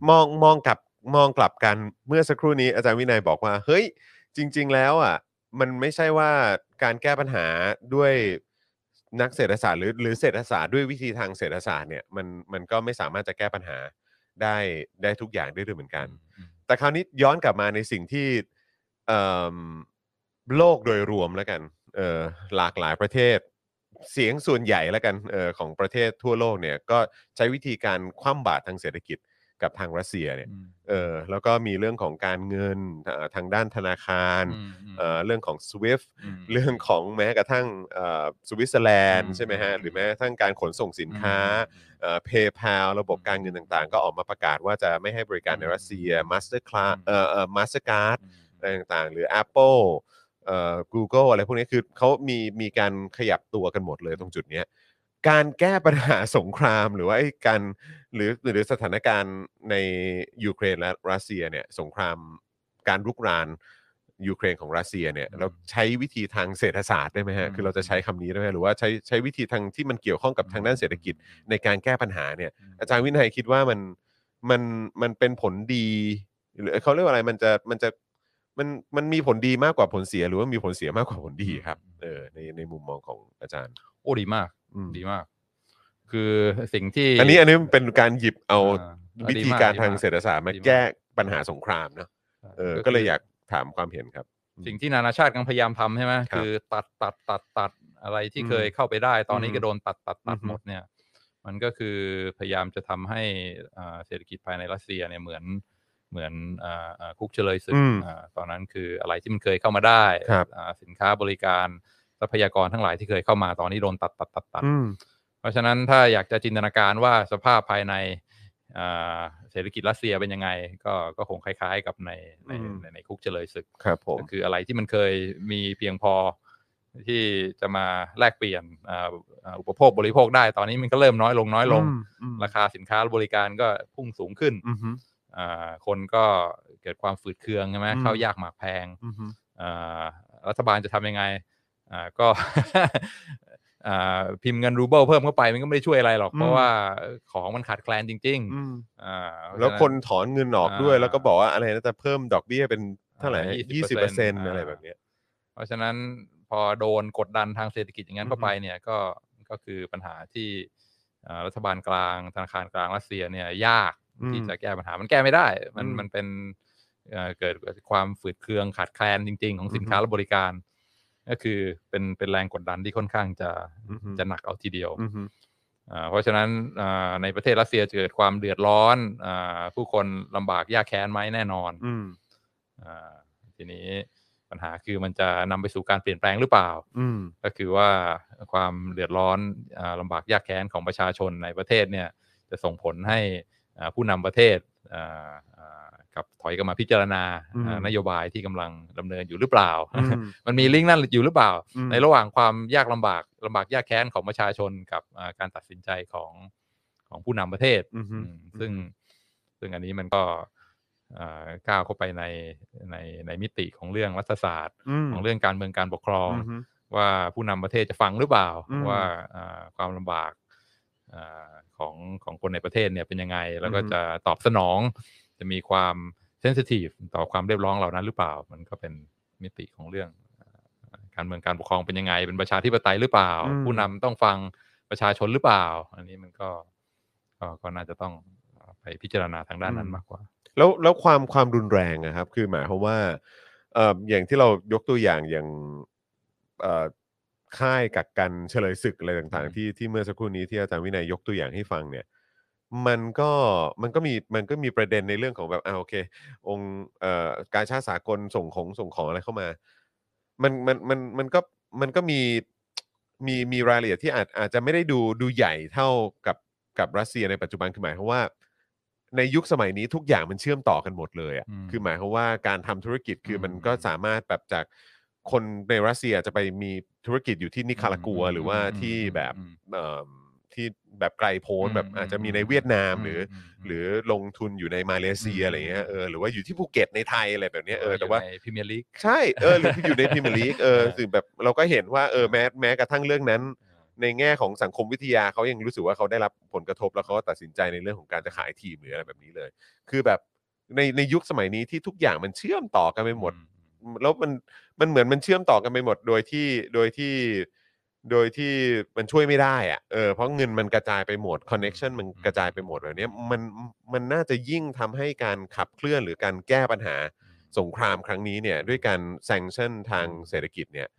Speaker 1: มองมองกลับมองกลับกันเมื่อสักครู่นี้อาจารย์วินัยบอกว่าเฮ้ยจริง ๆ แล้วอ่ะมันไม่ใช่ว่าการแก้ปัญหาด้วยนักเศรษฐศาสตร์หรือหรือเศรษฐศาสตร์ด้วยวิธีทางเศรษฐศาสตร์เนี่ยมันมันก็ไม่สามารถจะแก้ปัญหาได้ได้ทุกอย่างได้ด้วยเหมือนกัน แต่คราวนี้ย้อนกลับมาในสิ่งที่เอิ่มโลกโดยรวมแล้วกันเออหลากหลายประเทศ เสียงส่วนใหญ่แล้วกันเออของประเทศทั่วโลกเนี่ยก็ใช้วิธีการคว่ำบาตรทางเศรษฐกิจกับทางรัสเซียเนี่ยเออแล้วก็มีเรื่องของการเงินเอ่อทางด้านธนาคารเอ่อเรื่องของ SWIFT เรื่องของแม้กระทั่งเอ่อสวิตเซอร์แลนด์
Speaker 2: อืม
Speaker 1: ใช่ไหมฮะหรือแม้กระทั่งการขนส่งสินค้า เพย์พาระบบการเงินต่างๆ ก็ออกมาประกาศว่าจะไม่ให้บริการในรัสเซีย Masterclass เอ่อเอ่อ Mastercard อะไรต่างๆ หรือ Apple เอ่อ Google อะไรพวกนี้คือเขามีมีการขยับตัวกันหมดเลยตรงจุดเนี้ยการแก้ปัญหาสงครามหรือว่าไอ้การหรือหรือสถานการณ์ในยูเครนและรัสเซียเนี่ยสงครามการรุกรานยูเครนของรัสเซียเนี่ย
Speaker 2: อืม
Speaker 1: เราใช้วิธีทางเศรษฐศาสตร์ได้ไหมฮะ
Speaker 2: อืม
Speaker 1: คือเราจะใช้คำนี้ได้ไหมหรือว่าใช้ใช้วิธีทางที่มันเกี่ยวข้องกับทางด้านเศรษฐกิจ ในการแก้ปัญหาเนี่ย อาจารย์วินัยคิดว่ามันมันมันเป็นผลดี หรือเขาเรียกว่าอะไรมันจะมันจะ มันมันมีผลดีมากกว่าผลเสียหรือว่ามีผลเสียมากกว่าผลดีครับเออในในมุมมองของอาจารย์
Speaker 2: โอ้ดีมาก
Speaker 1: อืม
Speaker 2: ดีมาก คือสิ่งที่
Speaker 1: อันนี้อันนี้เป็นการหยิบเอา
Speaker 2: อ่
Speaker 1: วิ
Speaker 2: ดี
Speaker 1: ธี
Speaker 2: ม
Speaker 1: การ
Speaker 2: ดีม
Speaker 1: ทางเศรษฐศาสตร์มา
Speaker 2: ดี
Speaker 1: แก้ปัญหาสงครามเนอะเออ ก็เลย
Speaker 2: คื
Speaker 1: อยากถามความเห็นครับ
Speaker 2: สิ่งที่นานาชาติกำลังพยายามทำใช่ไหม
Speaker 1: ครับ
Speaker 2: คือตัดตัดตัดตัดอะไรที่
Speaker 1: อืม
Speaker 2: เคยเข้าไปได้ ตอนนี้
Speaker 1: อืม
Speaker 2: ก็โดนตัดตัดตัด
Speaker 1: อือฮึ
Speaker 2: หมดเนี่ย มันก็คือพยายามจะทำให้อ่าเศรษฐกิจภายในรัสเซียเนี่ยเหมือนเหมือนอ่าอ่าคุกเฉลยศึก
Speaker 1: อืม
Speaker 2: อ่าตอนนั้นคืออะไรที่มันเคยเข้ามาได้
Speaker 1: ครับ
Speaker 2: อ่าสินค้าบริการทรัพยากรทั้งหลายที่เคยเข้ามาตอนนี้โดนตัดตัดตัดตัด
Speaker 1: อืม
Speaker 2: เพราะฉะนั้นถ้าอยากจะจินตนาการว่าสภาพภายในอ่าเศรษฐกิจรัสเซียเป็นยังไง ก็ก็คงคล้าย ๆ กับในใน
Speaker 1: อืม
Speaker 2: ในในคุกเฉลยศึก
Speaker 1: ครับผม
Speaker 2: ก็คืออะไรที่มันเคยมีเพียงพอที่จะมาแลกเปลี่ยนอ่าอ่าอุปโภคบริโภคได้ตอนนี้มันก็เริ่มน้อยลงน้อยลง ราคาสินค้าและบริการก็พุ่งสูงขึ้นอ่าคนก็เกิดความฝืดเคืองใช่ไหม
Speaker 1: อืม
Speaker 2: ข้าวยากหมากแพงอ่ารัฐบาลจะทำยังไงอ่าก็ *laughs* อ่าพิมพ์เงินรูเบิลเพิ่มเข้าไปมันก็ไม่ได้ช่วยอะไรหรอก เพราะว่าของมันขาดแคลนจริงๆอ่าเพราะฉะ
Speaker 1: แล้วคนถอนเงินออกด้วย
Speaker 2: อ่า
Speaker 1: แล้วก็บอกว่าอะไรนะจะเพิ่มดอกเบี้ยเป็นเท่าไหร่
Speaker 2: อ่า
Speaker 1: ยี่สิบ
Speaker 2: 20%
Speaker 1: เปอร์เซ็นต์อะไรแบบเนี้ย
Speaker 2: เพราะฉะนั้นพอโดนกดดันทางเศรษฐกิจอย่างนั้นเข้าไปเนี่ยก็ก็คือปัญหาที่เอ่อรัฐบาลกลางธนาคารกลางรัสเซียเนี่ยยาก
Speaker 1: อืม
Speaker 2: ที่จะแก้ปัญหามันแก้ไม่ได้ มัน
Speaker 1: อืม
Speaker 2: มันเป็นเอ่อเกิดความฝืดเคืองขาดแคลนจริง ๆ ของสินค้า
Speaker 1: อือฮึ
Speaker 2: และบริการ ก็คือเป็นเป็นแรงกดดันที่ค่อนข้างจะ
Speaker 1: อือฮึ
Speaker 2: จะหนักเอาทีเดียว
Speaker 1: อือฮึ
Speaker 2: อ่าเพราะฉะนั้นอ่าในประเทศรัสเซียจะเกิดความเดือดร้อนอ่าผู้คนลำบากยากแค้นไหมแน่นอน
Speaker 1: อืม
Speaker 2: อ่าทีนี้ปัญหาคือมันจะนำไปสู่การเปลี่ยนแปลงหรือเปล่า
Speaker 1: อืม
Speaker 2: ก็คือว่าความเดือดร้อนอ่าลำาบากยากแค้นของประชาชนในประเทศเนี่ยจะส่งผลให้อ่าผู้นำประเทศอ่าอ่ากลับถอยกลับมาพิจารณา
Speaker 1: อืม
Speaker 2: อ่านโยบายที่กำลังดำเนินอยู่หรือเปล่า
Speaker 1: อืม
Speaker 2: *laughs* มันมีลิงก์นั่นอยู่หรือเปล่า
Speaker 1: อืม
Speaker 2: ในระหว่างความยากลำบากลำบากยากแค้นของประชาชนกับอ่าการตัดสินใจของของผู้นำประเทศ
Speaker 1: อืม
Speaker 2: อืมซึ่งซึ่งอันนี้มันก็อ่าก้าวเข้าไปในในในมิติของเรื่องรัฐศาสตร์
Speaker 1: อืม
Speaker 2: ของเรื่องการเมืองการปกครอง
Speaker 1: ม
Speaker 2: ว่าผู้นำประเทศจะฟังหรือเปล่า
Speaker 1: อืม
Speaker 2: ว่าอ่าความลำบากอ่าของของคนในประเทศเนี่ยเป็นยังไง แล้วก็
Speaker 1: อือฮึ
Speaker 2: จะตอบสนอง จะมีความเซนซิทีฟต่อความเรียบร้องเหล่านั้นหรือเปล่า มันก็เป็นมิติของเรื่องอ่าการเมืองการปกครองเป็นยังไง เป็นประชาธิปไตยหรือเปล่า
Speaker 1: อืม
Speaker 2: ผู้นำต้องฟังประชาชนหรือเปล่า อันนี้มันก็ก็ก็น่าจะต้องไปพิจารณาทางด้านนั้นมากกว่า
Speaker 1: แล้วแล้วความความรุนแรงนะครับ คือหมายความว่าเอ่ออย่างที่เรายกตัวอย่างอย่างเอ่อค่ายกักกันเฉลยศึกอะไรต่าง
Speaker 2: อืม
Speaker 1: ๆ ที่ที่เมื่อสักครู่นี้ที่อาจารย์วินัยยกตัวอย่างให้ฟังเนี่ย มันก็มันก็มีมันก็มีประเด็นในเรื่องของแบบอ่าโอเค องค์เอ่อการชาติสากลส่งของส่งของอะไรเข้ามา มันมันมันมันก็มันก็มีมีมีรายละเอียดที่อาจอาจจะไม่ได้ดูดูใหญ่เท่ากับกับรัสเซียในปัจจุบันคือหมายความว่า ในยุคสมัยนี้ทุกอย่างมันเชื่อมต่อกันหมดเลยอะ
Speaker 2: อืม
Speaker 1: คือหมายความว่าการทำธุรกิจคือมัน
Speaker 2: อืม
Speaker 1: ก็สามารถแบบจากคนในรัสเซียจะไปมีธุรกิจอยู่ที่นิคารากัว
Speaker 2: อืม
Speaker 1: หรือว่า
Speaker 2: อืม
Speaker 1: ที่แบบ
Speaker 2: อืม
Speaker 1: เอ่อที่แบบไกลโพ้นแบบอาจจะมีในเวียดนามหรือ หรือลงทุนอยู่ในมาเลเซีย
Speaker 2: อืม
Speaker 1: อะไรเงี้ยเออหรือว่าอยู่ที่ภูเก็ตในไทยอะไรแบบเนี้ยเออแต่ว่า
Speaker 2: พิมยร์ลีก
Speaker 1: ใช่เออหรืออยู่ในพรีเมียร์ลีกเออ *laughs*
Speaker 2: เออ
Speaker 1: คือแบบเราก็เห็นว่าเออแม้แม้กระทั่งเรื่องนั้น ในแง่ของสังคมวิทยาเขายังรู้สึกว่าเขาได้รับผลกระทบแล้วเขาก็ตัดสินใจในเรื่องของการจะขายทีมหรืออะไรแบบนี้เลย คือแบบในในยุคสมัยนี้ที่ทุกอย่างมันเชื่อมต่อกันไปหมด แล้วมันมันเหมือนมันเชื่อมต่อกันไปหมดโดยที่โดยที่โดยที่มันช่วยไม่ได้อะเออเพราะเงินมันกระจายไปหมดคอนเน็ชันมันกระจายไปหมดแบบเนี้ยมันมันน่าจะยิ่งทำให้การขับเคลื่อนหรือการแก้ปัญหาสงครามครั้งนี้เนี่ยด้วยการแซงชั่นทางเศรษฐกิจเนี่ย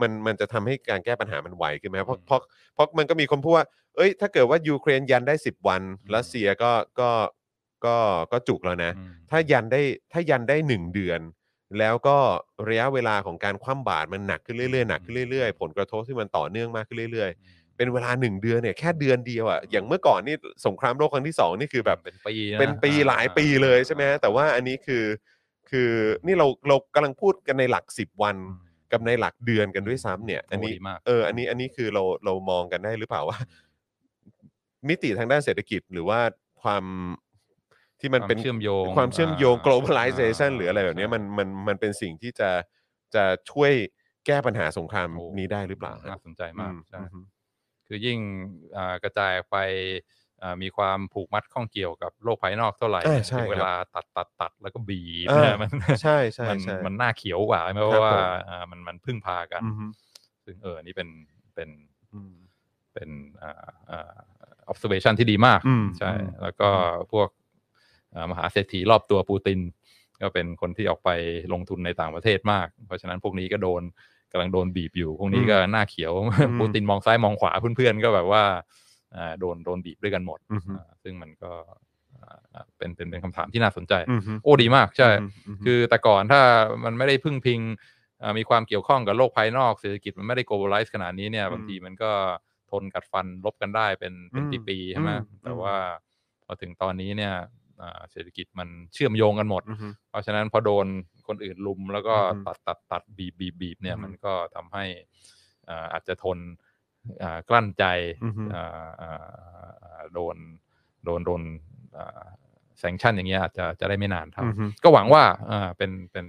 Speaker 1: มันมันจะทำให้การแก้ปัญหามันไวขึ้นไหมครับเพราะ
Speaker 2: อืม
Speaker 1: เพราะเพราะมันก็มีคนพูดว่า เอ้ย ถ้าเกิดว่ายูเครนยันได้ 10 วัน
Speaker 2: อืม
Speaker 1: รัสเซียก็ก็ก็ก็จุกแล้วนะ ถ้ายันได้ถ้ายันได้ 1 เดือน แล้วก็ระยะเวลาของการคว่ำบาตรมันหนักขึ้นเรื่อยๆหนักขึ้นเรื่อยๆ ผลกระทบที่มันต่อเนื่องมากขึ้นเรื่อยๆ เป็นเวลา 1 เดือนเนี่ยแค่เดือนเดียวอะอย่างเมื่อก่อนนี่สงครามโลกครั้งที่ 2 นี่คือแบบ
Speaker 2: เป็นปีะ
Speaker 1: เป็นปี
Speaker 2: อ่
Speaker 1: หลายปีเลยใช่ไหมฮะแต่ว่าอันนี้คือคือนี่เราเรากำลังพูดกันในหลัก 10 วัน
Speaker 2: อืม
Speaker 1: กับในหลักเดือนกันด้วยซ้ำเนี่ย อันนี้
Speaker 2: โดีมาก
Speaker 1: เอออันนี้อันนี้คือเราเรามองกันได้หรือเปล่าว่า
Speaker 2: อื
Speaker 1: มิติทางด้านเศรษฐกิจหรือว่าความที่มัน
Speaker 2: ความ
Speaker 1: เป็น
Speaker 2: เชื่อมโยง
Speaker 1: ความเชื่อมโยง
Speaker 2: อ่า
Speaker 1: globalization
Speaker 2: อ่า
Speaker 1: หรืออะไรแบบเนี้ย
Speaker 2: ใช่
Speaker 1: มันมันมันเป็นสิ่งที่จะจะช่วยแก้ปัญหาสงครามนี้ได้หรือเปล่าฮะ
Speaker 2: น่าสนใจมาก
Speaker 1: อื
Speaker 2: ใช่
Speaker 1: อืม
Speaker 2: คือยิ่งอ่ากระจายไป เอ่อมีความผูกมัดข้องเกี่ยวกับโลกภายนอกเท่าไหร่
Speaker 1: อ่าใช่
Speaker 2: ถึงเว
Speaker 1: ครับ
Speaker 2: ลาตัดตัดตัดแล้วก็บีบ
Speaker 1: อ่า
Speaker 2: เนี่ยมัน
Speaker 1: ใช่ใช่
Speaker 2: มัน
Speaker 1: ใช่
Speaker 2: มันหน้าเขียวกว่าไหมเพ
Speaker 1: ครับ
Speaker 2: ราะว่า
Speaker 1: ผม
Speaker 2: อ่ามันมันพึ่งพากัน
Speaker 1: อือฮึ
Speaker 2: ซึ่งเอออนนี่เป็นเป็น
Speaker 1: อืม
Speaker 2: เป็นอ่าอ่า observation ที่ดีมาก
Speaker 1: อืม
Speaker 2: ใช่
Speaker 1: อืม
Speaker 2: แล้วก็พวกอ่ามหาเศรษฐีรอบตัวปูติน ก็เป็นคนที่ออกไปลงทุนในต่างประเทศมาก เพราะฉะนั้นพวกนี้ก็โดนกำลังโดนบีบอยู่ พวกนี้ก็หน้าเขียว ปูตินมองซ้ายมองขวาเพื่อนๆก็แบบว่าอ่าโดนโดนบีบด้วยกันหมด
Speaker 1: อือฮึ
Speaker 2: อ่าซึ่งมันก็อ่าเป็นเป็นเป็นคำถามที่น่าสนใจ
Speaker 1: อือฮึ
Speaker 2: โอ้ดีมากใช่
Speaker 1: มฮึ
Speaker 2: คือแต่ก่อนถ้ามันไม่ได้พึ่งพิงเอ่อมีความเกี่ยวข้องกับโลกภายนอกเศรษฐกิจมันไม่ได้ globalize ขนาดนี้เนี่ย
Speaker 1: อืม
Speaker 2: บางทีมันก็ทนกัดฟันลบกันได้เป็นเป็น
Speaker 1: อืม
Speaker 2: ปีๆใช่ไหม
Speaker 1: อืม
Speaker 2: แต่
Speaker 1: อืม
Speaker 2: ว่าพอถึงตอนนี้เนี่ยอ่าเศรษฐกิจมันเชื่อมโยงกันหมด
Speaker 1: อือฮึ
Speaker 2: เพราะฉะนั้นพอโดนคนอื่นลุมแล้วก็
Speaker 1: อือฮึ
Speaker 2: ตัดตัดตัดบีบบีบบีบเนี่ย
Speaker 1: อือฮึ
Speaker 2: มันก็ทำให้อ่าอาจจะทนอ่ากลั้นใจ
Speaker 1: อือฮึ
Speaker 2: อ่าอ่าอ่าโดนโดนโดนแซงชั่นอย่างเงี้ยอาจจะจะได้ไม่นานเท่า
Speaker 1: อือฮึ
Speaker 2: ก็หวังว่าอ่าเป็นเป็น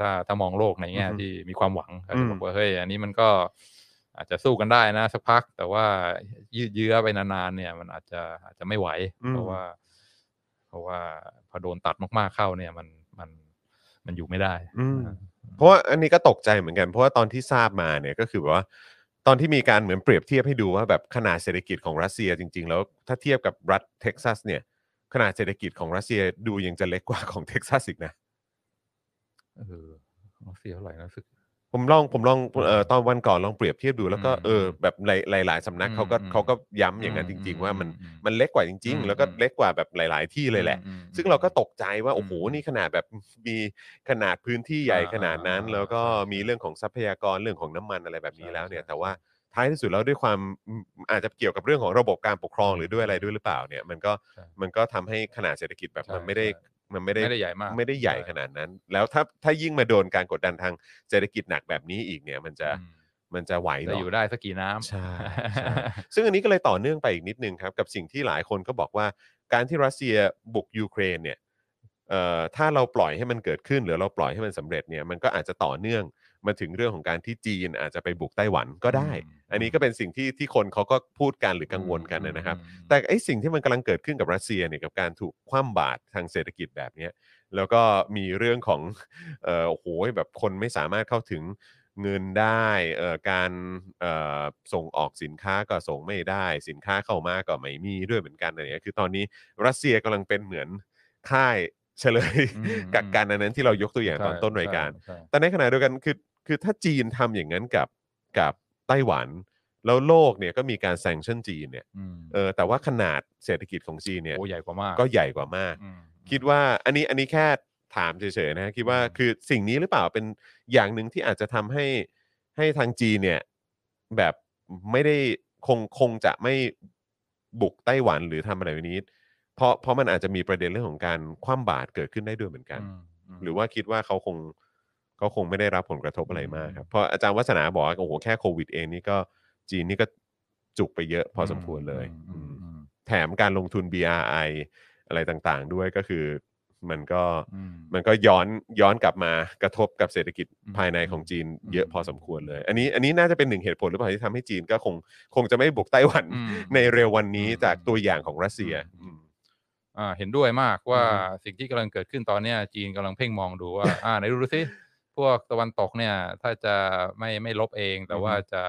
Speaker 2: ถ้าถ้ามองโลกในแง่
Speaker 1: อือฮึ
Speaker 2: ที่มีความหวังก็จะบอ
Speaker 1: อื
Speaker 2: ก
Speaker 1: ม
Speaker 2: ว่าเฮ้ยอันนี้มันก็อาจจะสู้กันได้นะสักพัก แต่ว่ายืดเยื้อไปนานๆเนี่ย มันอาจจะอาจจะไม่ไหว
Speaker 1: อืม
Speaker 2: เพราะว่า เพราะว่าพอโดนตัดมากๆเข้าเนี่ย มันมันมันอยู่ไม่ได้
Speaker 1: อืม
Speaker 2: นะ
Speaker 1: เพราะว่าอันนี้ก็ตกใจเหมือนกันเพราะว่าตอนที่ทราบมาเนี่ยก็คือแบบว่า ตอนที่มีการเหมือนเปรียบเทียบให้ดูว่าแบบขนาดเศรษฐกิจของรัสเซียจริง ๆ แล้วถ้าเทียบกับรัฐเท็กซัสเนี่ย ขนาดเศรษฐกิจของรัสเซียดูยังจะเล็กกว่าของ *laughs* เท็กซัสอีกนะ
Speaker 2: เออเสียเท่าไหร่นะรู้สึก
Speaker 1: ผมลองผมลองเอ่อตอนวันก่อนลองเปรียบเทียบดูแล้วก็
Speaker 2: อืม
Speaker 1: เออแบบหลายหลาย ๆสำนักเขาก็
Speaker 2: อืม
Speaker 1: เขาก็ย้ำอย่างนั้นจริง ๆ ว่ามัน
Speaker 2: อื
Speaker 1: มันเล็กกว่าจริง
Speaker 2: อื
Speaker 1: ๆ
Speaker 2: ม
Speaker 1: แล้วก็
Speaker 2: อืม
Speaker 1: เล็กกว่าแบบหลาย ๆ ที่เลยแหละ
Speaker 2: อืมอืม
Speaker 1: ซึ่งเราก็ตกใจว่าโอ้โห
Speaker 2: อืม
Speaker 1: นี่ขนาดแบบ *laughs* มีขนาดพื้นที่ใหญ่
Speaker 2: อ่า
Speaker 1: ขนาดนั้น
Speaker 2: อ่า
Speaker 1: แล้วก็
Speaker 2: ใช่ใช่
Speaker 1: มีเรื่องของทรัพยากรเรื่องของน้ำมันอะไรแบบนี้
Speaker 2: ใช่
Speaker 1: แล้วเนี่ย
Speaker 2: ใช่
Speaker 1: แต่ว่าท้ายที่สุดแล้วด้วยความอืมอาจจะเกี่ยวกับเรื่องของระบบการปกครองหรือด้วยอะไรด้วยหรือเปล่าเนี่ย มันก็
Speaker 2: ใช่
Speaker 1: มันก็ทำให้ขนาดเศรษฐกิจแบบ
Speaker 2: ใช่
Speaker 1: มันไม่ได้
Speaker 2: ใช่
Speaker 1: มันไม่ได้
Speaker 2: ไม่ได้ใหญ่มาก
Speaker 1: ไม่ได้ใหญ่ขนาดนั้น แล้วถ้าถ้ายิ่งมาโดนการกดดันทางเศรษฐกิจหนักแบบนี้อีกเนี่ย มันจะ
Speaker 2: อืม
Speaker 1: มันจะไหวเหร
Speaker 2: จะ
Speaker 1: อ
Speaker 2: อยู่ได้สักกี่น้ำ
Speaker 1: ใช่
Speaker 2: *laughs*
Speaker 1: ใช่ ซึ่งอันนี้ก็เลยต่อเนื่องไปอีกนิดนึงครับ กับสิ่งที่หลายคนก็บอกว่า การที่รัสเซียบุกยูเครนเนี่ยเอ่อถ้าเราปล่อยให้มันเกิดขึ้น หรือเราปล่อยให้มันสำเร็จเนี่ยมันก็อาจจะต่อเนื่องมาถึงเรื่องของการที่จีนอาจจะไปบุกไต้หวันก็ได้
Speaker 2: อืม
Speaker 1: อันนี้ก็เป็นสิ่งที่ที่คนเขาก็พูดกันหรือกังวลกันนะครับ แต่ไอ้สิ่งที่มันกำลังเกิดขึ้นกับรัสเซียเนี่ยกับการถูกคว่ำบาตรทางเศรษฐกิจแบบเนี้ยแล้วก็มีเรื่อง *laughs* ของเอ่อโอ้โหแบบคนไม่สามารถเข้าถึงเงินได้เอ่อการเอ่อส่งออกสินค้าก็ส่งไม่ได้ สินค้าเข้ามาก็ไม่มีด้วยเหมือนกันอะไรเงี้ยคือตอนนี้รัสเซียกำลังเป็นเหมือนค่ายเฉลย *laughs*
Speaker 2: อืม
Speaker 1: กักกันอันนั้นที่เรายกตัวอย่าง
Speaker 2: ใช่
Speaker 1: ตอนต้นรายการ
Speaker 2: ใช่
Speaker 1: แต่ในขณะเดียวกันคือคือถ้าจีนทำอย่างนั้นกับกับไต้หวัน แล้วโลกเนี่ยก็มีการแซงชั่นจีนเนี่ย
Speaker 2: อืม
Speaker 1: เออแต่ว่าขนาดเศรษฐกิจของจีนเนี่ย
Speaker 2: โอ้ใหญ่กว่ามาก
Speaker 1: ก็ใหญ่กว่ามาก
Speaker 2: อืม
Speaker 1: คิดว่าอันนี้อันนี้แค่ถามเฉยๆนะฮะคิดว่า
Speaker 2: อืม
Speaker 1: คือสิ่งนี้หรือเปล่าเป็นอย่างหนึ่งที่อาจจะทำให้ให้ทางจีนเนี่ย แบบไม่ได้คงคงจะไม่บุกไต้หวันหรือทำอะไรแบบนี้ เพราะเพราะมันอาจจะมีประเด็นเรื่องของการคว่ำบาตรเกิดขึ้นได้ด้วยเหมือนกัน
Speaker 2: อืมม
Speaker 1: หรือว่าคิดว่าเขาคงเขาคงไม่ได้รับผลกระทบอะไรมากครับ
Speaker 2: อืม
Speaker 1: เพราะอาจารย์วัฒนาบอกว่าโอ้โหแค่โควิดเองนี่ก็จีนนี่ก็จุกไปเยอะพอสมควรเลย
Speaker 2: อื
Speaker 1: อืม
Speaker 2: มอืม
Speaker 1: แถมการลงทุน BRI อะไรต่างๆ ด้วยก็คือมันก็
Speaker 2: อืม
Speaker 1: มันก็ย้อนย้อนกลับมากระทบกับเศรษฐกิจ
Speaker 2: อืม
Speaker 1: ภายในของจีน
Speaker 2: อืม
Speaker 1: เยอะพอสมควรเลย อันนี้อันนี้น่าจะเป็นหนึ่งเหตุผลหรือเปล่าที่ทำให้จีนก็คงคงจะไม่บุกไต้หวัน
Speaker 2: อืม
Speaker 1: ในเร็ววันนี้
Speaker 2: อืม
Speaker 1: จากตัวอย่างของรัสเซีย
Speaker 2: อ่าเห็นด้วยมากว่า
Speaker 1: อือฮึ
Speaker 2: สิ่งที่กำลังเกิดขึ้นตอนเนี้ย จีนกำลังเพ่งมองดูว่า *laughs* อ่าไหนดูสิพวกตะวันตกเนี่ย ถ้าจะไม่ไม่ลบเอง แต่
Speaker 1: อือฮึ
Speaker 2: ว่าจะ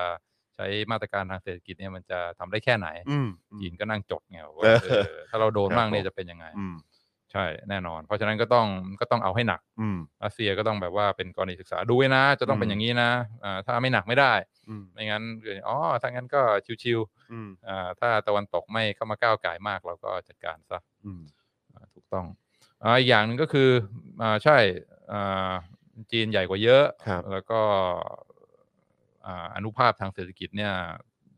Speaker 2: ใช้มาตรการทางเศรษฐกิจเนี่ยมันจะทำได้แค่ไหน
Speaker 1: อืม
Speaker 2: จีนก็นั่งจดไงว่า
Speaker 1: เออ
Speaker 2: เออถ้าเราโดน
Speaker 1: ครับ
Speaker 2: มากเนี่
Speaker 1: ผ
Speaker 2: ย
Speaker 1: ม
Speaker 2: จะเป็นยังไง
Speaker 1: อืม
Speaker 2: ใช่แน่นอน เพราะฉะนั้นก็ต้องก็ต้องเอาให้หนัก
Speaker 1: อืม
Speaker 2: รัสเซียก็ต้องแบบว่าเป็นกรณีศึกษาดูไว้นะ จะต้องเป็
Speaker 1: อื
Speaker 2: น
Speaker 1: ม
Speaker 2: อย่างนี้นะอ่าถ้าไม่หนักไม่ได้
Speaker 1: อืม
Speaker 2: ไม่งั้นคืออ๋อถ้างั้นก็ชิว
Speaker 1: อืม
Speaker 2: ๆอ่าถ้าตะวันตกไม่เข้ามาก้าวไก่ายมากเราก็จัดการซะ
Speaker 1: อืม
Speaker 2: อ่าถูกต้องอาอีกอย่างหนึ่งก็คืออ่าใช่อ่าจีนใหญ่กว่าเยอะ
Speaker 1: ครับ
Speaker 2: แล้วก็อ่าอนุภาพทางเศรษฐกิจเนี่ย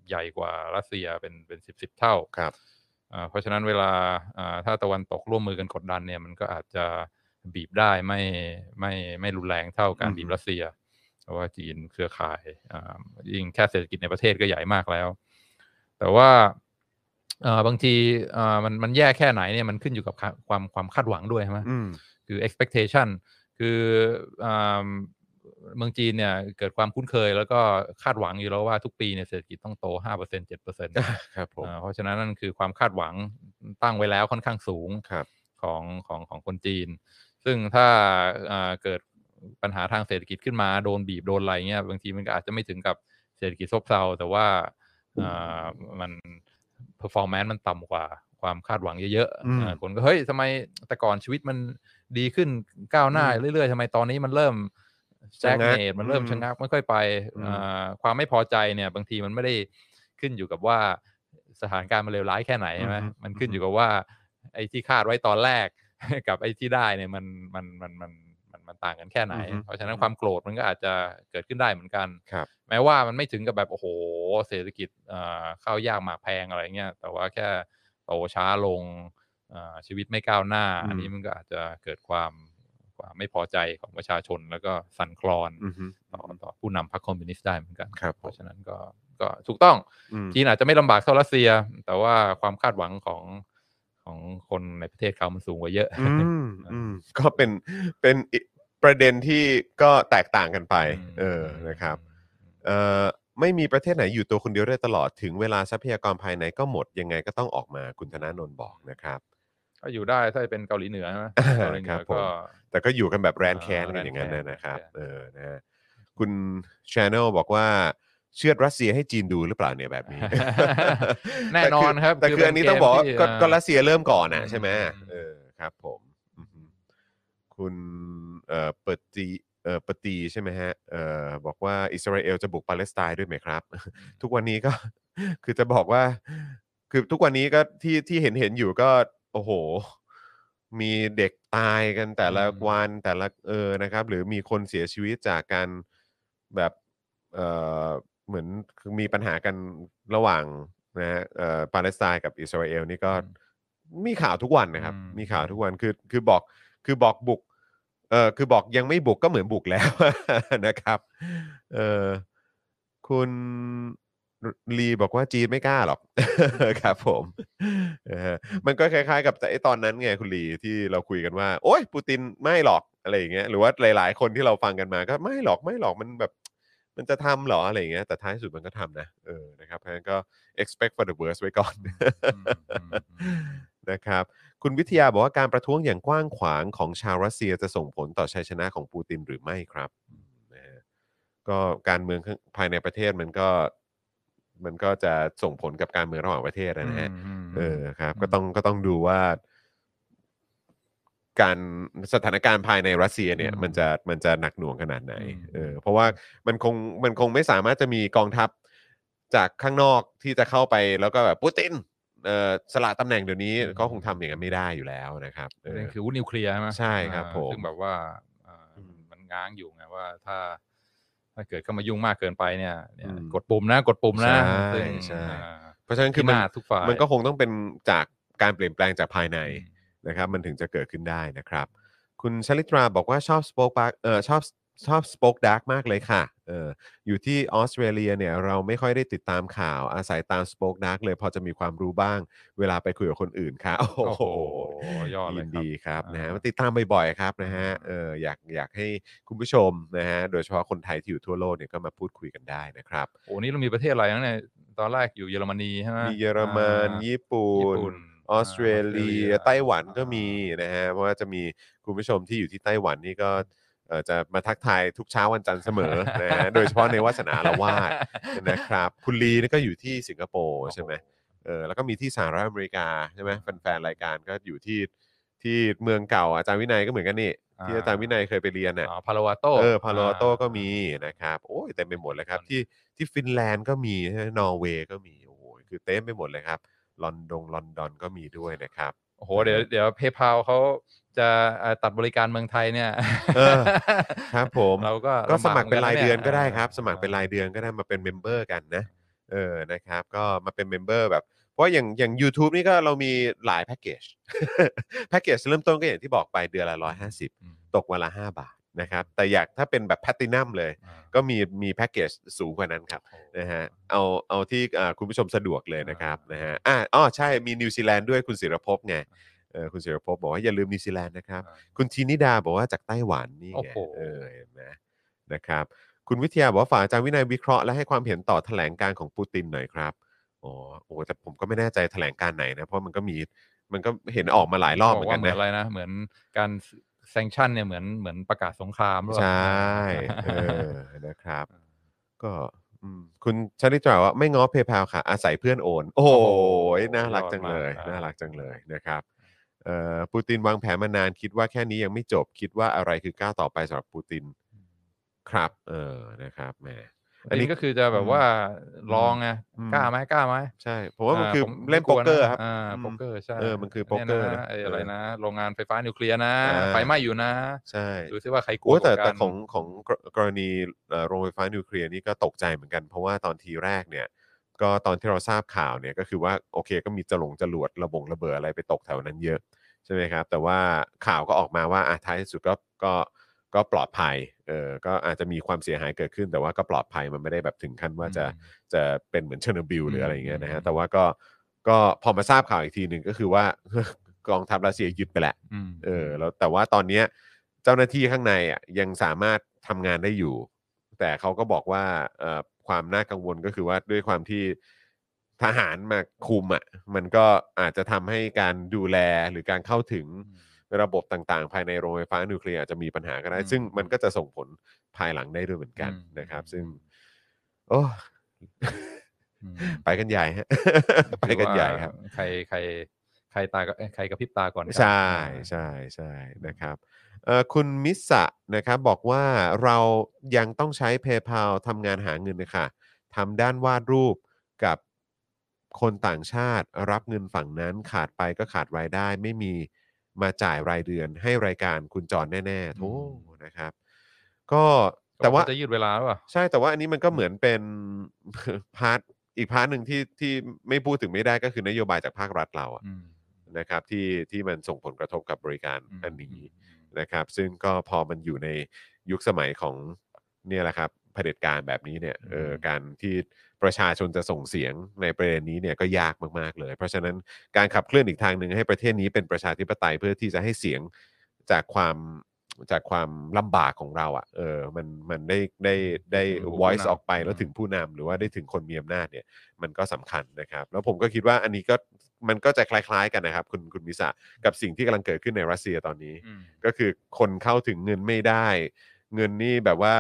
Speaker 2: ใหญ่กว่ารัสเซียเป็นเป็นสิบสิบเท่า
Speaker 1: ครับ
Speaker 2: อ่าเพราะฉะนั้นเวลาอ่าถ้าตะวันตกร่วมมือกันกดดันเนี่ยมันก็อาจจะบีบได้ไม่ไม่ไม่รุนแรงเท่าการ
Speaker 1: อือฮึ
Speaker 2: บีบรัสเซีย เพราะว่าจีนเครือข่ายอ่ายิ่งแค่เศรษฐกิจในประเทศก็ใหญ่มากแล้ว แต่ว่าเอ่อบางทีเอ่อมันมันแย่แค่ไหนเนี่ยมันขึ้นอยู่กับความความความคาดหวังด้วยใช่ไหม
Speaker 1: อืม
Speaker 2: คือ expectation คืออ่า เมืองจีนเนี่ยเกิดความคุ้นเคยแล้วก็คาดหวังอยู่แล้วว่าทุกปีเนี่ยเศรษฐกิจต้องโต 5% 7%เ
Speaker 1: ครับผม
Speaker 2: อ่อเพราะฉะนั้นนั่นคือความคาดหวังตั้งไว้แล้วค่อนข้างสูง
Speaker 1: ครับ
Speaker 2: ของของของคนจีน ซึ่งถ้าเอ่อเกิดปัญหาทางเศรษฐกิจขึ้นมาโดนบีบโดนอะไรเงี้ยบางทีมันก็อาจจะไม่ถึงกับเศรษฐกิจซบเซาแต่ว่าเอ่อมัน performance มันต่ำกว่าความคาดหวังเยอะ
Speaker 1: อืม
Speaker 2: ๆเอ่อคนก็เฮ้ยทำไมแต่ก่อนชีวิตมันดีขึ้นก้าวหน้า
Speaker 1: อืม
Speaker 2: เรื่อยๆทำไมตอนนี้มันเริ่มแจก
Speaker 1: ชะงัก
Speaker 2: เนตมันเริ่ม
Speaker 1: อืม
Speaker 2: ชะงัก นักไม่ค่อยไป
Speaker 1: อืม
Speaker 2: เอ่อความไม่พอใจเนี่ยบางทีมันไม่ได้ขึ้นอยู่กับว่าสถานการณ์มันเลวร้ายแค่ไหนใช่ไหม
Speaker 1: อือฮึ
Speaker 2: มันขึ้นอยู่กับว่าไอ้ที่คาดไว้ตอนแรก *laughs* กับไอ้ที่ได้เนี่ยมันมันมันมันมันมันต่างกันแค่ไหน
Speaker 1: อือฮึ
Speaker 2: เพราะฉะนั้นความโกรธมันก็อาจจะเกิดขึ้นได้เหมือนกัน
Speaker 1: ครับ
Speaker 2: แม้ว่ามันไม่ถึงกับแบบโอ้โหเศรษฐกิจเอ่อข้าวยากหมากแพงอะไรเงี้ยแต่ว่าแค่โตช้าลงเอ่อชีวิตไม่ก้าวหน้า อันนี้มันก็อาจจะเกิดความความไม่พอใจของประชาชนแล้วก็สั่นคลอน
Speaker 1: อือฮึ
Speaker 2: ต่อต่อผู้นำพรรคคอมมิวนิสต์ได้เหมือนกัน
Speaker 1: ครับ
Speaker 2: เพ
Speaker 1: ผม
Speaker 2: ราะฉะนั้นก็ก็ถูกต้อง
Speaker 1: อืม
Speaker 2: จีนอาจจะไม่ลำบากเท่ารัสเซีย แต่ว่าความคาดหวังของของคนในประเทศเขามันสูงกว่าเยอะ
Speaker 1: อืมอืมก็เป็นเป็นอีกประเด็นที่ก็แตกต่างกันไป เออนะครับเอ่อไม่มีประเทศไหนอยู่ตัวคนเดียวได้ตลอดถึงเวลาทรัพยากรภายในก็หมดยังไงก็ต้องออกมาคุณธนาโนนบอกนะครับ
Speaker 2: ก็อยู่ได้ถ้าเป็นเกาหลีเหนือใช่ไหม
Speaker 1: อ่า
Speaker 2: เกาหลีเหนื
Speaker 1: ครั
Speaker 2: อบ
Speaker 1: ผม
Speaker 2: ก็
Speaker 1: แต่ก็อยู่กันแบบแรนแค้น
Speaker 2: อ่า
Speaker 1: กันอย่างนั้น
Speaker 2: แร
Speaker 1: นะ
Speaker 2: นแค้น
Speaker 1: นะครับ
Speaker 2: แรนแค้น
Speaker 1: เออนะฮะคุณชาแนลบอกว่าเชือดรัสเซียให้จีนดูหรือเปล่าเนี่ยแบบ
Speaker 2: *laughs*
Speaker 1: นี้
Speaker 2: แน่นอนครับ
Speaker 1: แต่
Speaker 2: คือ
Speaker 1: คือ
Speaker 2: เป็น
Speaker 1: อันนี้ต้องบอกว่า
Speaker 2: เกมที่
Speaker 1: ก็
Speaker 2: อ่า
Speaker 1: ก็รัสเซียเริ่มก่อนนะ
Speaker 2: อืม
Speaker 1: ใช่ไหม
Speaker 2: อืม
Speaker 1: เออครับผมอือฮึคุณเอ่อปฏิเอ่อปฏิใช่ไหมฮะเอ่อบอกว่าอิสราเอลจะบุกปาเลสไตน์ด้วยไหมครับ ทุกวันนี้ก็ *laughs* คือจะบอกว่า คือทุกวันนี้ก็ที่ที่เห็นเห็นอยู่ก็ โอ้โห มีเด็กตายกันแต่ละ
Speaker 2: อืม
Speaker 1: วันแต่ละเออนะครับ หรือมีคนเสียชีวิตจากการแบบเออเหมือนคือมีปัญหากันระหว่างนะฮะเอ่อปาเลสไตน์กับอิสราเอลนี่ก็
Speaker 2: อืม
Speaker 1: มีข่าวทุกวันนะครับ
Speaker 2: อืม
Speaker 1: มีข่าวทุกวันคือคือบอกคือบอกบุกเออคือบอกยังไม่บุกก็เหมือนบุกแล้ว *laughs* นะครับเออคุณ ลีบอกว่าจีนไม่กล้าหรอก ครับผมนะฮะมันก็คล้ายๆ กับไอ้ตอนนั้นไงคุณลีที่เราคุยกันว่า โอ๊ยปูตินไม่หรอกอะไรอย่างเงี้ยหรือว่าหลายๆ คนที่เราฟังกันมาก็ไม่หรอกไม่หรอกมันแบบ มันจะทำเหรออะไรอย่างเงี้ยแต่ท้ายสุดมันก็ทำนะเออนะครับเพราะฉะนั้นก็ expect for the worst ไว้ก่อน *laughs*
Speaker 2: อืมอืมอืม
Speaker 1: นะครับ คุณวิทยาบอกว่าการประท้วงอย่างกว้างขวางของชาวรัสเซียจะส่งผลต่อชัยชนะของปูตินหรือไม่ครับนะฮะก็การเมืองข้างภายในประเทศมันก็ มันก็จะส่งผลกับการเมืองระหว่างประเทศนะฮะเออครับ ก็ต้องก็ต้องดูว่า การสถานการณ์ภายในรัสเซียเนี่ย
Speaker 2: อืม
Speaker 1: มันจะมันจะหนักหน่วงขนาดไหน
Speaker 2: อืม
Speaker 1: เออเพราะว่ามันคงมันคงไม่สามารถจะมีกองทัพจากข้างนอกที่จะเข้าไปแล้วก็แบบปูตินเอ่อสละตำแหน่งเดี๋ยวนี้ก็คงทำอย่างนั้นไม่ได้อยู่แล้วนะครับเอ
Speaker 2: ประ
Speaker 1: อ
Speaker 2: เด็นคือวุธนิวเคลียร์ใช่ไหม
Speaker 1: ใช่ครับ
Speaker 2: อ่า
Speaker 1: ผม
Speaker 2: ซึ่งแบบว่าอ่า
Speaker 1: อืม
Speaker 2: มันง้างอยู่ไงว่าถ้า ถ้าเกิดเข้ามายุ่งมากเกินไปเนี่ยเนี่ย
Speaker 1: อืม
Speaker 2: กดปุ่มนะกดปุ่มนะ
Speaker 1: ใช่
Speaker 2: ซึ่ง
Speaker 1: ใช่
Speaker 2: อ่า
Speaker 1: เพราะฉะนั้นคือ
Speaker 2: พิ
Speaker 1: มัน
Speaker 2: นาศทุกฝ่าย
Speaker 1: มันก็คงต้องเป็นจากการเปลี่ยนแปลงจากภายใน
Speaker 2: อืม
Speaker 1: นะครับ มันถึงจะเกิดขึ้นได้นะครับ คุณชลิตราบอกว่าชอบสป o อ e บ a r k เออชอบชอบสป o อ e ดาร์กมากเลยค่ะเอออยู่ที่ออสเตรเลียเนี่ยเราไม่ค่อยได้ติดตามข่าวอาศัยตามสป o อ e ดาร์กเลยพอจะมีความรู้บ้าง เวลาไปคุยกับคนอื่นค่ะโอ้ *laughs*
Speaker 2: โอ้
Speaker 1: โห
Speaker 2: โหยอดเลยครับ
Speaker 1: นดีครับ
Speaker 2: อ่าน
Speaker 1: นะฮะมาติดตามบ่อยๆครับนะฮะเอออยากอยากให้คุณผู้ชมนะฮะโดยเฉพาะคนไทยที่อยู่ทั่วโลกเนี่ยก็มาพูดคุยกันได้นะครับ
Speaker 2: โอ้นี่เรามีประเทศอะไรนะเนี่ยตอนแรกอยู่เยอรมนีใช่ไหม
Speaker 1: มีเยอรมัน
Speaker 2: อ่า
Speaker 1: ญี่ปุ่น
Speaker 2: ญี่ปุ่น
Speaker 1: ออสเตรเลีย
Speaker 2: ออสเตรเลีย
Speaker 1: ไต้หวันก็
Speaker 2: อ่ามี
Speaker 1: มีนะฮะ เพราะว่าจะมีคุณผู้ชมที่อยู่ที่ไต้หวันนี่ก็เอ่อจะมาทักทายทุกเช้าวันจันทร์เสมอ นะ
Speaker 2: *laughs*
Speaker 1: ฮะ โดยเฉพาะในวาสนาละวาดนะครับ คุณลีนี่ก็อยู่ที่สิงคโปร์ใช่ไหมเออ แล้วก็มีที่สหรัฐอเมริกาใช่ไหมแฟนๆรายการก็อยู่ที่ที่เมืองเก่าอาจารย์วินัยก็เหมือนกันนี่ ที่อาจารย์วินัยเคยไปเรียนน่ะ
Speaker 2: อ๋อพาโลวาโต
Speaker 1: เออพาโลโตก็มีนะครับโอ้ยเต็มไปหมดเลยครับ ที่ที่ฟินแลนด์ก็มีนอร์เวย์ก็มีโอ้ยคือเต็มไปหมดเลยครับ ลอนดงลอนดอนก็มีด้วยนะครับ
Speaker 2: โอ้โหเดี๋ยวเดี๋ยวเพย์พาเขาจะเอ่อตัดบริการเมืองไทยเนี่ย
Speaker 1: เออครับผม
Speaker 2: *laughs* เราก็
Speaker 1: ก็
Speaker 2: ลำบ
Speaker 1: สมัครเป็นรายเดือน
Speaker 2: หมื
Speaker 1: ก็ได้
Speaker 2: ย
Speaker 1: ครับ สมัครเป็นรายเดือนก็ได้มาเป็นเมมเบอร์กันนะ เออนะครับ ก็มาเป็นเมมเบอร์แบบ เพราะอย่างอย่าง u t u b e นี่ก็เรามีหลายแพ็กเกจ *laughs* แพ็กเกจเริ่มต้นก็อย่างที่บอกไปเดือนละ150
Speaker 2: อืม
Speaker 1: ตกวันละ5บาทนะครับ แต่อยากถ้าเป็นแบบแพตตินัมเลย
Speaker 2: อ่า
Speaker 1: ก็มีมีแพ็กเกจสูงกว่านั้นครับ
Speaker 2: โอ้
Speaker 1: นะฮะเอาเอาที่อ่าคุณผู้ชมสะดวกเลยนะครับ
Speaker 2: อ่าน
Speaker 1: นะฮะอ่าอ๋อใช่มีนิวซีแลนด์ด้วยคุณศิรภพไงเออคุณศิรภพบอกว่าอย่าลืมนิวซีแลนด์นะครับ
Speaker 2: อ่า
Speaker 1: คุณทีนิดาบอกว่าจากไต้หวันนี่
Speaker 2: โอ้
Speaker 1: ไง
Speaker 2: โห
Speaker 1: เออเห็นไหม นะครับ คุณวิทยาบอกว่าฝากอาจารย์วินัยวิเคราะห์และให้ความเห็นต่อแถลงการของปูตินหน่อยครับอ๋อโอ้แต่ผมก็ไม่แน่ใจแถลงการไหนนะ เพราะมันก็มีมันก็เห็นออกมาหลายรอบเหมือนกัน
Speaker 2: บว่า
Speaker 1: นะ
Speaker 2: เหมือนอะไรนะ เหมือนการแซงชั่นเนี่ยเหมือนเหมือนประกาศสงครามหรือเป
Speaker 1: ใช
Speaker 2: ล่า
Speaker 1: ่ เออ
Speaker 2: *laughs*
Speaker 1: นะครับ ก็อืมคุณชนิดจ่าว่าไม่ง้อเพย์พาค่ะ อาศัยเพื่อนโอน โอ้โห น่ารักจังเลย
Speaker 2: ยอดมากครับ
Speaker 1: น่ารักจังเลยนะครับเอ่อปูตินวางแผนมานานคิดว่าแค่นี้ยังไม่จบ คิดว่าอะไรคือก้าวต่อไปสำหรับปูติน ครับ เออ นะครับ แหม อั
Speaker 2: อั
Speaker 1: น
Speaker 2: น
Speaker 1: นี้
Speaker 2: นี้ก็คือจะแบบว่าลองไง
Speaker 1: อืม
Speaker 2: กล้าไหมกล้าไหม
Speaker 1: ใช่ ผมว่ามันคือ
Speaker 2: ผม
Speaker 1: เล่นโป๊กเกอร์ครับ
Speaker 2: อ่า
Speaker 1: อืม
Speaker 2: โป๊กเกอร์ใช่
Speaker 1: เออมันคือโป๊กเกอร์
Speaker 2: นี่
Speaker 1: นะ
Speaker 2: ยนะไอ้อะไร
Speaker 1: เออ
Speaker 2: นะ โรงงานไฟฟ้านิวเคลียร์นะ
Speaker 1: อ่า
Speaker 2: ไฟไหม้อยู่นะ
Speaker 1: ใช่
Speaker 2: ดูซิว่าใครกลัว
Speaker 1: โอ้ยแต่
Speaker 2: กว่า
Speaker 1: แต่
Speaker 2: น
Speaker 1: ของของกรกรณีเอ่อโรงไฟฟ้านิวเคลียร์นี่ก็ตกใจเหมือนกัน เพราะว่าตอนทีแรกเนี่ย ก็ตอนที่เราทราบข่าวเนี่ยก็คือว่าโอเคก็มีจลงจรวดระบงระเบิดอะไรไปตกแถวนั้นเยอะใช่ไหมครับ แต่ว่าข่าวก็ออกมาว่าอ่ะท้ายที่สุดก็ก็ก็ปลอดภัยเออก็อาจจะมีความเสียหายเกิดขึ้น แต่ว่าก็ปลอดภัยมันไม่ได้แบบถึงขั้นว่าจะ จะเป็นเหมือนเชอร์โนบิลหรืออะไรอย่างเงี้ยนะฮะ
Speaker 2: อืม
Speaker 1: แต่ว่าก็ก็พอมาทราบข่าวอีกทีหนึ่งก็คือว่า *laughs* กองทัพรัสเซียยึดไปแหละ
Speaker 2: อืม
Speaker 1: เออแล้วแต่ว่าตอนเนี้ยเจ้าหน้าที่ข้างในอ่ะยังสามารถทำงานได้อยู่ แต่เขาก็บอกว่าเอ่อความน่ากังวลก็คือว่าด้วยความที่ทหารมาคุมอ่ะมันก็อาจจะทำให้การดูแลหรือการเข้าถึงระบบต่างๆ ภายในโรงไฟฟ้านิวเคลียร์อาจจะมีปัญหาก็ได้
Speaker 2: อืม
Speaker 1: ซึ่งมันก็จะส่งผลภายหลังได้ด้วยเหมือนกัน
Speaker 2: อืม
Speaker 1: นะครับ ซึ่ง โอ้
Speaker 2: อืม
Speaker 1: ไปกันใหญ่ฮะ *laughs* ไปกันใหญ่ครับ
Speaker 2: อว่าใครใครใครตาก็เอ้ยใครกระพริบตาก่อนกัน
Speaker 1: ใช่
Speaker 2: อ่า
Speaker 1: ใช่ใช่นะครับเอ่อคุณมิสะนะครับบอกว่าเรายังต้องใช้ PayPal ทำงานหาเงินนะคะทำด้านวาดรูปกับคนต่างชาติรับเงินฝั่งนั้นขาดไปก็ขาดรายได้ ไม่มีมาจ่ายรายเดือนให้รายการคุณจรแน่ๆโธ่
Speaker 2: อืม
Speaker 1: นะครับ ก็แต่ว่า
Speaker 2: จะยืดเวลาหรือเปล่า
Speaker 1: ใช่แต่ว่าอันนี้มันก็เหมือนเป็น *laughs* พาร์ทอีกพาร์ทหนึ่งที่ที่ไม่พูดถึงไม่ได้ก็คือนโยบายจากภาครัฐเราอะ
Speaker 2: อืม
Speaker 1: นะครับที่ที่มันส่งผลกระทบกับบริการ
Speaker 2: อืม
Speaker 1: อันนี้
Speaker 2: อืม
Speaker 1: นะครับ ซึ่งก็พอมันอยู่ในยุคสมัยของเนี่ยแหละครับเผด็จการแบบนี้เนี่ยเออ
Speaker 2: อืม
Speaker 1: การที่ประชาชนจะส่งเสียงในประเด็นนี้เนี่ยก็ยากมากๆเลย เพราะฉะนั้นการขับเคลื่อนอีกทางหนึ่งให้ประเทศนี้เป็นประชาธิปไตยเพื่อที่จะให้เสียงจากความจากความลำบากของเราอะ่ะเออมันมันได้ได้ได้
Speaker 2: ถึงผู้
Speaker 1: voice
Speaker 2: นำ
Speaker 1: ออกไปแล้ว
Speaker 2: อืม
Speaker 1: ถึงผู้นำหรือว่าได้ถึงคนมีอำนาจเนี่ย มันก็สำคัญนะครับ แล้วผมก็คิดว่าอันนี้ก็มันก็จะคล้ายๆกันนะครับ คุณคุณมิสะกับสิ่งที่กำลังเกิดขึ้นในรัสเซียตอนนี้
Speaker 2: อืม
Speaker 1: ก็คือคนเข้าถึงเงินไม่ได้ เงินนี่แบบว่า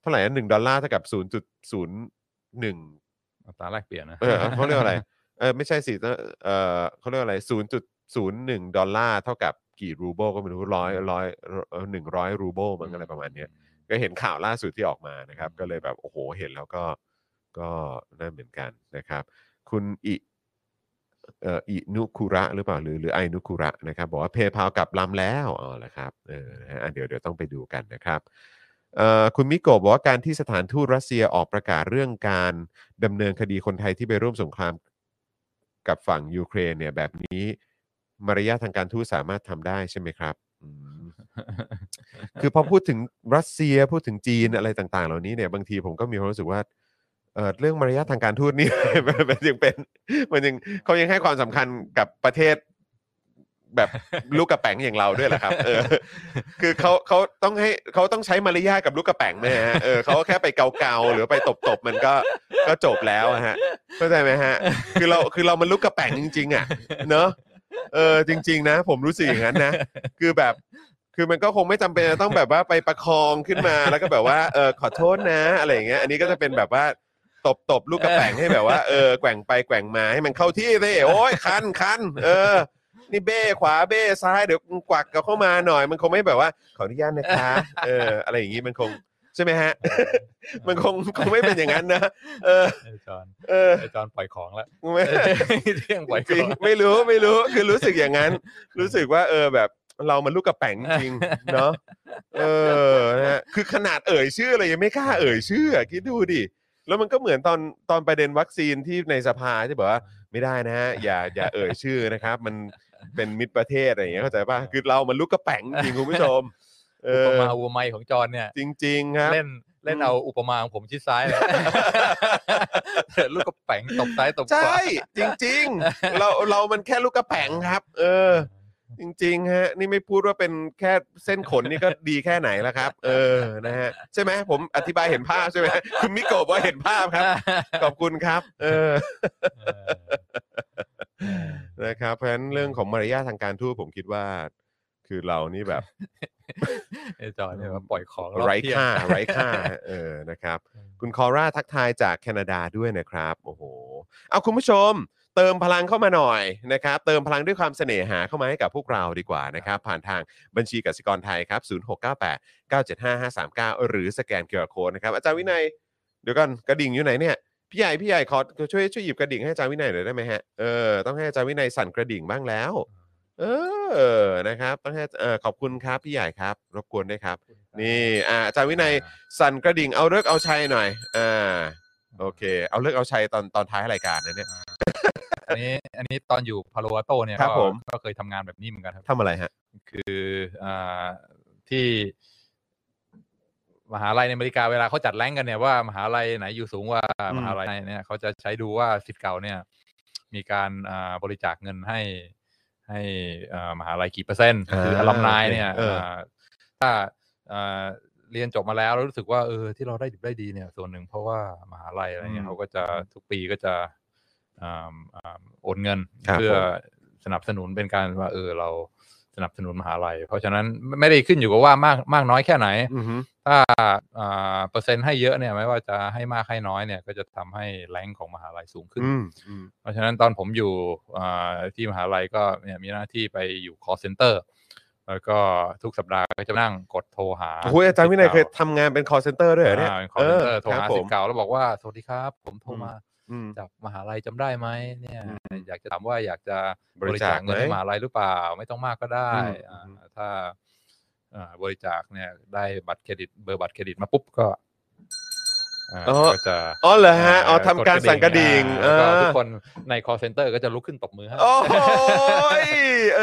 Speaker 1: เท่าไหร่นะหนึ่งดอลลาร์เท่ากับศูนย์จุดศูนย์หนึ่ง
Speaker 2: อัตราแลกเปลี่ยนนะ
Speaker 1: เอ
Speaker 2: *laughs*
Speaker 1: อเขาเรียกว่าอะไรเออไม่ใช่สิเออเขาเรียกว่าอะไรศูนย์จุดศูนย์หนึ่งดอลลาร์เท่ากับกี่รูเบิลก็ไม่รู้ร้อยร้อยหนึ่งร้อยรูเบิลมันก็อะไรประมาณเนี้ย ก็เห็นข่าวล่าสุดที่ออกมานะครับ ก็เลยแบบ โอ้โห เห็นแล้วก็ก็นั่นเหมือนกันนะครับ คุณอิเอ่ออินุคุระหรือเปล่าหรือหรือไอนุคุระนะครับ บอกว่าเพย์พากลับลำแล้วอ๋อแล้วครับเออนะฮะอ่ะเดี๋ยวเดี๋ยวต้องไปดูกันนะครับเอ่อคุณมิโกะบอกว่าการที่สถานทูตรัสเซียออกประกาศเรื่องการดำเนินคดีคนไทยที่ไปร่วมสงครามกับฝั่งยูเครนเนี่ยแบบนี้มารยาททางการทูตสามารถทำได้ใช่ไหมครับอืม *laughs* คือพอพูดถึงรัสเซียพูดถึงจีนอะไรต่าง ๆ เหล่านี้เนี่ยบางทีผมก็มีความรู้สึกว่าเออเรื่องมารยา *laughs* ททางการทูตนี่ มันมันยังเป็น มันยังเขายังให้ความสำคัญกับประเทศ แบบลูกกระแป๋งอย่างเราด้วยแหละครับ เออ คือเขาเขาต้องให้เขาต้องใช้มารยาทกับลูกกระแป๋งไหมฮะเออเขาแค่ไปเกาๆหรือไปตบๆมันก็ก็จบแล้วอะฮะเข้าใจไหมฮะ คือเราคือเรามันลูกกระแป๋งจริง ๆ อ่ะ เนอะเออจริง ๆ นะ ผมรู้สึกอย่างนั้นนะ คือแบบคือมันก็คงไม่จำเป็นจะต้องแบบว่าไปประคองขึ้นมา แล้วก็แบบว่าเออขอโทษนะ อะไรอย่างเงี้ยอันนี้ก็จะเป็นแบบว่าตบตบลูกกระแป๋งให้แบบว่าเออแกว่งไปแกว่งมาให้มันเข้าที่สิโอ้ยคันคันเออ นี่เบ้ขวาเบ้ซ้ายเดี๋ยวกวักกลับเข้ามาหน่อย มันคงไม่แบบว่าขออนุญาตนะคะเอออะไรอย่างงี้มันคงใช่ไหมฮะ *laughs* มันคงคงไม่เป็นอย่างนั้นนะเออ
Speaker 2: *laughs* ไอ้จอน
Speaker 1: เออ
Speaker 2: ไอ้จอนปล่อยของแล้ว
Speaker 1: ไม่
Speaker 2: เที่ยงปล่อยข
Speaker 1: *laughs* จริ
Speaker 2: อง ง
Speaker 1: ๆไม่รู้ไม่รู้คือรู้สึกอย่างนั้น รู้สึกว่าเออแบบเรามันลูกกระแป๋งจริงๆเนาะเออนะฮะคือขนาดเอ่ยชื่ออะไรยังไม่กล้าเอ่ยชื่ออะคิดดูดิแล้วมันก็เหมือนตอนตอนประเด็นวัคซีนที่ในสภาที่บอกว่าไม่ได้นะฮะอย่าอย่าเอ่ยชื่อนะครับ มันเป็นมิตรประเทศอะไรอย่างเงี้ยเข้าใจป่ะคือเรามันลูกกระแป๋งจริงๆคุณผู้ชม เอ
Speaker 2: อุ
Speaker 1: อ
Speaker 2: ปมาอุปไมยของจอนเนี่ย
Speaker 1: จริง ๆ ครับ
Speaker 2: เล่นเล่นเอาอุปมาของผมชิดซ้าย
Speaker 1: *laughs*
Speaker 2: เลยเธอลูกกระแป๋งตบซ้ายตบขวา
Speaker 1: ใช่จริง ๆ เราเรามันแค่ลูกกระแป๋งครับ เออ จริงๆฮะนี่ไม่พูดว่าเป็นแค่เส้นขนนี่ก็ดีแค่ไหนแล้วครับ เออนะฮะใช่ไหมผมอธิบายเห็นภาพใช่ไหม *laughs* คุณมิโกะบอกว่าเห็นภาพ
Speaker 2: *laughs*
Speaker 1: ครับ ขอบคุณครับ เออ นะครับเพราะฉะนั้นเรื่องของมารยาททางการทูตผมคิดว่า คือเรานี่แบบ
Speaker 2: ไอ้จอยเนี่ยมาปล่อยของอบ
Speaker 1: ไร้
Speaker 2: เที่ยง
Speaker 1: ค่า
Speaker 2: *laughs*
Speaker 1: ไร้ค่าเออนะครับ คุณคอร่าทักทายจากแคนาดาด้วยนะครับ โอ้โห เอาคุณผู้ชม เติมพลังเข้ามาหน่อยนะครับ เติมพลังด้วยความเสน่หาเข้ามาให้กับพวกเราดีกว่านะครับ ผ่านทางบัญชีกสิกรไทยครับ 0698 975 539 หรือสแกนเคอร์โคนะครับ อาจารย์วินัย เดี๋ยวก่อนกระดิ่งอยู่ไหนเนี่ย พี่ใหญ่พี่ใหญ่ขอช่วยช่วยหยิบกระดิ่งให้อาจารย์วินัยหน่อยได้ไหมฮะ เออต้องให้อาจารย์วินัยสั่นกระดิ่งบ้างแล้ว เออนะครับต้องให้เออขอบคุณครับพี่ใหญ่ครับ รบกวนด้วยครับ นี่อ่าอาจารย์วินัยสั่นกระดิ่งเอาเลิกเอาชัยหน่อยอ่าโอเค เอาเลิกเอาชัยตอนตอนท้ายรายการนะเนี่ย
Speaker 2: อันนี้อันนี้ตอนอยู่พาโลอัลโตเนี่ย
Speaker 1: ครับ
Speaker 2: ก็
Speaker 1: ผม
Speaker 2: ก็เคยทำงานแบบนี้เหมือนกันครับ
Speaker 1: ทำอะไรฮะ
Speaker 2: คืออ่าที่มหาลัยในอเมริกาเวลาเขาจัดแรงกันเนี่ยว่ามหาลัยไหนอยู่สูงกว่า
Speaker 1: อืม
Speaker 2: มหาลัยไหนเนี่ยเขาจะใช้ดูว่าสิทธิ์เก่าเนี่ย มีการอ่าบริจาคเงินให้ให้อ่ามหาลัยกี่เปอร์เซ็นต์คืออา ลัมนายเนี่ย
Speaker 1: โอเคเอออ่
Speaker 2: าถ้าอ่าเรียนจบมาแล้วแล้วรู้สึกว่าเออที่เราได้ดิบได้ดีเนี่ย ส่วนหนึ่งเพราะว่ามหาลัยอะไรเงี้ยเขาก็จะทุกปีก็จะอ่า โอนเงิน
Speaker 1: ครับ
Speaker 2: เพื่อสนับสนุนเป็นการว่าเออเราสนับสนุนมหาลัย เพราะฉะนั้นไม่ไม่ได้ขึ้นอยู่กับว่ามากมากน้อยแค่ไหน
Speaker 1: อือฮึ
Speaker 2: ถ้าอ่าเปอร์เซ็นต์ให้เยอะเนี่ยไม่ว่าจะให้มากให้น้อยเนี่ยก็จะทำให้แรงของมหาลัยสูงขึ้น
Speaker 1: อืมอืม
Speaker 2: เพราะฉะนั้นตอนผมอยู่อ่าที่มหาลัยก็เนี่ยมีหน้าที่ไปอยู่ call center แล้วก็ทุกสัปดาห์ก็จะนั่งกดโทรหา
Speaker 1: โอ้โหอาจารย์วินัยเคย
Speaker 2: สิทธิ์
Speaker 1: ทำงานเป็น call center ด้วยเหรอเนี่ย
Speaker 2: ก่าเป็น call center โทร
Speaker 1: ค
Speaker 2: หา
Speaker 1: บผ
Speaker 2: สิท
Speaker 1: ม
Speaker 2: ธิ์เก่าแล้วบอกว่าสวัสดีครับ ผมโทรมา
Speaker 1: อืม
Speaker 2: จากมหาลัยจำได้ไหมเนี่ย
Speaker 1: อืม
Speaker 2: อยากจะถามว่าอยากจะ
Speaker 1: บบ ริ
Speaker 2: ริ
Speaker 1: จา
Speaker 2: จา
Speaker 1: ค
Speaker 2: ค
Speaker 1: ไหม
Speaker 2: เงินให้มหาลัยหรือเปล่า ไม่ต้องมากก็ได้
Speaker 1: อืม
Speaker 2: อ่า
Speaker 1: อืม
Speaker 2: ถ้าอ่าบริจาคเนี่ยได้บัตรเครดิตเบอร์บัตรเครดิตมาปุ๊บก็อ่าก็จะ
Speaker 1: อ๋อเหรอฮะอ๋อทำการ
Speaker 2: ด
Speaker 1: สั่นกระดิ่ง
Speaker 2: อ่าแล้วก็ทุ
Speaker 1: อ่าก
Speaker 2: คนใน call center ก็จะลุกขึ้นตบมือให้
Speaker 1: โอ้โหยเอ
Speaker 2: เอ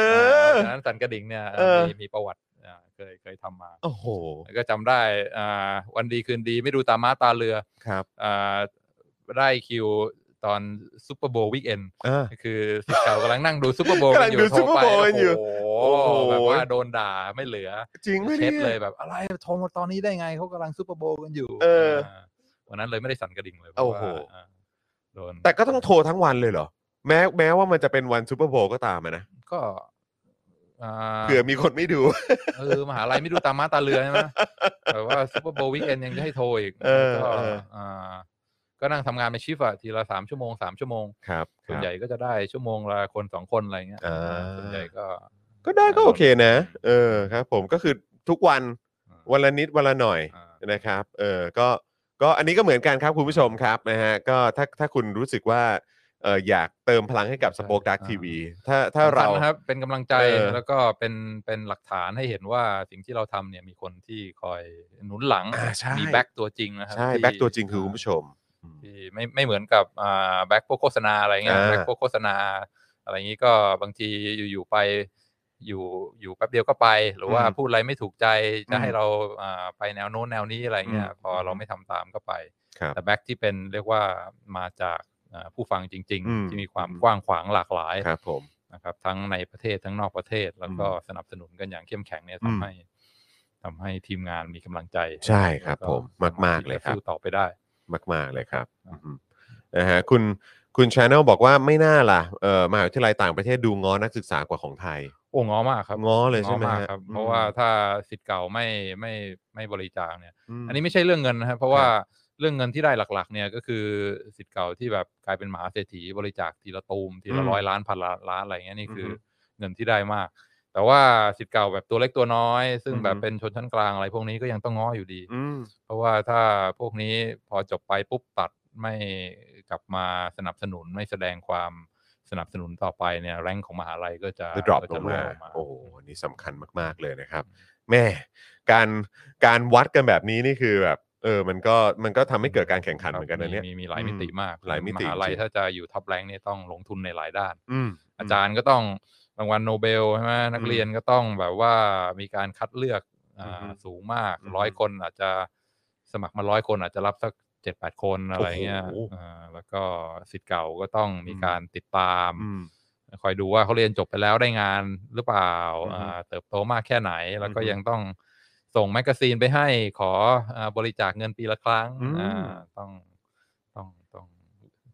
Speaker 1: อ
Speaker 2: ฉะนั้นสั่นกระดิ่งเนี่ย
Speaker 1: เออ
Speaker 2: มีมีประวัติอ่าเคยเคยทำมา
Speaker 1: โอ้โห
Speaker 2: ก็จำได้อ่าวันดีคืนดีไม่ดูตาม้าตาเรือ
Speaker 1: ครับ
Speaker 2: อ่าได้คิวตอนซูเปอร์โบว์วิกเอน
Speaker 1: อ่า
Speaker 2: คือสิทธิ์เก่ากำลังนั่งดูซูเปอร์โบว์
Speaker 1: กำลังดู
Speaker 2: โทร
Speaker 1: Super
Speaker 2: ไป
Speaker 1: Bowl กันอยู่
Speaker 2: โอ้
Speaker 1: โอ้
Speaker 2: โห
Speaker 1: โห
Speaker 2: แบบว่าโดนด่าไม่เหลือ
Speaker 1: จริงไหม
Speaker 2: เช็
Speaker 1: เนี่
Speaker 2: ดเลย
Speaker 1: ย
Speaker 2: แบบอะไรโทรมาตอนนี้ได้ไงเขากำลังซูเปอร์โบว์กันอยู่
Speaker 1: เอออ่
Speaker 2: าวันนั้นเลยไม่ได้สั่นกระดิ่งเลยเพราะว่า
Speaker 1: โอ้โห
Speaker 2: อ่าโดน
Speaker 1: แต่ก็ต้องโทรทั้งวันเลยเหรอ แม้แม้ว่ามันจะเป็นวันซูเปอร์โบว์ก็ตามอะนะ
Speaker 2: ก็อ่า
Speaker 1: เผื่อมีคนไม่ดู
Speaker 2: เออมหาลัยไม่ดูตามมาตาเรือใช่ไหมแต่ว่าซูเปอร์โบว์วิกเอนยังจะให้โทรอีก
Speaker 1: เออ
Speaker 2: ก็
Speaker 1: เออ
Speaker 2: อ่าก็นั่งทำงานในชิฟต์อะทีละสามชั่วโมงสามชั่วโมง
Speaker 1: ครับค
Speaker 2: ส่วน
Speaker 1: รับ
Speaker 2: ใหญ่ก็จะได้ชั่วโมงละคนสองคนอะไรเงี้ย
Speaker 1: อ่า
Speaker 2: อ่าส่วนใหญ่ก็
Speaker 1: ก็ได้ก็
Speaker 2: อ่า
Speaker 1: โอเคนะ เออครับผมก็คือทุกวัน
Speaker 2: อ่า
Speaker 1: วันละนิดวันละหน่อย
Speaker 2: อ่า
Speaker 1: นะครับ เออก็ก็อันนี้ก็เหมือนกันครับคุณผู้ชมครับนะฮะก็ถ้าถ้าคุณรู้สึกว่าเอออยากเติมพลังให้กับสป็อคดักทีวีถ้าถ้าเรา
Speaker 2: สำคัญนะครับเป็นกำลังใจ
Speaker 1: เออ
Speaker 2: แล้วก็เป็นเป็นหลักฐานให้เห็นว่าสิ่งที่เราทำเนี่ยมีคนที่คอยหนุนหลัง
Speaker 1: อ่าใช่
Speaker 2: มีแบ็กตัวจริงนะครั
Speaker 1: ใช่
Speaker 2: ที่
Speaker 1: แบ็กตัวจริงคือคุณผู้ชม
Speaker 2: ที่ไม่ไม่เหมือนกับอ่าแบ็กพวกโฆษณาอะไรเงี้ย
Speaker 1: อ่า
Speaker 2: แบ็กพวกโฆษณา อะไรอย่างนี้ก็บางทีอยู่ๆไปอยู่อยู่แป๊บเดียวก็ไป หรือว่า
Speaker 1: อืม
Speaker 2: พูดอะไรไม่ถูกใจจะให้
Speaker 1: อืม
Speaker 2: เราอ่าไปแนวโน้นแนวนี้อะไรเงี้ย
Speaker 1: อืม
Speaker 2: พอเรา
Speaker 1: อืม
Speaker 2: ไม่ทำตามก็ไป
Speaker 1: ครับ
Speaker 2: แต่แบ็กที่เป็นเรียกว่ามาจากเอ่อผู้ฟังจริง
Speaker 1: อืม
Speaker 2: ๆ ที่มีความ
Speaker 1: อืม
Speaker 2: กว้างขวางหลากหลาย
Speaker 1: ครับผม
Speaker 2: นะครับทั้งในประเทศทั้งนอกประเทศแล้วก็สนับสนุนกันอย่างเข้มแข็งเนี่ย
Speaker 1: อืม
Speaker 2: ทำให้ทำให้ทีมงานมีกำลังใจ
Speaker 1: ใช่ครับ
Speaker 2: แล้ว
Speaker 1: ผมมากๆเลยครับ
Speaker 2: สรถที่จะสู้ต่อไปได้
Speaker 1: มาก ๆ เลยครับ
Speaker 2: ครับ
Speaker 1: อืมนะฮะคุณคุณชาแนลบอกว่าไม่น่าล่ะเออมหาวิทยาลัยต่างประเทศดูง้อนักศึกษากว่าของไทย
Speaker 2: โอ้งอมากครับ
Speaker 1: ง้อเลยใช่ไหม
Speaker 2: าก
Speaker 1: ฮะ
Speaker 2: ครับ
Speaker 1: อืม
Speaker 2: เพราะว่าถ้าสิทธิ์เก่าไม่ไม่ไม่บริจาคเนี่ย
Speaker 1: ม
Speaker 2: อันนี้ไม่ใช่เรื่องเงินนะครับเพราะว่าเรื่องเงินที่ได้หลักๆ เนี่ยก็คือสิทธิ์เก่าที่แบบกลายเป็นมหาเศรษฐีบริจาคทีละตูมทีละ
Speaker 1: อืม
Speaker 2: ร้อยล้านพันล้านล้านอะไรเงี้ยนี่คืออ
Speaker 1: อฮึ
Speaker 2: เงินที่ได้มาก แต่ว่าสิทธิ์เก่าแบบตัวเล็กตัวน้อย ซึ่ง
Speaker 1: อือฮึ
Speaker 2: แบบเป็นชนชั้นกลางอะไรพวกนี้ก็ยังต้องง้ออยู่ดี
Speaker 1: อืม
Speaker 2: เพราะว่าถ้าพวกนี้พอจบไปปุ๊บตัดไม่กลับมาสนับสนุนไม่แสดงความสนับสนุนต่อไปเนี่ยแรงของมหาลัยก็จะ
Speaker 1: จะดรอปล
Speaker 2: ก็จะ
Speaker 1: ง
Speaker 2: ร่ว
Speaker 1: มา
Speaker 2: งลงมา
Speaker 1: โอ้โหอันนี่สำคัญมาก ๆ เลยนะครับ แม่การการวัดกันแบบนี้นี่คือแบบ เออ มันก็มันก็ทำให้เกิดการแข่งขันเหมือนกันนะเนี่ย
Speaker 2: มีมีหลายมิติมาก
Speaker 1: หลายมิติ
Speaker 2: มหาลัย
Speaker 1: จริง
Speaker 2: ถ้าจะอยู่ท็อปแรงเนี่ยต้องลงทุนในหลายด้าน
Speaker 1: อืม
Speaker 2: อาจารย์ก็ต้องรางวัลโนเบลใช่ไหมนักเรียนก็ต้องแบบว่ามีการคัดเลือกอ่า
Speaker 1: อือฮึ
Speaker 2: สูงมาก
Speaker 1: อือฮึ
Speaker 2: ร้อยคนอาจจะสมัครมาร้อยคนอาจจะรับสักเจ็ดแปดคนอะไรเงี้ย
Speaker 1: โอ้โห
Speaker 2: อ่าแล้วก็สิทธิ์เก่าก็ต้องมีการติดตาม
Speaker 1: อืม
Speaker 2: คอยดูว่าเขาเรียนจบไปแล้วได้งานหรือเปล่า
Speaker 1: อือฮึ
Speaker 2: อ่าเติบโตมากแค่ไหน แล้วก็
Speaker 1: อือฮึ
Speaker 2: ยังต้องส่งแมกกาซีนไปให้ขออาบริจาคเงินปีละครั้ง
Speaker 1: อืม
Speaker 2: อ่าต้องต้องต้อง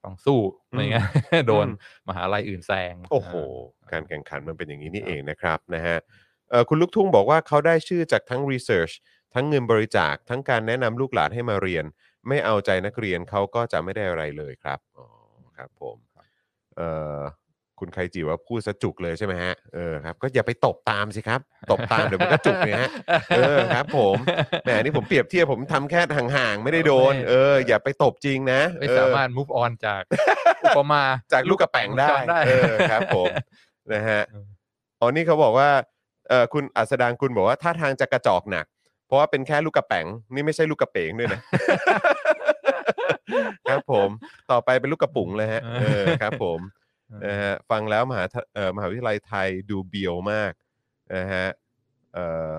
Speaker 2: ต้องสู้
Speaker 1: อืม
Speaker 2: ไม่งั้น *laughs* โดน
Speaker 1: อืม
Speaker 2: มหาลัยอื่นแซง
Speaker 1: โอ้โห
Speaker 2: า
Speaker 1: การแข่งขันมันเป็นอย่างนี้นี่
Speaker 2: ครับ
Speaker 1: เองนะครับนะฮะเอ่อคุณลูกทุ่งบอกว่าเขาได้ชื่อจากทั้ง Research ทั้งเงินบริจาค ทั้งการแนะนำลูกหลานให้มาเรียน ไม่เอาใจนักเรียนเขาก็จะไม่ได้อะไรเลยครับอ๋อครับผมเอ่อคุณไคจิว่าพูดซะจุกเลยใช่ไหมฮะเออครับก็อย่าไปตบตามสิครับ ตบตามเดี๋ยวมันก็จุกเนี่ยฮะ เออครับผม แหมนี่ผมเปรียบเทียบผมทำแค่ห่างๆไม่ได้โดน เออ อย่าไปตบจริงนะ
Speaker 2: ไม่
Speaker 1: เออ
Speaker 2: สามารถ move on จากอุปมา
Speaker 1: *laughs* จากลูกกระแปงได้
Speaker 2: จำ
Speaker 1: เออครับผม นะฮะ
Speaker 2: เออ
Speaker 1: อ๋อนี่เขาบอกว่าเออคุณอัสดางคุณบอกว่าท่าทางจะกระจอกหนัก เพราะว่าเป็นแค่ลูกกระแปงนี่ไม่ใช่ลูกกระเป๋ง *laughs* ด้วยนะ ครับผมต่อไปเป็นลูกกระปุ๋งเลยฮะเออครับผมนะฮะฟังแล้วมหาเอ่อมหาวิทยาลัยไทยดูเบียวมากนะฮะเอ่อ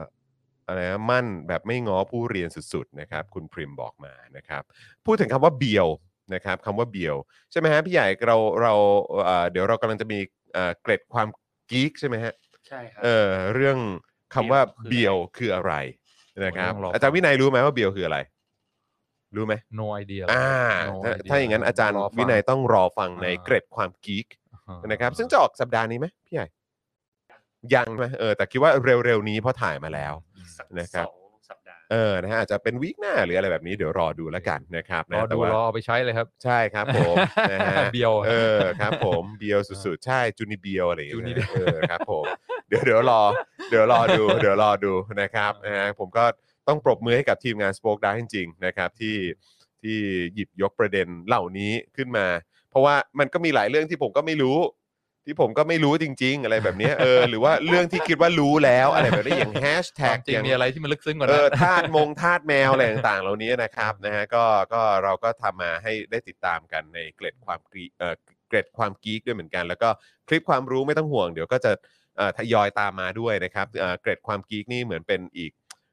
Speaker 1: อะไรนะมั่นแบบไม่ง้อผู้เรียนสุดๆนะครับ คุณพริมบอกมานะครับ พูดถึงคำว่าเบียวนะครับคำว่าเบียว ใช่ไหมฮะพี่ใหญ่เราเราเอ่อเดี๋ยวเรากำลังจะมีเอ่อเกร็ดความกีกใช่ไหมฮะ
Speaker 3: ใช่ครั
Speaker 1: เออเรื่องคำว่า
Speaker 3: เบี
Speaker 1: เบีย
Speaker 3: ยว ว
Speaker 1: คืออะไรนะครับ
Speaker 2: โอ้ยต้องลอง
Speaker 1: อาจารย์วินัยรู้ไหมว่าเบียวคืออะไร รู้ไหม
Speaker 2: *laughs* no idea
Speaker 1: อ่า
Speaker 2: no
Speaker 1: ถ้า
Speaker 2: idea
Speaker 1: ถ้าอย่างนั้นอาจารย์
Speaker 2: ฟัง
Speaker 1: วินัยต้องรอฟังใน
Speaker 2: อ่า
Speaker 1: เกร็ดความกีกนะครับ ซึ่งจะออกสัปดาห์นี้ไหมพี่ใหญ่ยังไหมเออแต่คิดว่าเร็วๆนี้เพราะถ่ายมาแล้ว
Speaker 3: อีกสัก
Speaker 1: นะครับ
Speaker 3: สองสัปดาห์
Speaker 1: เออนะฮะอาจจะเป็นวีคหน้าหรืออะไรแบบนี้เดี๋ยวรอดูแล้วกันนะครับ
Speaker 2: ร
Speaker 1: นะ
Speaker 2: อ
Speaker 1: แต่
Speaker 2: ดู
Speaker 1: ว่าร
Speaker 2: อเอาไปใช้เลยครับ
Speaker 1: ใช่ครับผมนะฮะ
Speaker 2: เบียว
Speaker 1: เออครับผมเบียวสุดๆ ใช่ จูนิเบียวอะไรอย่างเงี้ย
Speaker 2: Junior
Speaker 1: เออครับผมเดี๋ยวเดี๋ยวรอ เดี๋ยวรอดูเดี๋ยวรอดูนะครับนะฮะผมก็ต้องปรบมือให้กับทีมงาน Spoke Dark จริงๆนะครับที่ที่หยิบยกประเด็นเหล่านี้ขึ้นมา เพราะว่ามันก็มีหลายเรื่องที่ผมก็ไม่รู้ ที่ผมก็ไม่รู้จริง ๆ อะไรแบบเนี้ยเออหรือว่าเรื่องที่คิดว่ารู้แล้วอะไรแบบนี้อย่างแฮช
Speaker 2: ค
Speaker 1: แท็
Speaker 2: วาก มจริง
Speaker 1: อย่าง
Speaker 2: มีอะไรที่มันลึกซึ้งกว่า
Speaker 1: เอ
Speaker 2: นั้
Speaker 1: อน ธาตุมงธาตุแมว อะไรต่างๆ เหล่านี้นะครับนะฮะก็ก็เราก็ทำมาให้ได้ติดตามกันในเกร็ดความกรีเออเกร็ดความกีกด้วยเหมือนกัน แล้วก็คลิปความรู้ไม่ต้องห่วง เดี๋ยวก็จะเอ่อทยอยตามมาด้วยนะครับเอ่อเกร็ดความกีกนี่เหมือนเป็นอีก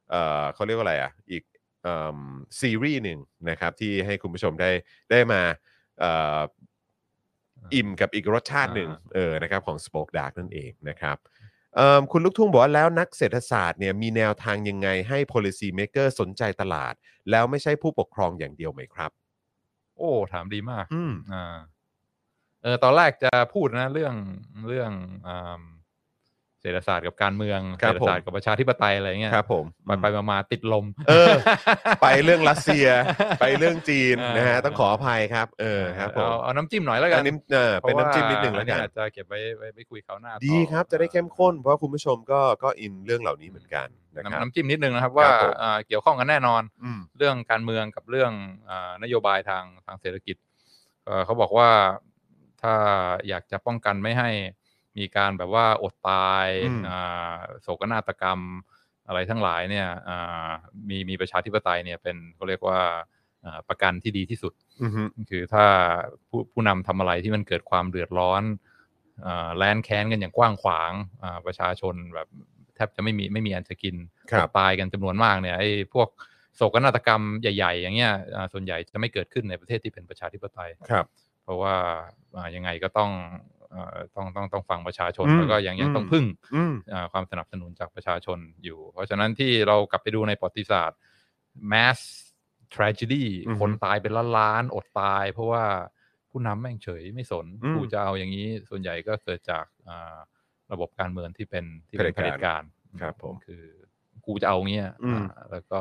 Speaker 1: เอ่อเขาเรียกว่าอะไรอ่ะอีกเอิ่มซีรีส์หนึ่งนะครับที่ให้คุณผู้ชมได้ได้มาเอ่ออิ่มกับอีกรสชาติหนึ่ง
Speaker 2: อ่า
Speaker 1: เออนะครับของ Spoke Dark นั่นเองนะครับ เอิ่มคุณลูกทุ่งบอกว่าแล้วนักเศรษฐศาสตร์เนี่ยมีแนวทางยังไงให้ policy maker สนใจตลาด แล้วไม่ใช่ผู้ปกครองอย่างเดียวไหมครับ
Speaker 2: โอ้ถามดีมาก
Speaker 1: อืม
Speaker 2: อ่าเออตอนแรกจะพูดนะเรื่องเรื่องอ่าเศรษฐศาสตร์กับการเมือง
Speaker 1: ครั
Speaker 2: เศร
Speaker 1: บ
Speaker 2: ษ
Speaker 1: ผม
Speaker 2: ฐศาสตร์กับประชาธิปไตยอะไรเงี้ย
Speaker 1: ครับผม
Speaker 2: ไปไปมามาติดลม
Speaker 1: เออ ไปเรื่องรัสเซีย ไปเรื่องจีน
Speaker 2: อ่าน
Speaker 1: นะฮะต้องขออภัยครับ เออครับผม
Speaker 2: เอาเอาน้ำจิ้มหน่อยแล้วกั
Speaker 1: อั
Speaker 2: น
Speaker 1: นนี้เออเป็นน้ำจิ้มนิดหนึ่งแล้วกัน
Speaker 2: เพราะาอาจจะเก็บไว้ไว้ไปคุยคราวหน้าต่อ
Speaker 1: ดีครับจะได้เข้มข้น เพราะว่าคุณผู้ชมก็ก็อินเรื่องเหล่านี้เหมือนกันนะครับ
Speaker 2: น้ำน้ำจิ้มนิดนึงนะครับ ว่า
Speaker 1: ครับผม
Speaker 2: อ่าเกี่ยวข้องกันแน่นอน
Speaker 1: อืม
Speaker 2: เรื่องการเมืองกับเรื่องอานโยบายทางทางเศรษฐกิจเอ่อเขาบอกว่าถ้าอยากจะป้องกันไม่ให้มีการแบบว่าอดตาย
Speaker 1: อืม
Speaker 2: อ่าโศกนาฏกรรมอะไรทั้งหลายเนี่ยอ่ามีมีประชาธิปไตยเนี่ยเป็นเขาเรียกว่าอ่าประกันที่ดีที่สุด
Speaker 1: อือฮึ
Speaker 2: คือถ้าผู้ผู้นำทำอะไรที่มันเกิดความเดือดร้อนอ่าแลนแค้นกันอย่างกว้างขวางอ่าประชาชนแบบแทบจะไม่มีไม่มีอันจะกิน
Speaker 1: ครับ
Speaker 2: ตายกันจำนวนมากเนี่ยไอ้พวกโศกนาฏกรรมใหญ่ ๆ อย่างเงี้ยอ่าส่วนใหญ่จะไม่เกิดขึ้นในประเทศที่เป็นประชาธิปไตย
Speaker 1: ครับ
Speaker 2: เพราะว่าอ่ายังไงก็ต้องอ่าต้องต้องต้องฟังประชาชน
Speaker 1: อืม
Speaker 2: แล้วก็ยังยังต้อง
Speaker 1: อืม
Speaker 2: พึ่ง
Speaker 1: อืม
Speaker 2: อ่าความสนับสนุนจากประชาชนอยู่ เพราะฉะนั้นที่เรากลับไปดูในประวัติศาสตร์ mass tragedy
Speaker 1: อือฮึ
Speaker 2: คนตายเป็นล้านล้านๆอดตาย เพราะว่าผู้นำแม่งเฉยไม่สน
Speaker 1: อืม
Speaker 2: ผู้จะเอาอย่างนี้ส่วนใหญ่ก็เกิดจากอ่าระบบการเมืองที่เป็นที่เป็น
Speaker 1: เผ
Speaker 2: เผ
Speaker 1: ด็จ
Speaker 2: ด็จ
Speaker 1: กา
Speaker 2: การ ร
Speaker 1: ครับผม
Speaker 2: คือกูจะเอาเงี้ย
Speaker 1: อืม
Speaker 2: อ่าแล้วก็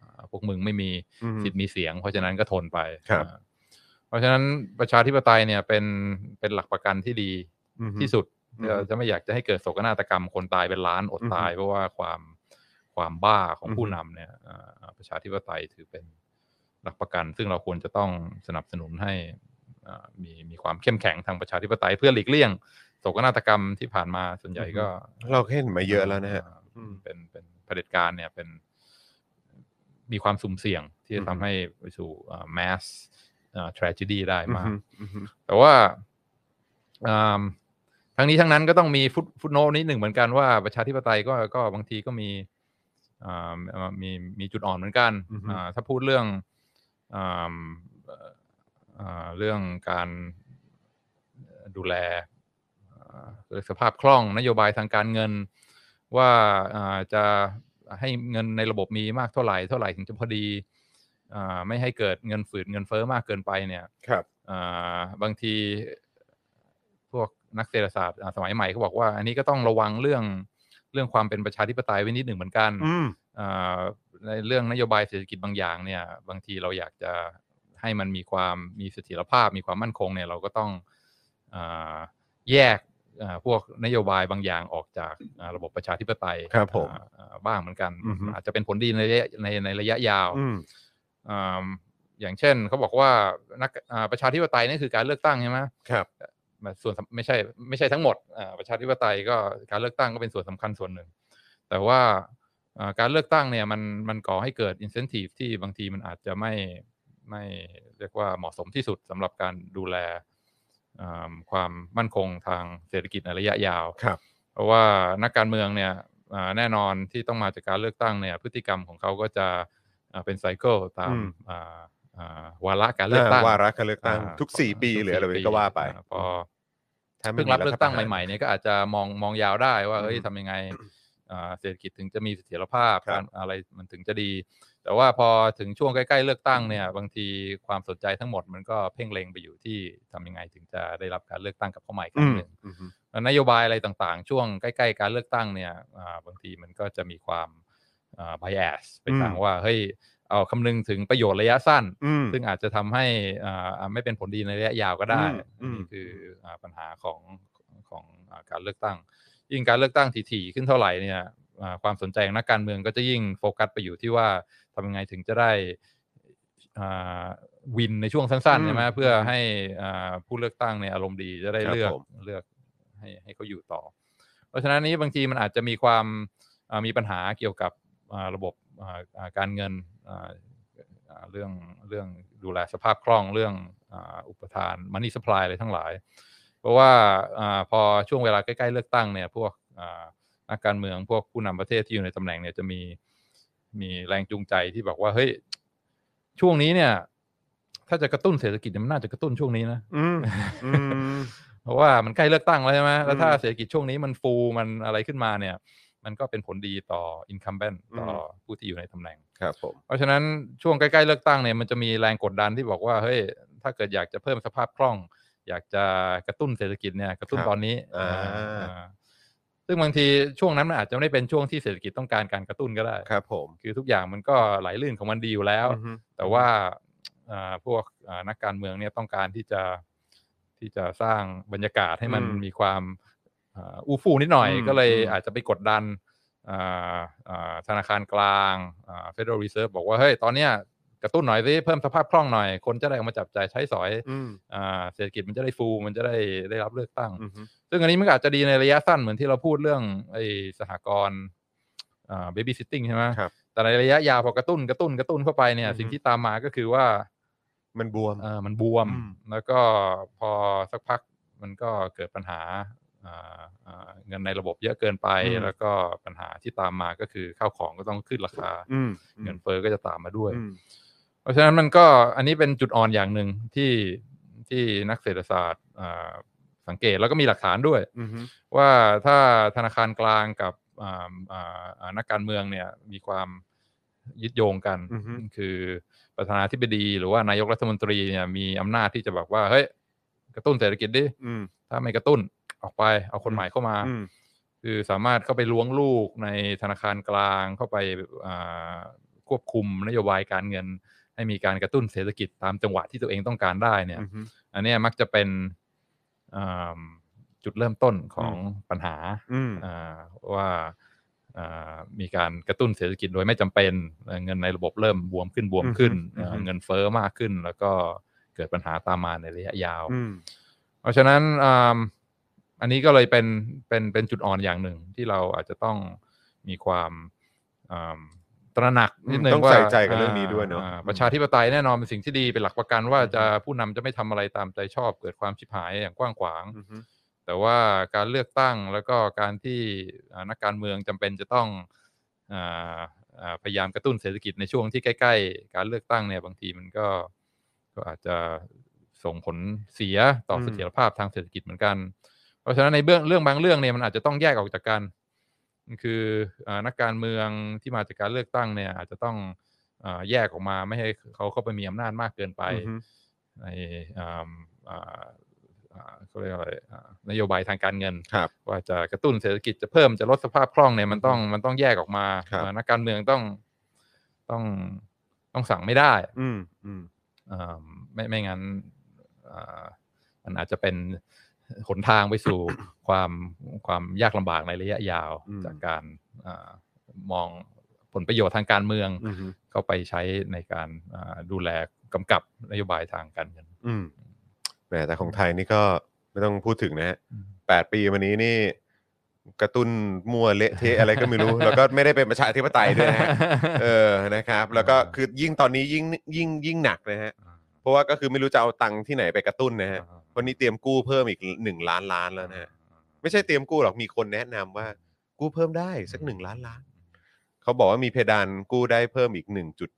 Speaker 2: อ่าพวกมึงไม่มี
Speaker 1: อืม
Speaker 2: สิทธิ์มีเสียง เพราะฉะนั้นก็ทนไป
Speaker 1: ครับ
Speaker 2: อ่าเพราะฉะนั้นประชาธิปไตยเนี่ยเป็นเป็นหลักประกันที่ดี
Speaker 1: อือฮึ
Speaker 2: ที่สุด
Speaker 1: อืม
Speaker 2: เราจะไม่อยากจะให้เกิดโศกนาฏกรรมคนตายเป็นล้านอดตาย
Speaker 1: อืม
Speaker 2: เพราะว่าความความบ้าของ
Speaker 1: อืม
Speaker 2: ผู้นำเนี่ยเอ่อประชาธิปไตยถือเป็นหลักประกัน ซึ่งเราควรจะต้องสนับสนุนให้เอ่อมีมีความเข้มแข็งทางประชาธิปไตย เพื่อหลีกเลี่ยงโศกนาฏกรรมที่ผ่านมาส่วนใหญ่ก็
Speaker 1: เราก็เห็นมาเยอะแล้วนะฮะ
Speaker 2: า
Speaker 1: อืม
Speaker 2: เป็นเป็นเผด็จการเนี่ยเป็นมีความสุ่มเสี่ยงที่
Speaker 1: อื
Speaker 2: จะ
Speaker 1: ม
Speaker 2: ทำให้ไปสู่เอ่อ mass เอ่อ tragedy ได้
Speaker 1: อือ
Speaker 2: มาก
Speaker 1: ฮึอือฮึ
Speaker 2: แต่ว่าอ่าทั้งนี้ทั้งนั้นก็ต้องมีฟุตฟุตโนนิดหนึ่งเหมือนกันว่าประชาธิปไตยก็ก็บางทีก็มีอ่ามีมีจุดอ่อนเหมือนกัน
Speaker 1: อือฮึ
Speaker 2: อ่าถ้าพูดเรื่องอ่าเอ่ออ่าเรื่องการดูแล อ่าเกิดสภาพคล่องนโยบายทางการเงิน ว่าอ่าจะให้เงินในระบบมีมากเท่าไหร่เท่าไหร่ถึงจะพอดีอ่าไม่ให้เกิดเงินฝืดเงินเฟ้อมากเกินไปเนี่ย
Speaker 1: ครับ
Speaker 2: อ่าบางทีพวกนักเศรษฐศาสตร์อ่าสมัยใหม่ก็บอกว่าอันนี้ก็ต้องระวังเรื่องเรื่องความเป็นประชาธิปไตยไว้นิดหนึ่งเหมือนกัน
Speaker 1: อืม
Speaker 2: อ่าในเรื่องนโยบายเศรษฐกิจบางอย่างเนี่ย บางทีเราอยากจะให้มันมีความมีเสถียรภาพ มีความมั่นคงเนี่ยเราก็ต้องอาแยกอ่าพวกนโยบายบางอย่างออกจากอ่าระบบประชาธิปไตย
Speaker 1: ครับผม
Speaker 2: อ่าอ่าบ้างเหมือนกัน
Speaker 1: อือฮึ
Speaker 2: อาจจะเป็นผลดีในระยะในในระยะยาว
Speaker 1: อืม
Speaker 2: อ่าอย่างเช่นเขาบอกว่านักอ่าประชาธิปไตยนี่คือการเลือกตั้งใช่ไหม
Speaker 1: ครับ
Speaker 2: มันส่วนสำไม่ใช่ไม่ใช่ทั้งหมดอ่าประชาธิปไตยก็การเลือกตั้งก็เป็นส่วนสำคัญส่วนหนึ่ง แต่ว่าอ่าการเลือกตั้งเนี่ยมันมันก่อให้เกิด incentive ที่บางทีมันอาจจะไม่ไม่เรียกว่าเหมาะสมที่สุดสำหรับการดูแลอ่าความมั่นคงทางเศรษฐกิจในระยะยาว
Speaker 1: ครับ
Speaker 2: เพราะว่านักการเมืองเนี่ยอ่าแน่นอนที่ต้องมาจากการเลือกตั้งเนี่ยพฤติกรรมของเขาก็จะอ่าเป็นไซเคิลตาม
Speaker 1: อืม
Speaker 2: อ่าอ่าวาระการเลือกตั้ง
Speaker 1: วาระการเลือกตั้ง
Speaker 2: อ่า
Speaker 1: ทุก 4 ปี
Speaker 2: ทุ
Speaker 1: หรืออะไร
Speaker 2: สี่
Speaker 1: ก็ว่าไป
Speaker 2: อ่พอ
Speaker 1: ถ้าไม่
Speaker 2: เพิ่ง
Speaker 1: มี
Speaker 2: รับเลือกตั้
Speaker 1: ฐ
Speaker 2: ง
Speaker 1: ประหาร
Speaker 2: ใหม่ๆเนี่ยก็อาจจะมองมองยาวได้ว่า
Speaker 1: อืม
Speaker 2: เอ้ยทำยังไงอ่าเศรษฐกิจถึงจะมีเสถียรภาพ
Speaker 1: ครับ
Speaker 2: การอะไรมันถึงจะดี แต่ว่าพอถึงช่วงใกล้ๆเลือกตั้งเนี่ยบางทีความสนใจทั้งหมดมันก็เพ่งเล็งไปอยู่ที่ทำยังไงถึงจะได้รับการเลือกตั้งกลับเข้ามาอีกค
Speaker 1: อื
Speaker 2: รั้ง
Speaker 1: ม
Speaker 2: หนึ่ง
Speaker 1: อืม
Speaker 2: นโยบายอะไรต่างๆ ช่วงใกล้ๆ การเลือกตั้งเนี่ยอ่าบางทีมันก็จะมีความอ่า bias ไปทาง
Speaker 1: อืม
Speaker 2: ว่าเฮ้ยเอาคำนึงถึงประโยชน์ระยะสั้น
Speaker 1: อืม
Speaker 2: ซึ่งอาจจะทำให้อ่าอ่าไม่เป็นผลดีในระยะยาวก็ได้
Speaker 1: อืม
Speaker 2: นี่คืออ่าปัญหาของของอ่าการเลือกตั้ง ยิ่งการเลือกตั้งถี่ๆขึ้นเท่าไหร่เนี่ยอ่าความสนใจของนักการเมืองก็จะยิ่งโฟกัสไปอยู่ที่ว่าทำยังไงถึงจะได้อ่าวินในช่วงสั้น
Speaker 1: อื
Speaker 2: ๆ
Speaker 1: ม
Speaker 2: ใช่ไหมเพื่อให้อ่าผู้เลือกตั้งเนี่ยอารมณ์ดีจะได้
Speaker 1: ครับ
Speaker 2: เลือก
Speaker 1: ผม
Speaker 2: เลือกให้ให้เขาอยู่ต่อ เพราะฉะนั้นนี้บางทีมันอาจจะมีความอ่ามีปัญหาเกี่ยวกับอ่าระบบอ่าอ่าการเงินอ่าอ่าเรื่องเรื่องดูแลสภาพคล่องเรื่องอ่าอุปทานมันนี่สป라이อะไรทั้งหลาย เพราะว่าอาพอช่วงเวลาใกล้ๆเลือกตั้งเนี่ยพวกอ่านักการเมืองพวกผู้นำประเทศที่อยู่ในตำแหน่งเนี่ยจะมีมีแรงจูงใจที่บอกว่าเฮ้ยช่วงนี้เนี่ย ถ้าจะกระตุ้นเศรษฐกิจเนี่ยมันน่าจะกระตุ้นช่วงนี้นะ
Speaker 1: อืมอืม
Speaker 2: เพราะว่ามันใกล้เลือกตั้งแล้วใช่ไหมแล้วถ้า
Speaker 1: อืม
Speaker 2: เศรษฐกิจช่วงนี้มันฟูมันอะไรขึ้นมาเนี่ย มันก็เป็นผลดีต่อ incumbent ต่อ
Speaker 1: ม
Speaker 2: อผู้ที่อยู่ในตำแหน่ง
Speaker 1: ครับผม
Speaker 2: เพราะฉะนั้นช่วงใกล้ๆเลือกตั้งเนี่ยมันจะมีแรงกดดันที่บอกว่าเฮ้ยถ้าเกิดอยากจะเพิ่มสภาพคล่อง อยากจะกระตุ้นเศรษฐกิจเนี่ยกระตุ้น
Speaker 1: ครับ
Speaker 2: ตอนนี้
Speaker 1: อ่า
Speaker 2: อ่าอ่าซึ่งบางทีช่วงนั้นมันอาจจะไม่ได้เป็นช่วงที่เศรษฐกิจต้องการการกระตุ้นก็ได้
Speaker 1: ครับผม
Speaker 2: คือทุกอย่างมันก็ไหลลื่นของมันดีอยู่แล้ว
Speaker 1: อืม
Speaker 2: แต่ว่าอ่าพวกอ่านักการเมืองเนี่ยต้องการที่จะที่จะสร้างบรรยากาศให้มัน
Speaker 1: อืม
Speaker 2: มีความอ่าอู้ฟู่นิดหน่อย
Speaker 1: อืม
Speaker 2: ก็เลย
Speaker 1: อืม
Speaker 2: อาจจะไปกดดันอ่าอ่าธนาคารกลางอ่า Federal Reserve บอกว่าเฮ้ยตอนเนี้ยกระตุ้นหน่อยสิเพิ่มสภาพคล่องหน่อย คนจะได้ออกมาจับจ่ายใช้สอย
Speaker 1: อืม
Speaker 2: อ่าเศรษฐกิจมันจะได้ฟู มันจะได้ได้รับเลือกตั้ง
Speaker 1: อืม
Speaker 2: ซึ่งอันนี้มันก็อาจจะดีในระยะสั้นเหมือนที่เราพูดเรื่องไอ้สหกรณ์เบบี้ซิตติ้งใช่ไหม
Speaker 1: ครับ
Speaker 2: แต่ในระยะยาวพอกระตุ้นกระตุ้นกระตุ้นเข้าไปเนี่ย
Speaker 1: อือฮึ
Speaker 2: สิ่งที่ตามมาก็คือว่า
Speaker 1: มันบวม
Speaker 2: เอ่อมันบวม
Speaker 1: อืม
Speaker 2: แล้วก็พอสักพักมันก็เกิดปัญหาอ่าอ่าเงินในระบบเยอะเกินไป แล้วก็ปัญหาที่ตามมาก็คือข้าวของก็ต้องขึ้นราคา
Speaker 1: อืม
Speaker 2: เงินเฟอ้อก็จะตามมาด้วย
Speaker 1: อืม
Speaker 2: เพราะฉะนั้นมันก็อันนี้เป็นจุดอ่อนอย่างหนึ่งที่ที่นักเศรษฐศาสตร์อ่าสังเกตแล้วก็มีหลักฐานด้วย
Speaker 1: อืม
Speaker 2: ว่าถ้าธนาคารกลางกับอ่าอ่าอ่านักการเมืองเนี่ยมีความยึดโยงกัน
Speaker 1: อือฮึ
Speaker 2: คือประธานาธิบดี หรือว่านายกรัฐมนตรีเนี่ยมีอำนาจที่จะบอกว่าเฮ้ยกระตุ้นเศรษฐกิจดิ
Speaker 1: อืม
Speaker 2: ถ้าไม่กระตุ้นออกไปเอาคนใหม่เข้ามา
Speaker 1: อืม
Speaker 2: คือสามารถเข้าไปล้วงลูกในธนาคารกลางเข้าไปอ่าควบคุมนโยบายการเงิน ให้มีการกระตุ้นเศรษฐกิจตามจังหวะที่ตัวเองต้องการได้เนี่ย อันเนี้ยมักจะเป็นอ่าจุดเริ่มต้นของปัญหา
Speaker 1: อืม
Speaker 2: อ่าว่าอ่ามีการกระตุ้นเศรษฐกิจโดยไม่จำเป็นเอ่อเงินในระบบเริ่มบวมขึ้นบวมขึ้น
Speaker 1: อือฮึ
Speaker 2: เอ่อ
Speaker 1: อือฮึ
Speaker 2: เงินเฟ้อมากขึ้น แล้วก็เกิดปัญหาตามมาในระยะยาว
Speaker 1: อืม
Speaker 2: เพราะฉะนั้นอ่าอันนี้ก็เลยเป็นเป็นเป็นจุดอ่อนอย่างหนึ่งที่เราอาจจะต้องมีความอ่าตระหนักนิดนึ
Speaker 1: อืม
Speaker 2: ง
Speaker 1: ต้อง
Speaker 2: ว่า
Speaker 1: ใส่ใจกับเรื่องนี้ด้วยเนอะ
Speaker 2: อ่
Speaker 1: อืม
Speaker 2: ประชาธิปไตยแน่นอนเป็นสิ่งที่ดีเป็นหลักประกันว่า
Speaker 1: อือฮึ
Speaker 2: จะผู้นำจะไม่ทำอะไรตามใจชอบ เกิดความชิบหายอย่างกว้างขวาง
Speaker 1: อืม
Speaker 2: แต่ว่าการเลือกตั้งแล้วก็การที่อ่านักการเมืองจำเป็นจะต้องอ่าอ่าพยายามกระตุ้นเศรษฐกิจในช่วงที่ใกล้ ๆ การเลือกตั้งเนี่ยบางทีมันก็ก็อาจจะส่งผลเสียต่อ
Speaker 1: อืม
Speaker 2: เสถียรภาพทางเศรษฐกิจเหมือนกัน เพราะฉะนั้นในเรื่องเรื่องบางเรื่องเนี่ยมันอาจจะต้องแยกออกจากกัน คือเอ่อนักการเมืองที่มาจากการเลือกตั้งเนี่ย อาจจะต้องเอ่อแยกออกมาไม่ให้เขาเข้าไปมีอำนาจมากเกินไป
Speaker 1: อือฮึ
Speaker 2: ในอ่าอ่าอ่าเขาเรียกอะไรอ่านโยบายทางการเงิน
Speaker 1: ครับ
Speaker 2: ว่าจะกระตุ้นเศรษฐกิจจะเพิ่มจะลดสภาพคล่องเนี่ยมันต้องมันต้องแยกออกมา
Speaker 1: ครับ
Speaker 2: เอ่อนักการเมืองต้องต้องต้องสั่งไม่ได้
Speaker 1: อืมอืม
Speaker 2: อ่าไม่ไม่งั้นอ่ามันอาจจะเป็นหนทางไป
Speaker 1: *coughs*
Speaker 2: สู่ ความความยากลำบากในระยะยาวจากการอ่ามองผลประโยชน์ทางการเมือง
Speaker 1: อืม
Speaker 2: เข้าไปใช้ในการอ่าดูแลกำกับนโยบายทางการเงิน
Speaker 1: อืมแหมแต่ของไทยนี่ก็ไม่ต้องพูดถึงนะฮะ
Speaker 2: อืม
Speaker 1: แปดปีมานี้นี่ กระตุ้นมั่วเละเทะอะไรก็ไม่ *laughs* รู้ แล้วก็ไม่ได้เป็นประชาธิปไตยด้วยนะฮะเออนะครับ แล้วก็คือยิ่งตอนนี้ยิ่งยิ่งยิ่งหนักนะฮะ เพราะว่าก็คือไม่รู้จะเอาตังค์ที่ไหนไปกระตุ้นนะฮะวันนี้เตรียมกู้เพิ่มอีกหนึ่งล้านล้านแล้วนะฮะไม่ใช่เตรียมกู้หรอกมีคนแนะนำว่า กู้เพิ่มได้สักหนึ่งล้านล้าน เขาบอกว่ามีเพดานกู้ได้เพิ่มอีกหนึ่งจุด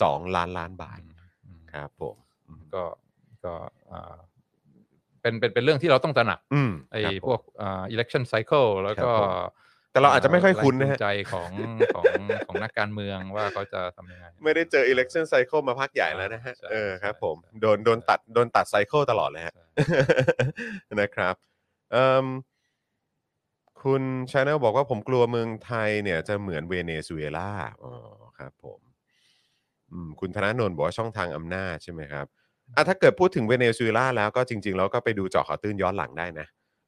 Speaker 1: สองล้านล้านบาทครับผม
Speaker 2: ก็ก็อ่าเป็นเป็นเป็นเรื่องที่เราต้องตระหนัก
Speaker 1: อืม
Speaker 2: ไอ้
Speaker 1: ครับผม
Speaker 2: พวกอ่า election cycle แล้ว
Speaker 1: ครั
Speaker 2: ก็
Speaker 1: บผมแต่เราอาจจะไม่ค่อยคุ้นนะฮะ
Speaker 2: แรงจูงใจของของของนักการเมืองว่าเขาจะทำยังไง
Speaker 1: ไม่ได้เจอ election cycle มาพักใหญ่แล้วนะฮะ
Speaker 2: ใช่
Speaker 1: เออครับ
Speaker 2: ใช่
Speaker 1: ผม
Speaker 2: ใช่
Speaker 1: โดนโดนตัดโดนตัดไซเคิลตลอดเลยฮะ *laughs* นะครับเอิ่มคุณชาแนลบอกว่าผมกลัวเมืองไทยเนี่ยจะเหมือนเวเนซุเอลาอ๋อครับผมอืมคุณธนาโนนบอกว่าช่องทางอำนาจใช่ไหมครับอ่ะถ้าเกิดพูดถึงเวเนซุเอลาแล้วก็จริง ๆ แล้วก็ไปดูเจาะข่าวตื้นย้อนหลังได้นะ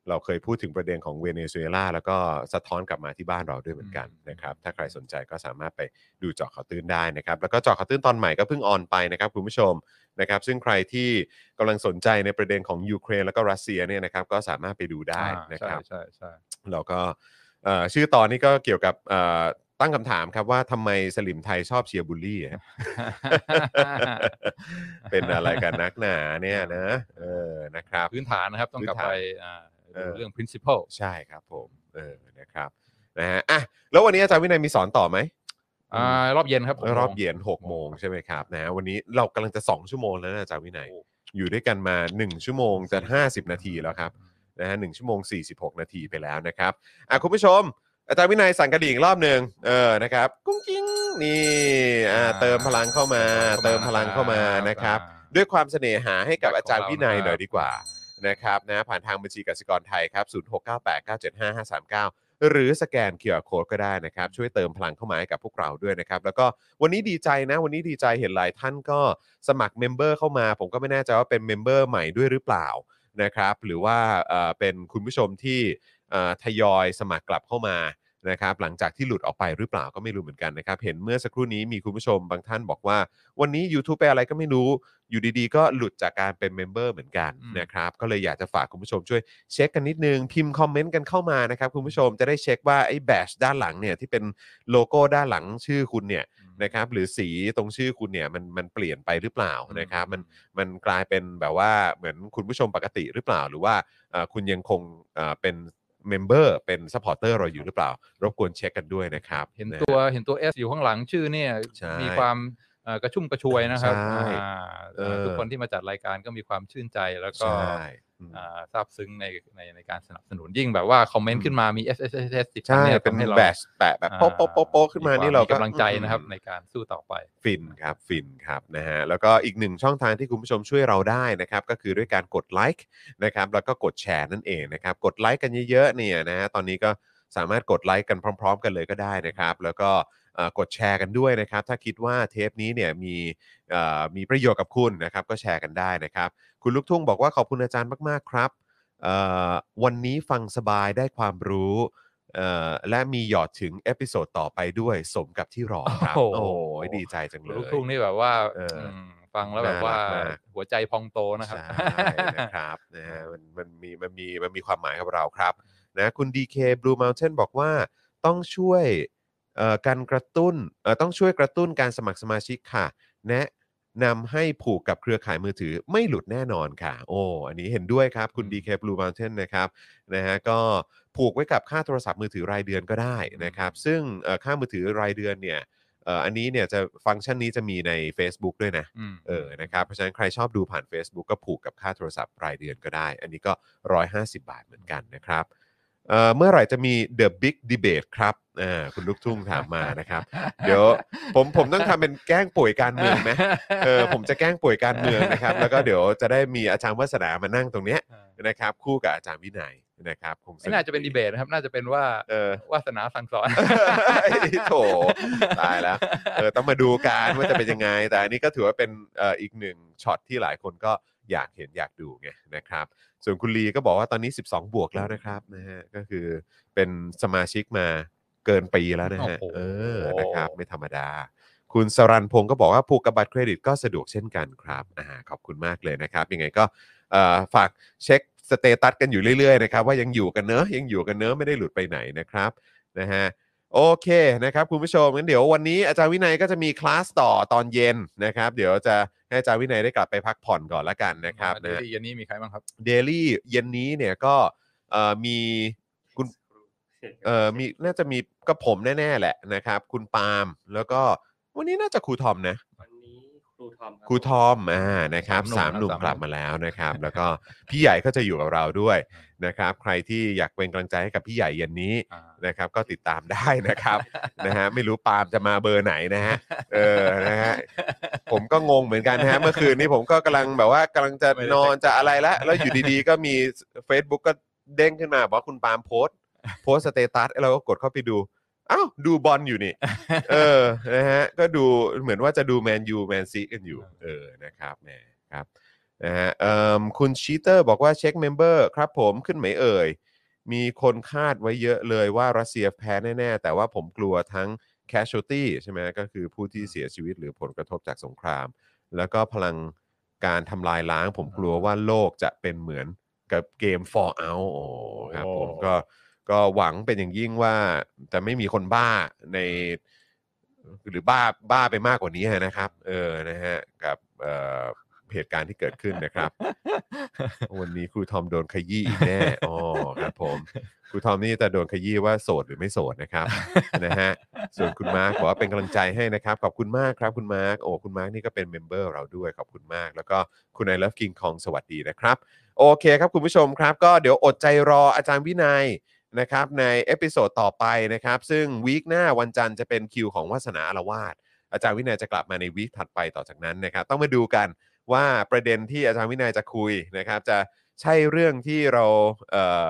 Speaker 1: เราเคยพูดถึงประเด็นของเวเนซุเอลาแล้วก็สะท้อนกลับมาที่บ้านเราด้วยเหมือนกัน
Speaker 2: อืม
Speaker 1: นะครับ ถ้าใครสนใจก็สามารถไปดูเจาะข่าวตื้นได้นะครับ แล้วก็เจาะข่าวตื้นตอนใหม่ก็เพิ่งออนไปนะครับคุณผู้ชม นะครับซึ่งใครที่กำลังสนใจในประเด็นของยูเครนแล้วก็รัสเซียเนี่ยนะครับก็สามารถไปดูได้
Speaker 2: อ่า
Speaker 1: นะครับ
Speaker 2: ใช่ใช่
Speaker 1: แล้วก็เอ่อชื่อตอนนี้ก็เกี่ยวกับเอ่อตั้งคำถามครับว่าทำไมสลิมไทยชอบเชียร์บูลลี่
Speaker 2: *laughs*
Speaker 1: อะ *laughs* เป็นอะไรกันนักหนาเนี่ยนะเออนะครับ
Speaker 2: พื้นฐานนะครับต้องกลับไป
Speaker 1: พื้นฐานเอ
Speaker 2: อ่าดู
Speaker 1: อ
Speaker 2: เรื่อง principle
Speaker 1: ใช่ครับผมเออนะครับนะฮะอ่ะแล้ววันนี้อาจารย์วินัยมีสอนต่อไหม
Speaker 2: อ่ารอบเย็นครับผม
Speaker 1: รอบเย็น6โมงใช่ไหมครับนะฮะวันนี้เรากำลังจะ 2 ชั่วโมงแล้วนะอาจารย์วินัย อยู่ด้วยกันมา 1 ชั่วโมงจะ 50 นาทีแล้วครับนะฮะหนึ่งชั่วโมง 46 นาทีไปแล้วนะครับอ่ะคุณผู้ชม อาจารย์วินัยสั่งกระดิ่งอีกรอบหนึ่งเออนะครับกุ้งกิ้งนี่อ่าเติมพลังเข้ามา เติมพลังเข้ามานะครับ ด้วยความเสน่หาให้กับอาจารย์วินัยหน่อยดีกว่า นะครับนะผ่านทางบัญชีกสิกรไทยครับ 0698975539 หรือสแกนเคอร์โคดก็ได้นะครับ ช่วยเติมพลังเข้ามาให้กับพวกเราด้วยนะครับ แล้วก็วันนี้ดีใจนะวันนี้ดีใจเห็นหลายท่านก็สมัครเมมเบอร์เข้ามา ผมก็ไม่แน่ใจว่าเป็นเมมเบอร์ใหม่ด้วยหรือเปล่านะครับ หรือว่าเอ่อเป็นคุณผู้ชมที่เอ่อทยอยสมัครกลับเข้ามานะครับ หลังจากที่หลุดออกไปหรือเปล่าก็ไม่รู้เหมือนกันนะครับ เห็นเมื่อสักครู่นี้มีคุณผู้ชมบางท่านบอกว่า วันนี้ YouTube ไปอะไรก็ไม่รู้ อยู่ดีๆ ก็หลุดจากการเป็นเมมเบอร์เหมือนกัน
Speaker 2: อืม
Speaker 1: นะครับ ก็เลยอยากจะฝากคุณผู้ชมช่วยเช็คกันนิดนึง พิมพ์คอมเมนต์กันเข้ามานะครับ คุณผู้ชมจะได้เช็คว่าไอ้แบชด้านหลังเนี่ยที่เป็นโลโก้ด้านหลังชื่อคุณเนี่ยนะครับ หรือสีตรงชื่อคุณเนี่ยมันมันเปลี่ยนไปหรือเปล่านะครับ มันมันกลายเป็นแบบว่าเหมือนคุณผู้ชมปกติหรือเปล่า หรือว่าเอ่อคุณยังคงเอ่อเป็นเมมเบอร์เป็นซัพพอร์เตอร์เราอยู่หรือเปล่า รบกวนเช็คกันด้วยนะครับ
Speaker 2: เห็นตัวเห็นตัว S อยู่ข้างหลังชื่อเนี่ย
Speaker 1: ใช่
Speaker 2: มีความเอ่อกระชุ่มกระชวยนะครับ
Speaker 1: ใช่
Speaker 2: อ่า
Speaker 1: เออ
Speaker 2: ทุกคนที่มาจัดรายการก็มีความชื่นใจแล้วก็
Speaker 1: ใช่อืม
Speaker 2: อ่าซาบซึ้งในในในการสนับสนุนยิ่งแบบว่าคอมเมน
Speaker 1: อื
Speaker 2: ต์
Speaker 1: ม
Speaker 2: ขึ้นมามี S S S S ติด
Speaker 1: ใช่
Speaker 2: ย
Speaker 1: เป็น
Speaker 2: ทำให้รา
Speaker 1: แบชแปะแบบโป๊ะโป๊ะโป๊ะโป๊ะขึ้นมานี่เรา
Speaker 2: กำลังใจนะครับ
Speaker 1: อืม
Speaker 2: ในการสู้ต่อไป
Speaker 1: ฟินครับฟินครับนะฮะแล้วก็อีกหนึ่งช่องทางที่คุณผู้ชมช่วยเราได้นะครับ ก็คือด้วยการกดไลค์นะครับแล้วก็กดแชร์นั่นเองนะครับ กดไลค์กันเยอะๆเนี่ยนะฮะตอนนี้ก็สามารถกดไลค์กันพร้อม ๆ กันเลยก็ได้นะครับ แล้วก็เอ่อกดแชร์กันด้วยนะครับ ถ้าคิดว่าเทปนี้เนี่ยมีเอ่อมีประโยชน์กับคุณนะครับ ก็แชร์กันได้นะครับ คุณลูกทุ่งบอกว่าขอบคุณอาจารย์มากๆครับเอ่อวันนี้ฟังสบายได้ความรู้เอ่อและมีหยอดถึงเอพิโซดต่อไปด้วยสมกับที่รอครับ
Speaker 2: โอ้
Speaker 1: โอ้
Speaker 2: โห
Speaker 1: โหดีใจจังเลย
Speaker 2: ลูกทุ่งนี่แบบว่า
Speaker 1: เอออื
Speaker 2: มฟังแล้วแบบว่า
Speaker 1: น่ารักมาก
Speaker 2: หัวใจพองโตนะครับ
Speaker 1: ใช่
Speaker 2: *laughs*
Speaker 1: นะครับนะฮะมันมันมีมันมีมันมีความหมายกับเราครับนะคุณ DK Blue Mountain บอกว่าต้องช่วยเอ่อการกระตุ้นเอ่อต้องช่วยกระตุ้นการสมัครสมาชิกค่ะ แนะนำให้ผูกกับเครือข่ายมือถือไม่หลุดแน่นอนค่ะ โอ้อันนี้เห็นด้วยครับคุณ
Speaker 2: อืม
Speaker 1: DK Blue Mountain นะครับนะฮะก็ผูกไว้กับค่าโทรศัพท์มือถือรายเดือนก็ได้นะครับ ซึ่งเอ่อค่ามือถือรายเดือนเนี่ย เอ่ออันนี้เนี่ยจะฟังก์ชันนี้จะมีใน Facebook ด้วยนะ
Speaker 2: อืม
Speaker 1: เออ นะครับ เพราะฉะนั้นใครชอบดูผ่าน Facebook ก็ผูกกับค่าโทรศัพท์รายเดือนก็ได้ อันนี้ก็ 150 บาทเหมือนกันนะครับ เอ่อ เมื่อไหร่จะมี The Big Debate ครับ อ่า คุณลูกทุ่งถามมา
Speaker 2: *laughs*
Speaker 1: นะครับ เดี๋ยวผมผมต้องทำเป็นแกล้งป่วยการเมืองไหมเออ ผมจะแกล้งป่วยการเมืองนะครับ แล้วก็เดี๋ยวจะได้มีอาจารย์วัสนามานั่งตรงเนี้ยนะครับ คู่กับอาจารย์วินัยนะครับคงส
Speaker 2: ไม่น่าจะเป็นดีเบตนะครับ น่าจะเป็นว่า
Speaker 1: เออ
Speaker 2: วาสนาสั่งสอน
Speaker 1: โถตายแล้ว *laughs* เออต้องมาดูการว่าจะเป็นยังไง แต่อันนี้ก็ถือว่าเป็นเอ่ออีกหนึ่งช็อตที่หลายคนก็อยากเห็นอยากดูไงนะครับ ส่วนคุณลีก็บอกว่าตอนนี้ 12 บวกแล้วนะครับนะฮะก็คือเป็นสมาชิกมาเกินปีแล้วนะฮะ
Speaker 2: โอ้โห
Speaker 1: เออนะครับไม่ธรรมดา คุณสรันพงศ์ก็บอกว่าผูกกับบัตรเครดิตก็สะดวกเช่นกันครับอ่าขอบคุณมากเลยนะครับ ยังไงก็เอ่อฝากเช็คสเตตัสกันอยู่เรื่อยๆนะครับว่ายังอยู่กันเนอะยังอยู่กันเนอะไม่ได้หลุดไปไหนนะครับนะฮะ โอเคนะครับคุณผู้ชมงั้นเดี๋ยววันนี้อาจารย์วินัยก็จะมีคลาสต่อตอนเย็นนะครับ เดี๋ยวจะให้อาจารย์วินัยได้กลับไปพักผ่อนก่อนละกันนะครับ
Speaker 2: เด
Speaker 1: นะ
Speaker 2: ลี่ยันนี้มีใครบ้างครับ
Speaker 1: เดลี่เย็นนี้เนี่ยก็เอ่อมีคุณเอ่อมีน่าจะมีก็ผมแน่ๆแหละนะครับ คุณปาล์มแล้วก็วันนี้น่าจะครูทอมนะ
Speaker 3: *laughs* วันนี้ครูทอมบ
Speaker 1: ครูทอมอ่านะครับสา
Speaker 2: สาม ม
Speaker 1: ห
Speaker 2: หนุ่
Speaker 1: นุ่ม
Speaker 2: ม
Speaker 1: กลับ
Speaker 2: สามหนุ่ม
Speaker 1: มาแล้ว
Speaker 2: *laughs*
Speaker 1: นะครับ แล้วก็พี่ใหญ่ก็จะอยู่กับเราด้วยนะครับ ใครที่อยากเป็นกำลังใจให้กับพี่ใหญ่เย็นนี้
Speaker 2: อ่า
Speaker 1: นะครับก็ติดตามได้นะครับ นะฮะไม่รู้ปาล์มจะมาเบอร์ไหนนะฮะเออนะฮะ *laughs* ผมก็งงเหมือนกันนะฮะเมื่อคืนนี้ผมก็กำลังแบบว่ากำลังจะ
Speaker 2: ไม่ได้
Speaker 1: นอน
Speaker 2: แตะ
Speaker 1: จะอะไร *laughs* แล้วแล้วอยู่ดีๆ ก็มี Facebook ก็เด้งขึ้นมาบอกว่าคุณปาล์มโพสต์ โพสต์สเตตัสเราก็กดเข้าไปดูอ้าวดูบอล *laughs* อยู่นี่ เออนะฮะก็ดูเหมือนว่าจะดูแมนยูแมนซีกันอยู่ เออนะครับแหมครับนะฮะเอิ่มคุณชีเตอร์บอกว่าเช็คเมมเบอร์ครับผมขึ้นไหมเอ่ย มีคนคาดไว้เยอะเลยว่ารัสเซียแพ้แน่ ๆ แต่ว่าผมกลัวทั้ง casualty ใช่ไหมก็คือผู้ที่เสียชีวิตหรือผลกระทบจากสงคราม แล้วก็พลังการทำลายล้าง ผมกลัวว่าโลกจะเป็นเหมือนกับเกม Fallout โอ้ครับผมก็ก็หวังเป็นอย่างยิ่งว่าจะไม่มีคนบ้าใน หรือบ้าบ้าไปมากกว่านี้นะครับ เออนะฮะกับเอ่อเหตุการณ์ที่เกิดขึ้นนะครับ วันนี้ครูทอมโดนขยี้อีกแน่ อ๋อครับผมครูทอมนี่จะโดนขยี้ว่าโสดหรือไม่โสดนะครับ นะฮะ ส่วนคุณมาร์คบอกว่าเป็นกำลังใจให้นะครับ ขอบคุณมากครับคุณมาร์คโอ้คุณมาร์คนี่ก็เป็นเมมเบอร์เราด้วยขอบคุณมาก แล้วก็คุณไอ o v e ฟกิงคองสวัสดีนะครับ โอเคครับคุณผู้ชมครับ ก็เดี๋ยวอดใจรออาจารย์วินัยนะครับ ในเอพิโซดต่อไปนะครับ ซึ่งวีคหน้าวันจันทร์จะเป็นคิวของวาสนาอารวาส อาจารย์วินัยจะกลับมาในวีคถัดไปต่อจากนั้นนะครับ ต้องมาดูกันว่าประเด็นที่อาจารย์วินัยจะคุยนะครับ จะใช่เรื่องที่เราเอ่อ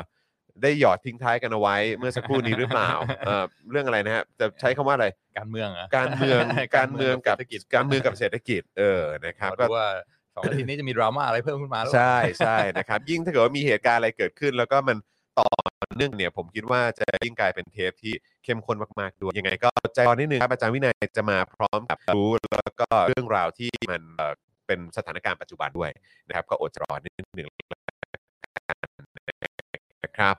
Speaker 1: ได้หยอดทิ้งท้ายกันเอาไว้ เมื่อสักครู่นี้หรือเปล่าเอ่อเรื่องอะไรนะฮะจะใช้คำว่าอะไร
Speaker 2: การเมืองเหรอ
Speaker 1: การเมือง การเมืองกับ
Speaker 2: เศร *laughs* ษฐกิจ
Speaker 1: การเมืองกับเศรษฐกิจเออนะครับ
Speaker 2: ก็
Speaker 1: ก็
Speaker 2: ว่าสองอาทิตย์นี้จะมีดราม่าอะไรเพิ่มขึ้นมาหรือเปล่า
Speaker 1: ใช่ใช่นะครับ ยิ่งถ้าเกิดว่ามีเหตุการณ์อะไรเกิดขึ้น แล้วก็มันต่อเนื่องเนี่ย ผมคิดว่าจะยิ่งกลายเป็นเทปที่เข้มข้นมากๆด้วยยังไงก็อดใจรอนิดนึงครับอาจารย์วินัยจะมาพร้อมกับรู้แล้วก็เรื่องราวที่มันเอ่อเป็นสถานการณ์ปัจจุบันด้วยนะครับ ก็อดใจรอนิดนึงนะครับ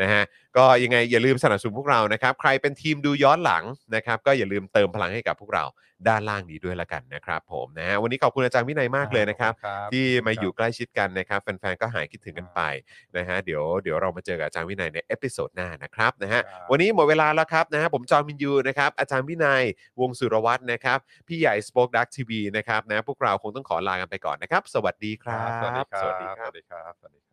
Speaker 1: นะฮะก็ยังไงอย่าลืมสนับสนุนพวกเรานะครับ ใครเป็นทีมดูย้อนหลังนะครับ ก็อย่าลืมเติมพลังให้กับพวกเราด้านล่างนี้ด้วยละกันนะครับ ผมนะฮะวันนี้ขอบคุณอาจารย์วินัยมากเลยนะครับ ที่มาอยู่ใกล้ชิดกันนะครับ แฟนๆ ก็หายคิดถึงกันไปนะฮะเดี๋ยวเดี๋ยวเรามาเจอกับอาจารย์วินัยในเอพิโซดหน้านะครับนะฮะ
Speaker 2: ครับ
Speaker 1: วันนี้หมดเวลาแล้วครับนะฮะผมจอห์นวินยูนะครับอาจารย์วินัยวงศ์สุรวัตรนะครับ พี่ใหญ่สป็อคดักทีวีนะครับนะพวกเราคงต้องขอลากันไปก่อนนะครับ สวัสดีค
Speaker 2: ค
Speaker 1: รั
Speaker 2: รั
Speaker 1: บบ
Speaker 2: สวัสดีครับ
Speaker 1: สวัสดีครับ
Speaker 2: สวัสดีครับ สวัสดีครับ